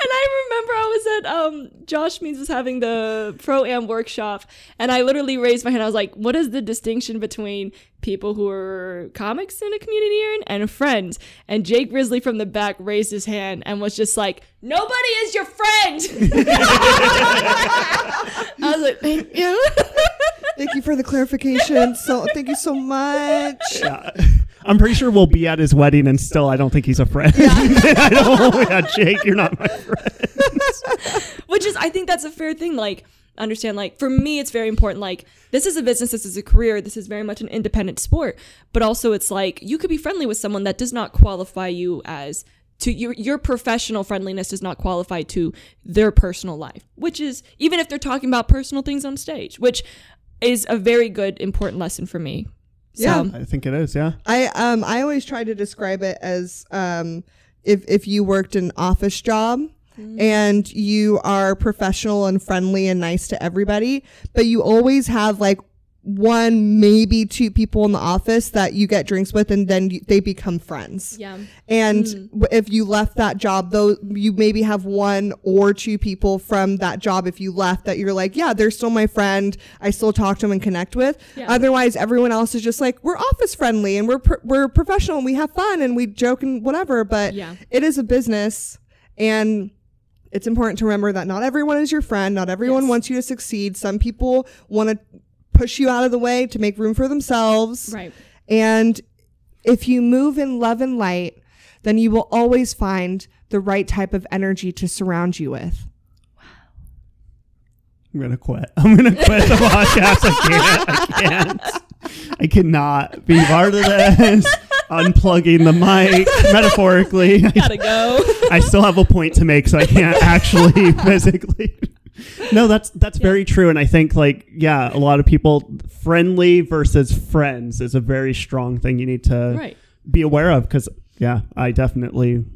Speaker 3: And I remember I was at um, Josh Means was having the pro am workshop, and I literally raised my hand. I was like, "What is the distinction between people who are comics in a community you're in and friends?" And Jake Grizzly from the back raised his hand and was just like, "Nobody is your friend." I was like, "Thank you."
Speaker 1: Thank you for the clarification. So thank you so much.
Speaker 2: Yeah. I'm pretty sure we'll be at his wedding, and still, I don't think he's a friend. I don't. Yeah, Jake, you're not my friend.
Speaker 3: Which is, I think that's a fair thing. Like, understand, like, for me, it's very important. Like, this is a business, this is a career, this is very much an independent sport. But also, it's like you could be friendly with someone that does not qualify you as to your your professional friendliness does not qualify to their personal life, which is even if they're talking about personal things on stage, which is a very good important lesson for me. So,
Speaker 1: Yeah.
Speaker 2: I think it is. Yeah.
Speaker 1: I um I always try to describe it as um if if you worked an office job and you are professional and friendly and nice to everybody, but you always have like one maybe two people in the office that you get drinks with and then you, they become friends.
Speaker 3: yeah.
Speaker 1: And
Speaker 3: Hmm.
Speaker 1: w if you left that job, though, you maybe have one or two people from that job. If you left, that you're like, yeah, they're still my friend. I still talk to them and connect with.
Speaker 3: Yeah.
Speaker 1: Otherwise, everyone else is just like, we're office friendly and we're pr- we're professional and we have fun and we joke and whatever. But
Speaker 3: Yeah.
Speaker 1: it is a business, and it's important to remember that not everyone is your friend. Not everyone
Speaker 3: Yes.
Speaker 1: wants you to succeed. Some people want to push you out of the way to make room for themselves.
Speaker 3: Right.
Speaker 1: And if you move in love and light, then you will always find the right type of energy to surround you with.
Speaker 2: I'm gonna quit. I'm gonna quit the podcast. I can't. I can't. I cannot be part of this. Unplugging the mic metaphorically. I,
Speaker 3: Gotta go.
Speaker 2: I still have a point to make, so I can't actually physically. No, that's that's very true, and I think like yeah, a lot of people friendly versus friends is a very strong thing you need to
Speaker 3: Right.
Speaker 2: be aware of because yeah, I definitely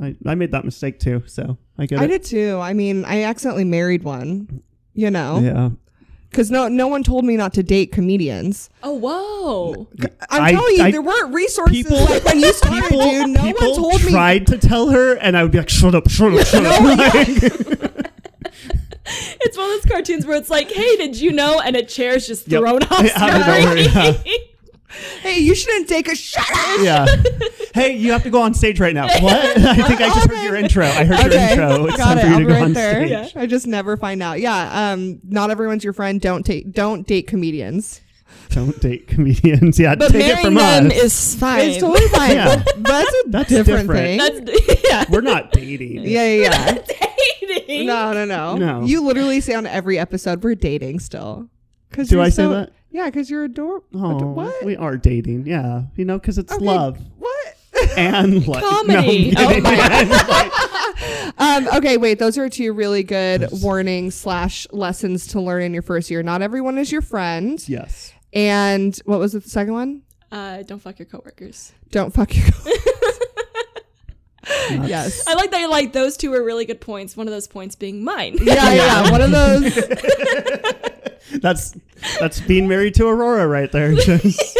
Speaker 2: I, I made that mistake too, so I get
Speaker 1: I
Speaker 2: it.
Speaker 1: did too. I mean, I accidentally married one, you know?
Speaker 2: Yeah,
Speaker 1: because no no one told me not to date comedians.
Speaker 3: Oh, whoa.
Speaker 1: I'm
Speaker 2: I-
Speaker 1: telling you,
Speaker 2: I-
Speaker 1: there weren't resources
Speaker 2: people-
Speaker 1: like when you started,
Speaker 2: People,
Speaker 1: dude. No
Speaker 2: people
Speaker 1: one told me.
Speaker 2: tried to tell her, and I would be like, "Shut up, shut up, shut up!"
Speaker 3: It's one of those cartoons where it's like, hey, did you know? And a chair's just
Speaker 2: Yep.
Speaker 3: thrown off
Speaker 2: Out of
Speaker 3: screen.
Speaker 2: nowhere,
Speaker 1: Hey, you shouldn't take a shut up.
Speaker 2: yeah. Hey, you have to go on stage right now. What? I think I just heard your intro. I heard your intro. It's
Speaker 1: got
Speaker 2: time
Speaker 1: it.
Speaker 2: for you
Speaker 1: I'm
Speaker 2: to go
Speaker 1: right
Speaker 2: on
Speaker 1: there.
Speaker 2: stage.
Speaker 1: I just never find out. Yeah, um, not everyone's your friend. Don't take, don't date comedians.
Speaker 2: Don't date comedians. Yeah,
Speaker 3: But
Speaker 2: take it
Speaker 3: marrying
Speaker 2: from
Speaker 3: them
Speaker 2: us.
Speaker 3: is fine.
Speaker 1: It's totally fine.
Speaker 2: Yeah.
Speaker 1: That's a
Speaker 2: That's
Speaker 1: different,
Speaker 2: different.
Speaker 1: thing.
Speaker 3: That's yeah.
Speaker 2: We're not dating.
Speaker 1: yeah, yeah, yeah.
Speaker 3: dating.
Speaker 1: no, no, no,
Speaker 2: No.
Speaker 1: You literally say on every episode we're dating still. Cause
Speaker 2: Do
Speaker 1: you're
Speaker 2: I say
Speaker 1: so-
Speaker 2: that?
Speaker 1: Yeah, because you're adorable.
Speaker 2: Oh,
Speaker 1: what?
Speaker 2: we are dating. Yeah, you know, because it's
Speaker 1: Okay,
Speaker 2: love
Speaker 1: What?
Speaker 2: and like
Speaker 3: Comedy.
Speaker 2: No, I'm
Speaker 3: Oh
Speaker 2: kidding.
Speaker 1: Um, okay, wait. Those are two really good warnings slash lessons to learn in your first year. Not everyone is your friend.
Speaker 2: yes.
Speaker 1: And what was it, the second one?
Speaker 3: Uh, don't fuck your coworkers.
Speaker 1: Don't fuck your. yes.
Speaker 3: I like that. Like those two are really good points. One of those points being mine.
Speaker 1: Yeah, yeah. One of those.
Speaker 2: That's that's being married to Aurora right there. Just.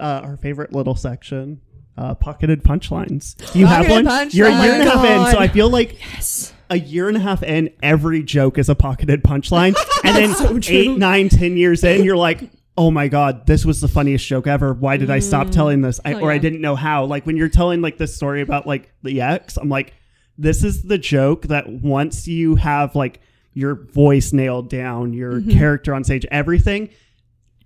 Speaker 2: uh, our favorite little section, uh, pocketed punchlines. Do you have one?
Speaker 1: Pocketed
Speaker 2: You're a year and a half in, so
Speaker 1: punchline.
Speaker 2: I feel like
Speaker 3: Yes.
Speaker 2: a year and a half in, every joke is a pocketed punchline, and then eight, nine, ten years in, you're like. Oh my god, this was the funniest joke ever. Why did I stop telling this? I,
Speaker 3: Oh,
Speaker 2: or I
Speaker 3: yeah.
Speaker 2: didn't know how. Like when you're telling like this story about like the ex, I'm like, this is the joke that once you have like your voice nailed down, your character on stage, everything,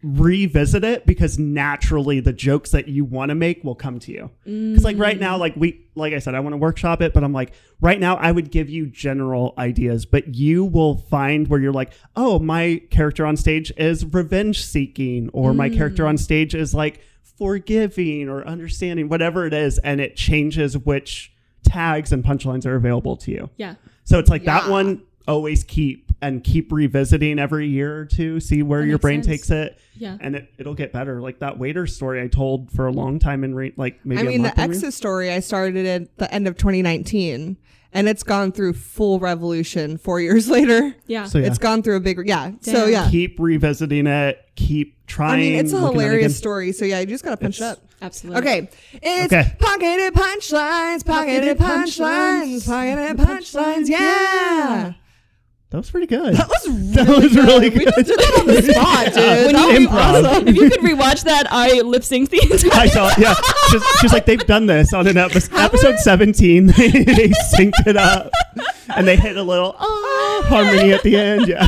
Speaker 2: revisit it because naturally the jokes that you want to make will come to you. Because like right now, like we, like I said, I want to workshop it, but I'm like right now I would give you general ideas, but you will find where you're like, oh, my character on stage is revenge seeking, or my character on stage is like forgiving or understanding, whatever it is, and it changes which tags and punchlines are available to you.
Speaker 3: Yeah.
Speaker 2: So it's like that
Speaker 1: Yeah.
Speaker 2: one always keep and keep revisiting every year or two, see where
Speaker 3: That
Speaker 2: your
Speaker 3: makes
Speaker 2: brain
Speaker 3: sense.
Speaker 2: takes it.
Speaker 3: Yeah.
Speaker 2: And it, it'll get better. Like that waiter story I told for a long time in re- like maybe
Speaker 1: I
Speaker 2: a
Speaker 1: mean,
Speaker 2: month
Speaker 1: the
Speaker 2: in re-
Speaker 1: exit story I started at the end of 2019, and it's gone through full revolution four years later.
Speaker 3: Yeah.
Speaker 2: So Oh, yeah,
Speaker 1: It's gone through a big, yeah. So
Speaker 3: Damn.
Speaker 1: yeah,
Speaker 2: keep revisiting it, keep trying.
Speaker 1: I mean, it's a
Speaker 2: looking at it
Speaker 1: hilarious
Speaker 2: again.
Speaker 1: story. So yeah, you just gotta punch it
Speaker 2: It's-
Speaker 1: up.
Speaker 3: Absolutely.
Speaker 1: Okay, it's
Speaker 2: Okay.
Speaker 1: pocketed punchlines, pocketed punchlines, pocketed punchlines. Yeah,
Speaker 2: That was pretty good.
Speaker 1: that was really
Speaker 2: That was really
Speaker 1: We just
Speaker 2: good.
Speaker 1: did that on the spot, dude. That
Speaker 2: When you-
Speaker 1: was
Speaker 2: Improv.
Speaker 1: awesome.
Speaker 3: If you could rewatch that, I lip sync the entire.
Speaker 2: I saw it. Yeah. She's, she's like, they've done this on an episode, episode 17. they synced it up and they hit a little oh, harmony at the end. Yeah.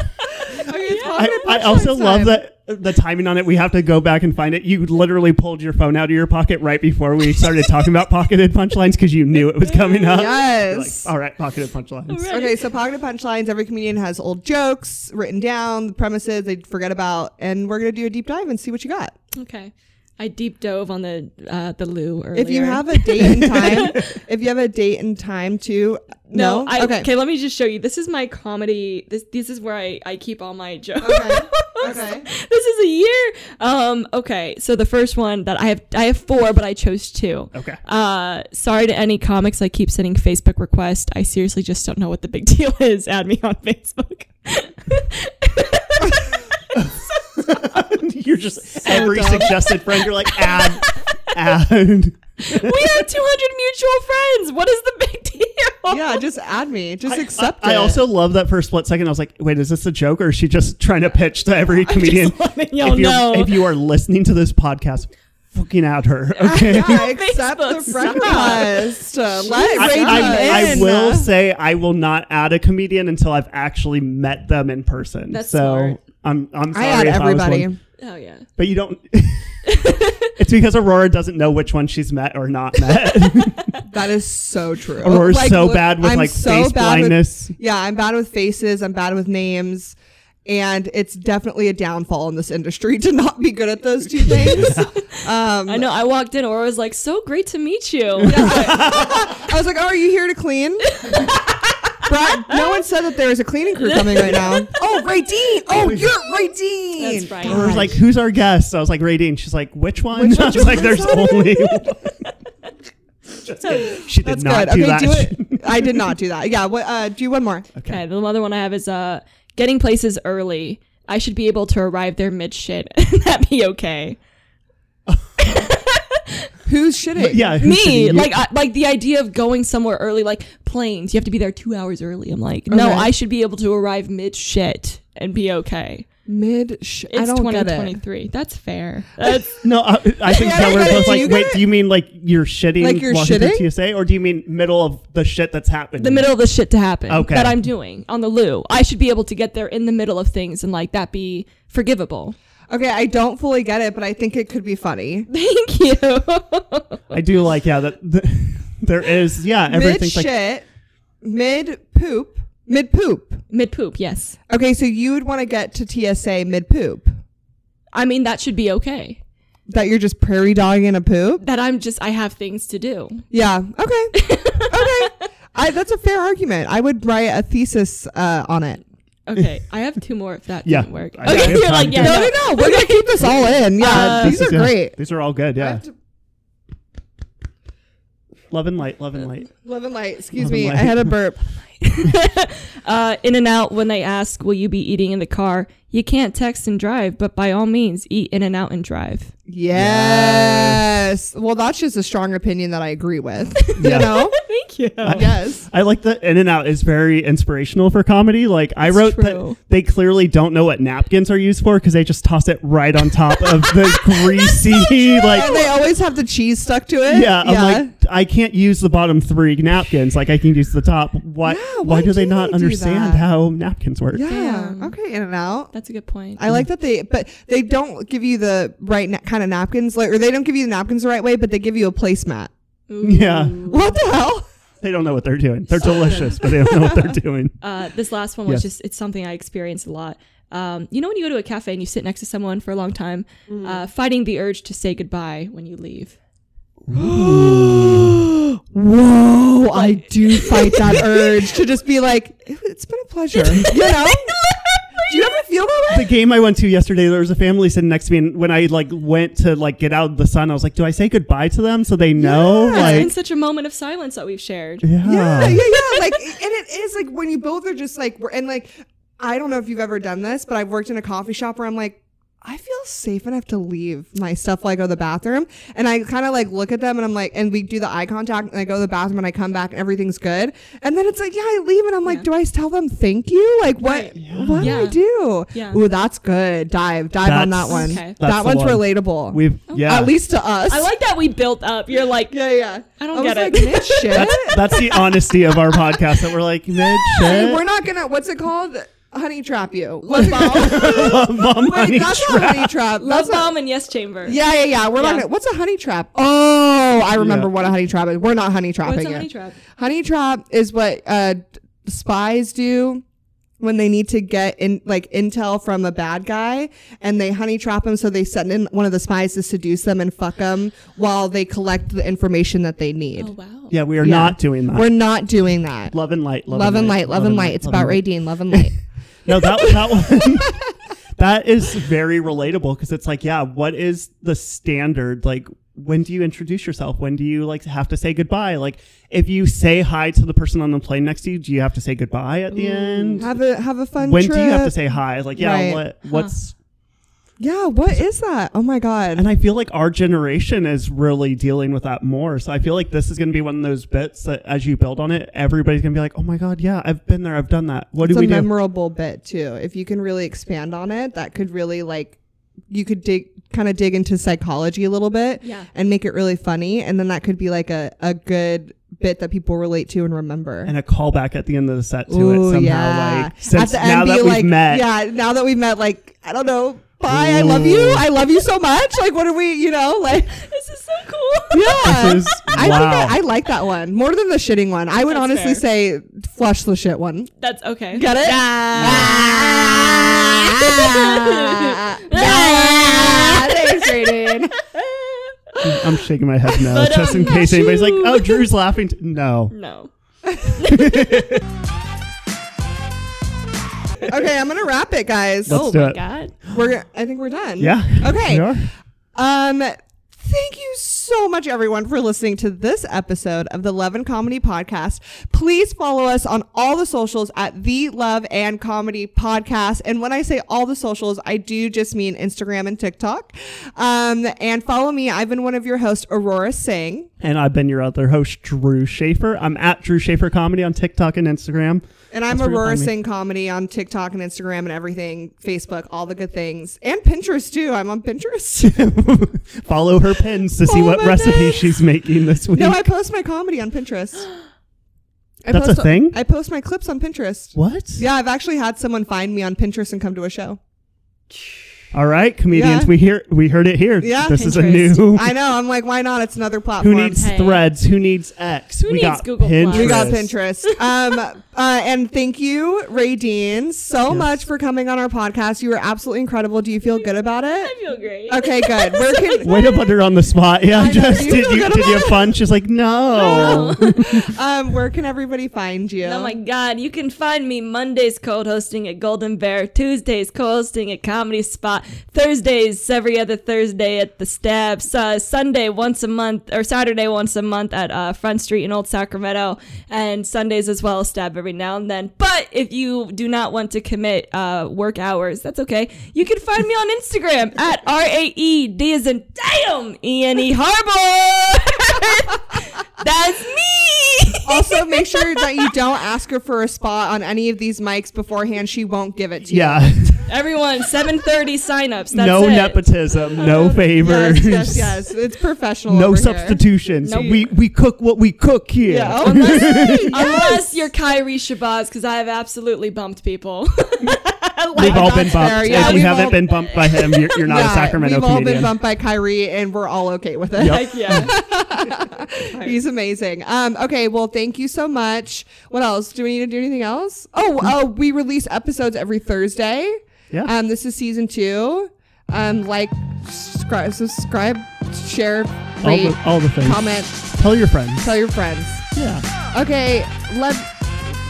Speaker 1: Okay, it's
Speaker 2: I,
Speaker 1: pocketed
Speaker 2: I also
Speaker 1: punchlines
Speaker 2: love
Speaker 1: time.
Speaker 2: that the timing on it. We have to go back and find it. You literally pulled your phone out of your pocket right before we started talking about pocketed punchlines because you knew it was coming up. You're like,
Speaker 1: Yes.
Speaker 2: All right, pocketed punchlines.
Speaker 3: Alright.
Speaker 1: Okay, so pocketed punchlines. Every comedian has old jokes written down, the premises they forget about, and we're gonna do a deep dive and see what you got.
Speaker 3: Okay. I deep dove on the uh, the loo earlier.
Speaker 1: If you have a date and time, if you have a date and time too, no,
Speaker 3: no, I,
Speaker 1: okay.
Speaker 3: okay. Let me just show you. This is my comedy. This this is where I I keep all my jokes.
Speaker 1: Okay. Okay.
Speaker 3: this is a year. Um. Okay. So the first one that I have I have four, but I chose two.
Speaker 2: Okay.
Speaker 3: Uh, sorry to any comics I keep sending Facebook requests. I seriously just don't know what the big deal is. Add me on Facebook.
Speaker 2: you're just every
Speaker 1: dumb.
Speaker 2: suggested friend. You're like add, add.
Speaker 3: we have 200 mutual friends. What is the big deal?
Speaker 1: yeah, just add me. Just accept
Speaker 2: I, I
Speaker 1: it.
Speaker 2: also love that for a split second. I was like, wait, is this a joke or is she just trying to pitch to every comedian?
Speaker 3: Just letting y'all
Speaker 2: if, you're-
Speaker 3: know.
Speaker 2: if you are listening to this podcast, fucking add her. Okay.
Speaker 1: yeah, accept the
Speaker 3: Facebook
Speaker 1: friend request.
Speaker 3: sucks.
Speaker 1: Uh, Let
Speaker 2: I,
Speaker 1: Rachel uh,
Speaker 2: I- I
Speaker 1: in.
Speaker 2: will say I will not add a comedian until I've actually met them in person.
Speaker 3: That's
Speaker 2: so
Speaker 3: smart.
Speaker 2: I'm I'm sorry
Speaker 1: I add
Speaker 2: if I was
Speaker 1: everybody.
Speaker 2: one,
Speaker 3: oh yeah.
Speaker 2: but you don't. it's because Aurora doesn't know which one she's met or not met.
Speaker 1: That is so true.
Speaker 2: Aurora's so
Speaker 1: look,
Speaker 2: bad with
Speaker 1: I'm
Speaker 2: like
Speaker 1: so
Speaker 2: face
Speaker 1: bad with-
Speaker 2: blindness.
Speaker 1: yeah, I'm bad with faces. I'm bad with names. And it's definitely a downfall in this industry to not be good at those two things. Um,
Speaker 3: I know. I walked in, or I was like, "So great to meet you."
Speaker 1: I was like, "Oh, are you here to clean?" Brad, no one said that there was a cleaning crew coming right now. Oh, Ray Dean! Oh, you're Ray Dean!
Speaker 3: That's right.
Speaker 2: Aurora's like, "Who's our guest?" So I was like, "Radine." She's like, "Which one?" I was like, "There's only." one. Just kidding. she did
Speaker 1: That's
Speaker 2: not
Speaker 1: good.
Speaker 2: do
Speaker 1: okay,
Speaker 2: that.
Speaker 1: do it. I did not do that. Yeah. What? Uh, do one more.
Speaker 3: Okay. The other one I have is uh, getting places early. I should be able to arrive there mid shit and that be okay.
Speaker 1: Who's shitting?
Speaker 2: Yeah, who should
Speaker 3: Me,
Speaker 2: you-
Speaker 3: like, I, like the idea of going somewhere early, like planes, you have to be there two hours early. I'm like, no,
Speaker 1: Okay.
Speaker 3: I should be able to arrive mid shit and be okay.
Speaker 1: Mid. Sh- I
Speaker 3: It's
Speaker 1: don't get it.
Speaker 3: 2023. That's fair. That's
Speaker 2: no, I, I think that we're
Speaker 1: everybody,
Speaker 2: both
Speaker 1: do
Speaker 2: like,
Speaker 1: you
Speaker 2: wait,
Speaker 1: get it?
Speaker 2: do you mean like you're shitting
Speaker 1: Like you're
Speaker 2: Washington
Speaker 1: shitting?
Speaker 2: TSA, or do you mean middle of the shit that's happening?
Speaker 3: the middle of the shit to happen
Speaker 2: Okay.
Speaker 3: that I'm doing on the loo. I should be able to get there in the middle of things and like that be forgivable.
Speaker 1: Okay, I don't fully get it, but I think it could be funny.
Speaker 3: Thank you.
Speaker 2: I do like, yeah, that the, there is, yeah,
Speaker 1: Mid
Speaker 2: everything's
Speaker 1: shit,
Speaker 2: like,
Speaker 1: mid poop, mid poop.
Speaker 3: Mid poop, yes.
Speaker 1: Okay, so you would want to get to TSA mid poop.
Speaker 3: I mean that should be okay.
Speaker 1: That you're just prairie dogging a poop.
Speaker 3: That I'm just I have things to do.
Speaker 1: Yeah. Okay. okay. I, that's a fair argument. I would write a thesis uh, on it.
Speaker 3: Okay, I have two more if that
Speaker 2: Yeah.
Speaker 3: didn't work.
Speaker 2: I- I
Speaker 3: Okay,
Speaker 2: have
Speaker 3: you're
Speaker 2: time
Speaker 3: like
Speaker 2: to-
Speaker 3: yeah.
Speaker 1: No, no, no. We're gonna keep this all in. Yeah,
Speaker 3: Uh,
Speaker 1: these
Speaker 2: this
Speaker 1: are
Speaker 2: is- yeah,
Speaker 1: great.
Speaker 2: These are all good,
Speaker 1: I
Speaker 2: yeah.
Speaker 1: have to-
Speaker 2: Love and light, love and light.
Speaker 1: Love and light. Excuse
Speaker 2: Love and
Speaker 1: me.
Speaker 2: light.
Speaker 1: I had a burp.
Speaker 3: Uh, in and out when they ask, "Will you be eating in the car?" You can't text and drive, but by all means, eat in and out and drive.
Speaker 1: Yes. Well, that's just a strong opinion that I agree with. You
Speaker 2: Yeah.
Speaker 1: know?
Speaker 3: Thank you.
Speaker 1: yes.
Speaker 2: I like that In and Out is very inspirational for comedy. Like I
Speaker 3: It's
Speaker 2: wrote
Speaker 3: true.
Speaker 2: that they clearly don't know what napkins are used for because they just toss it right on top of the greasy
Speaker 1: And
Speaker 2: like
Speaker 1: they always have the cheese stuck to it.
Speaker 2: yeah, I'm like I can't use the bottom three napkins. Like I can use the top. Why?
Speaker 1: Yeah,
Speaker 2: why, do they not
Speaker 1: do that?
Speaker 2: understand how napkins work?
Speaker 1: yeah.
Speaker 3: Damn.
Speaker 1: Okay, in and out.
Speaker 3: That's a good point.
Speaker 1: I like that they, but they don't give you the right na- kind of napkins, like, or they don't give you the napkins the right way, but they give you a placemat.
Speaker 2: Yeah.
Speaker 1: What the hell?
Speaker 2: They don't know what they're doing. They're delicious, but they don't know what they're doing.
Speaker 3: Uh, this last one
Speaker 2: Yes.
Speaker 3: was just, it's something I experienced a lot. Um, you know, when you go to a cafe and you sit next to someone for a long time, uh, fighting the urge to say goodbye when you leave.
Speaker 1: Whoa! I do fight that urge to just be like, it's been a pleasure. You know? do you ever feel that way?
Speaker 2: The game I went to yesterday, there was a family sitting next to me, and when I like went to like get out of the sun, I was like, "Do I say goodbye to them so they know?"
Speaker 1: Yeah.
Speaker 2: Like,
Speaker 3: it's been such a moment of silence that we've shared.
Speaker 1: Yeah, yeah, yeah. Like, and it is like when you both are just like, we're- and like, I don't know if you've ever done this, but I've worked in a coffee shop where I'm like, I feel safe enough to leave my stuff, like go to the bathroom, and I kind of like look at them, and I'm like, and we do the eye contact, and I go to the bathroom, and I come back, and everything's good, and then it's like, yeah, I leave, and I'm like,
Speaker 3: Yeah.
Speaker 1: do I tell them thank you? Like, what?
Speaker 3: Right.
Speaker 1: What
Speaker 3: Yeah.
Speaker 1: do I do?
Speaker 3: Yeah.
Speaker 1: Ooh, that's good. Dive, dive on that
Speaker 2: That's-
Speaker 1: one.
Speaker 3: Okay. Oh.
Speaker 2: that's
Speaker 1: That one's
Speaker 2: the one.
Speaker 1: relatable.
Speaker 2: We've yeah.
Speaker 1: At least to us.
Speaker 3: I like that we built up. You're like,
Speaker 1: Yeah, yeah.
Speaker 3: I don't
Speaker 1: was
Speaker 3: get it.
Speaker 1: like, "Mid shit.
Speaker 2: that's that's the honesty of our podcast that we're like mid
Speaker 1: Hey,
Speaker 2: shit.
Speaker 1: we're not gonna. What's it called? Honey trap you. Love bomb.
Speaker 2: Mom, honey,
Speaker 1: Wait, that's not honey trap.
Speaker 3: love
Speaker 1: That's not-
Speaker 3: bomb and yes chamber.
Speaker 1: Yeah, yeah, yeah. We're not.
Speaker 3: Yeah.
Speaker 1: Gonna, what's a honey trap? Oh, I remember
Speaker 2: Yeah.
Speaker 1: what a honey trap is. We're not honey trapping
Speaker 3: What's a
Speaker 1: it.
Speaker 3: honey trap?
Speaker 1: Honey trap is what uh, d- spies do when they need to get in like intel from a bad guy and they honey trap him so they send in one of the spies to seduce them and fuck them while they collect the information that they need.
Speaker 3: Oh, wow.
Speaker 2: yeah, we are
Speaker 1: Yeah.
Speaker 2: not doing that.
Speaker 1: We're not doing that.
Speaker 2: love and light, love,
Speaker 1: Love and light, love and light. It's
Speaker 2: love
Speaker 1: about
Speaker 2: and light.
Speaker 1: Radine, love and light.
Speaker 2: No, that that one. that is very relatable because it's like, yeah, what is the standard? Like, when do you introduce yourself? When do you like have to say goodbye? Like, if you say hi to the person on the plane next to you, do you have to say goodbye at the end?
Speaker 1: Have a have a fun
Speaker 2: When
Speaker 1: Mm, trip.
Speaker 2: do you have to say hi? Like, yeah,
Speaker 1: Right.
Speaker 2: what what's
Speaker 1: Yeah, what is that? Oh my god.
Speaker 2: And I feel like our generation is really dealing with that more. So I feel like this is going to be one of those bits that as you build on it, everybody's going to be like, oh my God, yeah, I've been there. I've done that. What do
Speaker 1: It's a
Speaker 2: we do?
Speaker 1: memorable bit too. If you can really expand on it, that could really like you could dig kind of dig into psychology a little bit
Speaker 3: Yeah.
Speaker 1: and make it really funny and then that could be like a, a good bit that people relate to and remember.
Speaker 2: and a callback at the end of the set to it
Speaker 1: Ooh,
Speaker 2: somehow.
Speaker 1: yeah.
Speaker 2: Like, since
Speaker 1: At the
Speaker 2: now
Speaker 1: end,
Speaker 2: that
Speaker 1: be
Speaker 2: we've
Speaker 1: like,
Speaker 2: met,
Speaker 1: Yeah, now that we've met, like, I don't know. Bye, I love you.
Speaker 2: Ooh.
Speaker 1: I love you so much. Like, what are we, you know, like,
Speaker 3: This is so cool.
Speaker 1: yeah.
Speaker 2: This is-
Speaker 1: I, think
Speaker 2: wow.
Speaker 1: that, I like that one more than the shitting one. I would
Speaker 3: That's
Speaker 1: honestly
Speaker 3: fair.
Speaker 1: say flush the shit one.
Speaker 3: That's okay.
Speaker 1: Get it? Thanks, Raiden.
Speaker 2: I'm shaking my head no,
Speaker 3: But,
Speaker 2: just in
Speaker 3: um,
Speaker 2: case anybody's like,
Speaker 3: shoo.
Speaker 2: oh, Drew's laughing. T-. No.
Speaker 3: No.
Speaker 1: Okay, I'm gonna wrap it, guys.
Speaker 2: Let's
Speaker 3: oh
Speaker 2: do
Speaker 3: my
Speaker 2: it.
Speaker 3: God.
Speaker 1: We're I think we're done.
Speaker 2: Yeah.
Speaker 1: Okay.
Speaker 2: We are.
Speaker 1: Um Thank you so much, everyone, for listening to this episode of the Love and Comedy Podcast. Please follow us on all the socials at the Love and Comedy Podcast. And when I say all the socials, I do just mean Instagram and TikTok. Um, and follow me. I've been one of your hosts, Aurora Singh.
Speaker 2: And I've been your other host, Drew Schaefer. I'm at Drew Schaefer Comedy on TikTok and Instagram.
Speaker 1: And I'm
Speaker 2: That's where you
Speaker 1: Aurora
Speaker 2: find me.
Speaker 1: Singh Comedy on TikTok and Instagram and everything, Facebook, all the good things. And Pinterest, too. I'm on Pinterest.
Speaker 2: Follow her pins to see
Speaker 1: Oh
Speaker 2: what
Speaker 1: my
Speaker 2: recipe
Speaker 1: God.
Speaker 2: she's making this week.
Speaker 1: no, I post my comedy on Pinterest. I
Speaker 2: That's a
Speaker 1: post,
Speaker 2: thing?
Speaker 1: I post my clips on Pinterest.
Speaker 2: what?
Speaker 1: Yeah, I've actually had someone find me on Pinterest and come to a show.
Speaker 2: All right, comedians,
Speaker 1: Yeah.
Speaker 2: we hear we heard it here.
Speaker 1: Yeah.
Speaker 2: this is a
Speaker 3: Pinterest.
Speaker 2: new.
Speaker 1: I know. I'm like, why not? It's another platform.
Speaker 2: Who needs
Speaker 3: Hey.
Speaker 2: Threads? Who needs X?
Speaker 3: Who
Speaker 2: we
Speaker 3: needs
Speaker 2: got
Speaker 3: Google
Speaker 2: Pinterest.
Speaker 3: Plus?
Speaker 1: we got Pinterest. Um, uh, and thank you, Ray Dean, so much for coming on our podcast. You were absolutely incredible. Do you feel good about
Speaker 3: I
Speaker 1: it?
Speaker 3: feel great.
Speaker 1: Okay, good. Where can
Speaker 2: Way to put her on the spot. Yeah, just
Speaker 1: You
Speaker 2: did
Speaker 1: feel
Speaker 2: you
Speaker 1: good
Speaker 2: did you have fun? She's like, no.
Speaker 1: um, where can everybody find you?
Speaker 3: Oh my God! You can find me Mondays cold hosting at Golden Bear, Tuesdays cold hosting at Comedy Spot, Thursdays every other Thursday at the Stab, Su- Sunday once a month or Saturday once a month at uh, Front Street in Old Sacramento, and Sundays as well Stab every now and then. But if you do not want to commit uh, work hours, that's okay. You can find me on Instagram at r a e d as in damn e n e harbor. that's me.
Speaker 1: Also, make sure that you don't ask her for a spot on any of these mics beforehand. She won't give it to you.
Speaker 2: Yeah,
Speaker 3: Everyone, 7:30 signups. That's
Speaker 2: no
Speaker 3: it.
Speaker 2: nepotism, no favors,
Speaker 1: Yes, yes, yes. It's professional.
Speaker 2: no
Speaker 1: over here.
Speaker 2: substitutions.
Speaker 3: Nope.
Speaker 2: We we cook what we cook here.
Speaker 1: Yeah. Oh,
Speaker 3: Unless, unless you're Kyrie Shabazz, because I have absolutely bumped people.
Speaker 2: We've all
Speaker 1: that's
Speaker 2: been bumped.
Speaker 1: fair.
Speaker 2: if
Speaker 1: Yeah,
Speaker 2: you
Speaker 1: we've
Speaker 2: haven't
Speaker 1: all-
Speaker 2: been bumped by him, you're, you're not a
Speaker 1: Yeah,
Speaker 2: Sacramento
Speaker 1: We've all
Speaker 2: comedian.
Speaker 1: been bumped by Kyrie, and we're all okay with it.
Speaker 2: Yep.
Speaker 3: like, yeah.
Speaker 1: He's amazing. Um, okay, well, thank you so much. What else? Do we need to do anything else? Oh, oh, we release episodes every Thursday.
Speaker 2: Mm-hmm. Yeah.
Speaker 1: Um, this is season two. Um, like, subscribe, subscribe share,
Speaker 2: all,
Speaker 1: rate,
Speaker 2: the, all the things.
Speaker 1: comment,
Speaker 2: Tell your friends.
Speaker 1: tell your friends.
Speaker 2: yeah.
Speaker 1: Okay, love,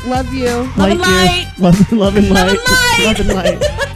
Speaker 1: love you.
Speaker 3: Love and
Speaker 2: Like you.
Speaker 3: light.
Speaker 2: Love, love and
Speaker 3: Love
Speaker 2: light.
Speaker 3: and light.
Speaker 2: Love and light.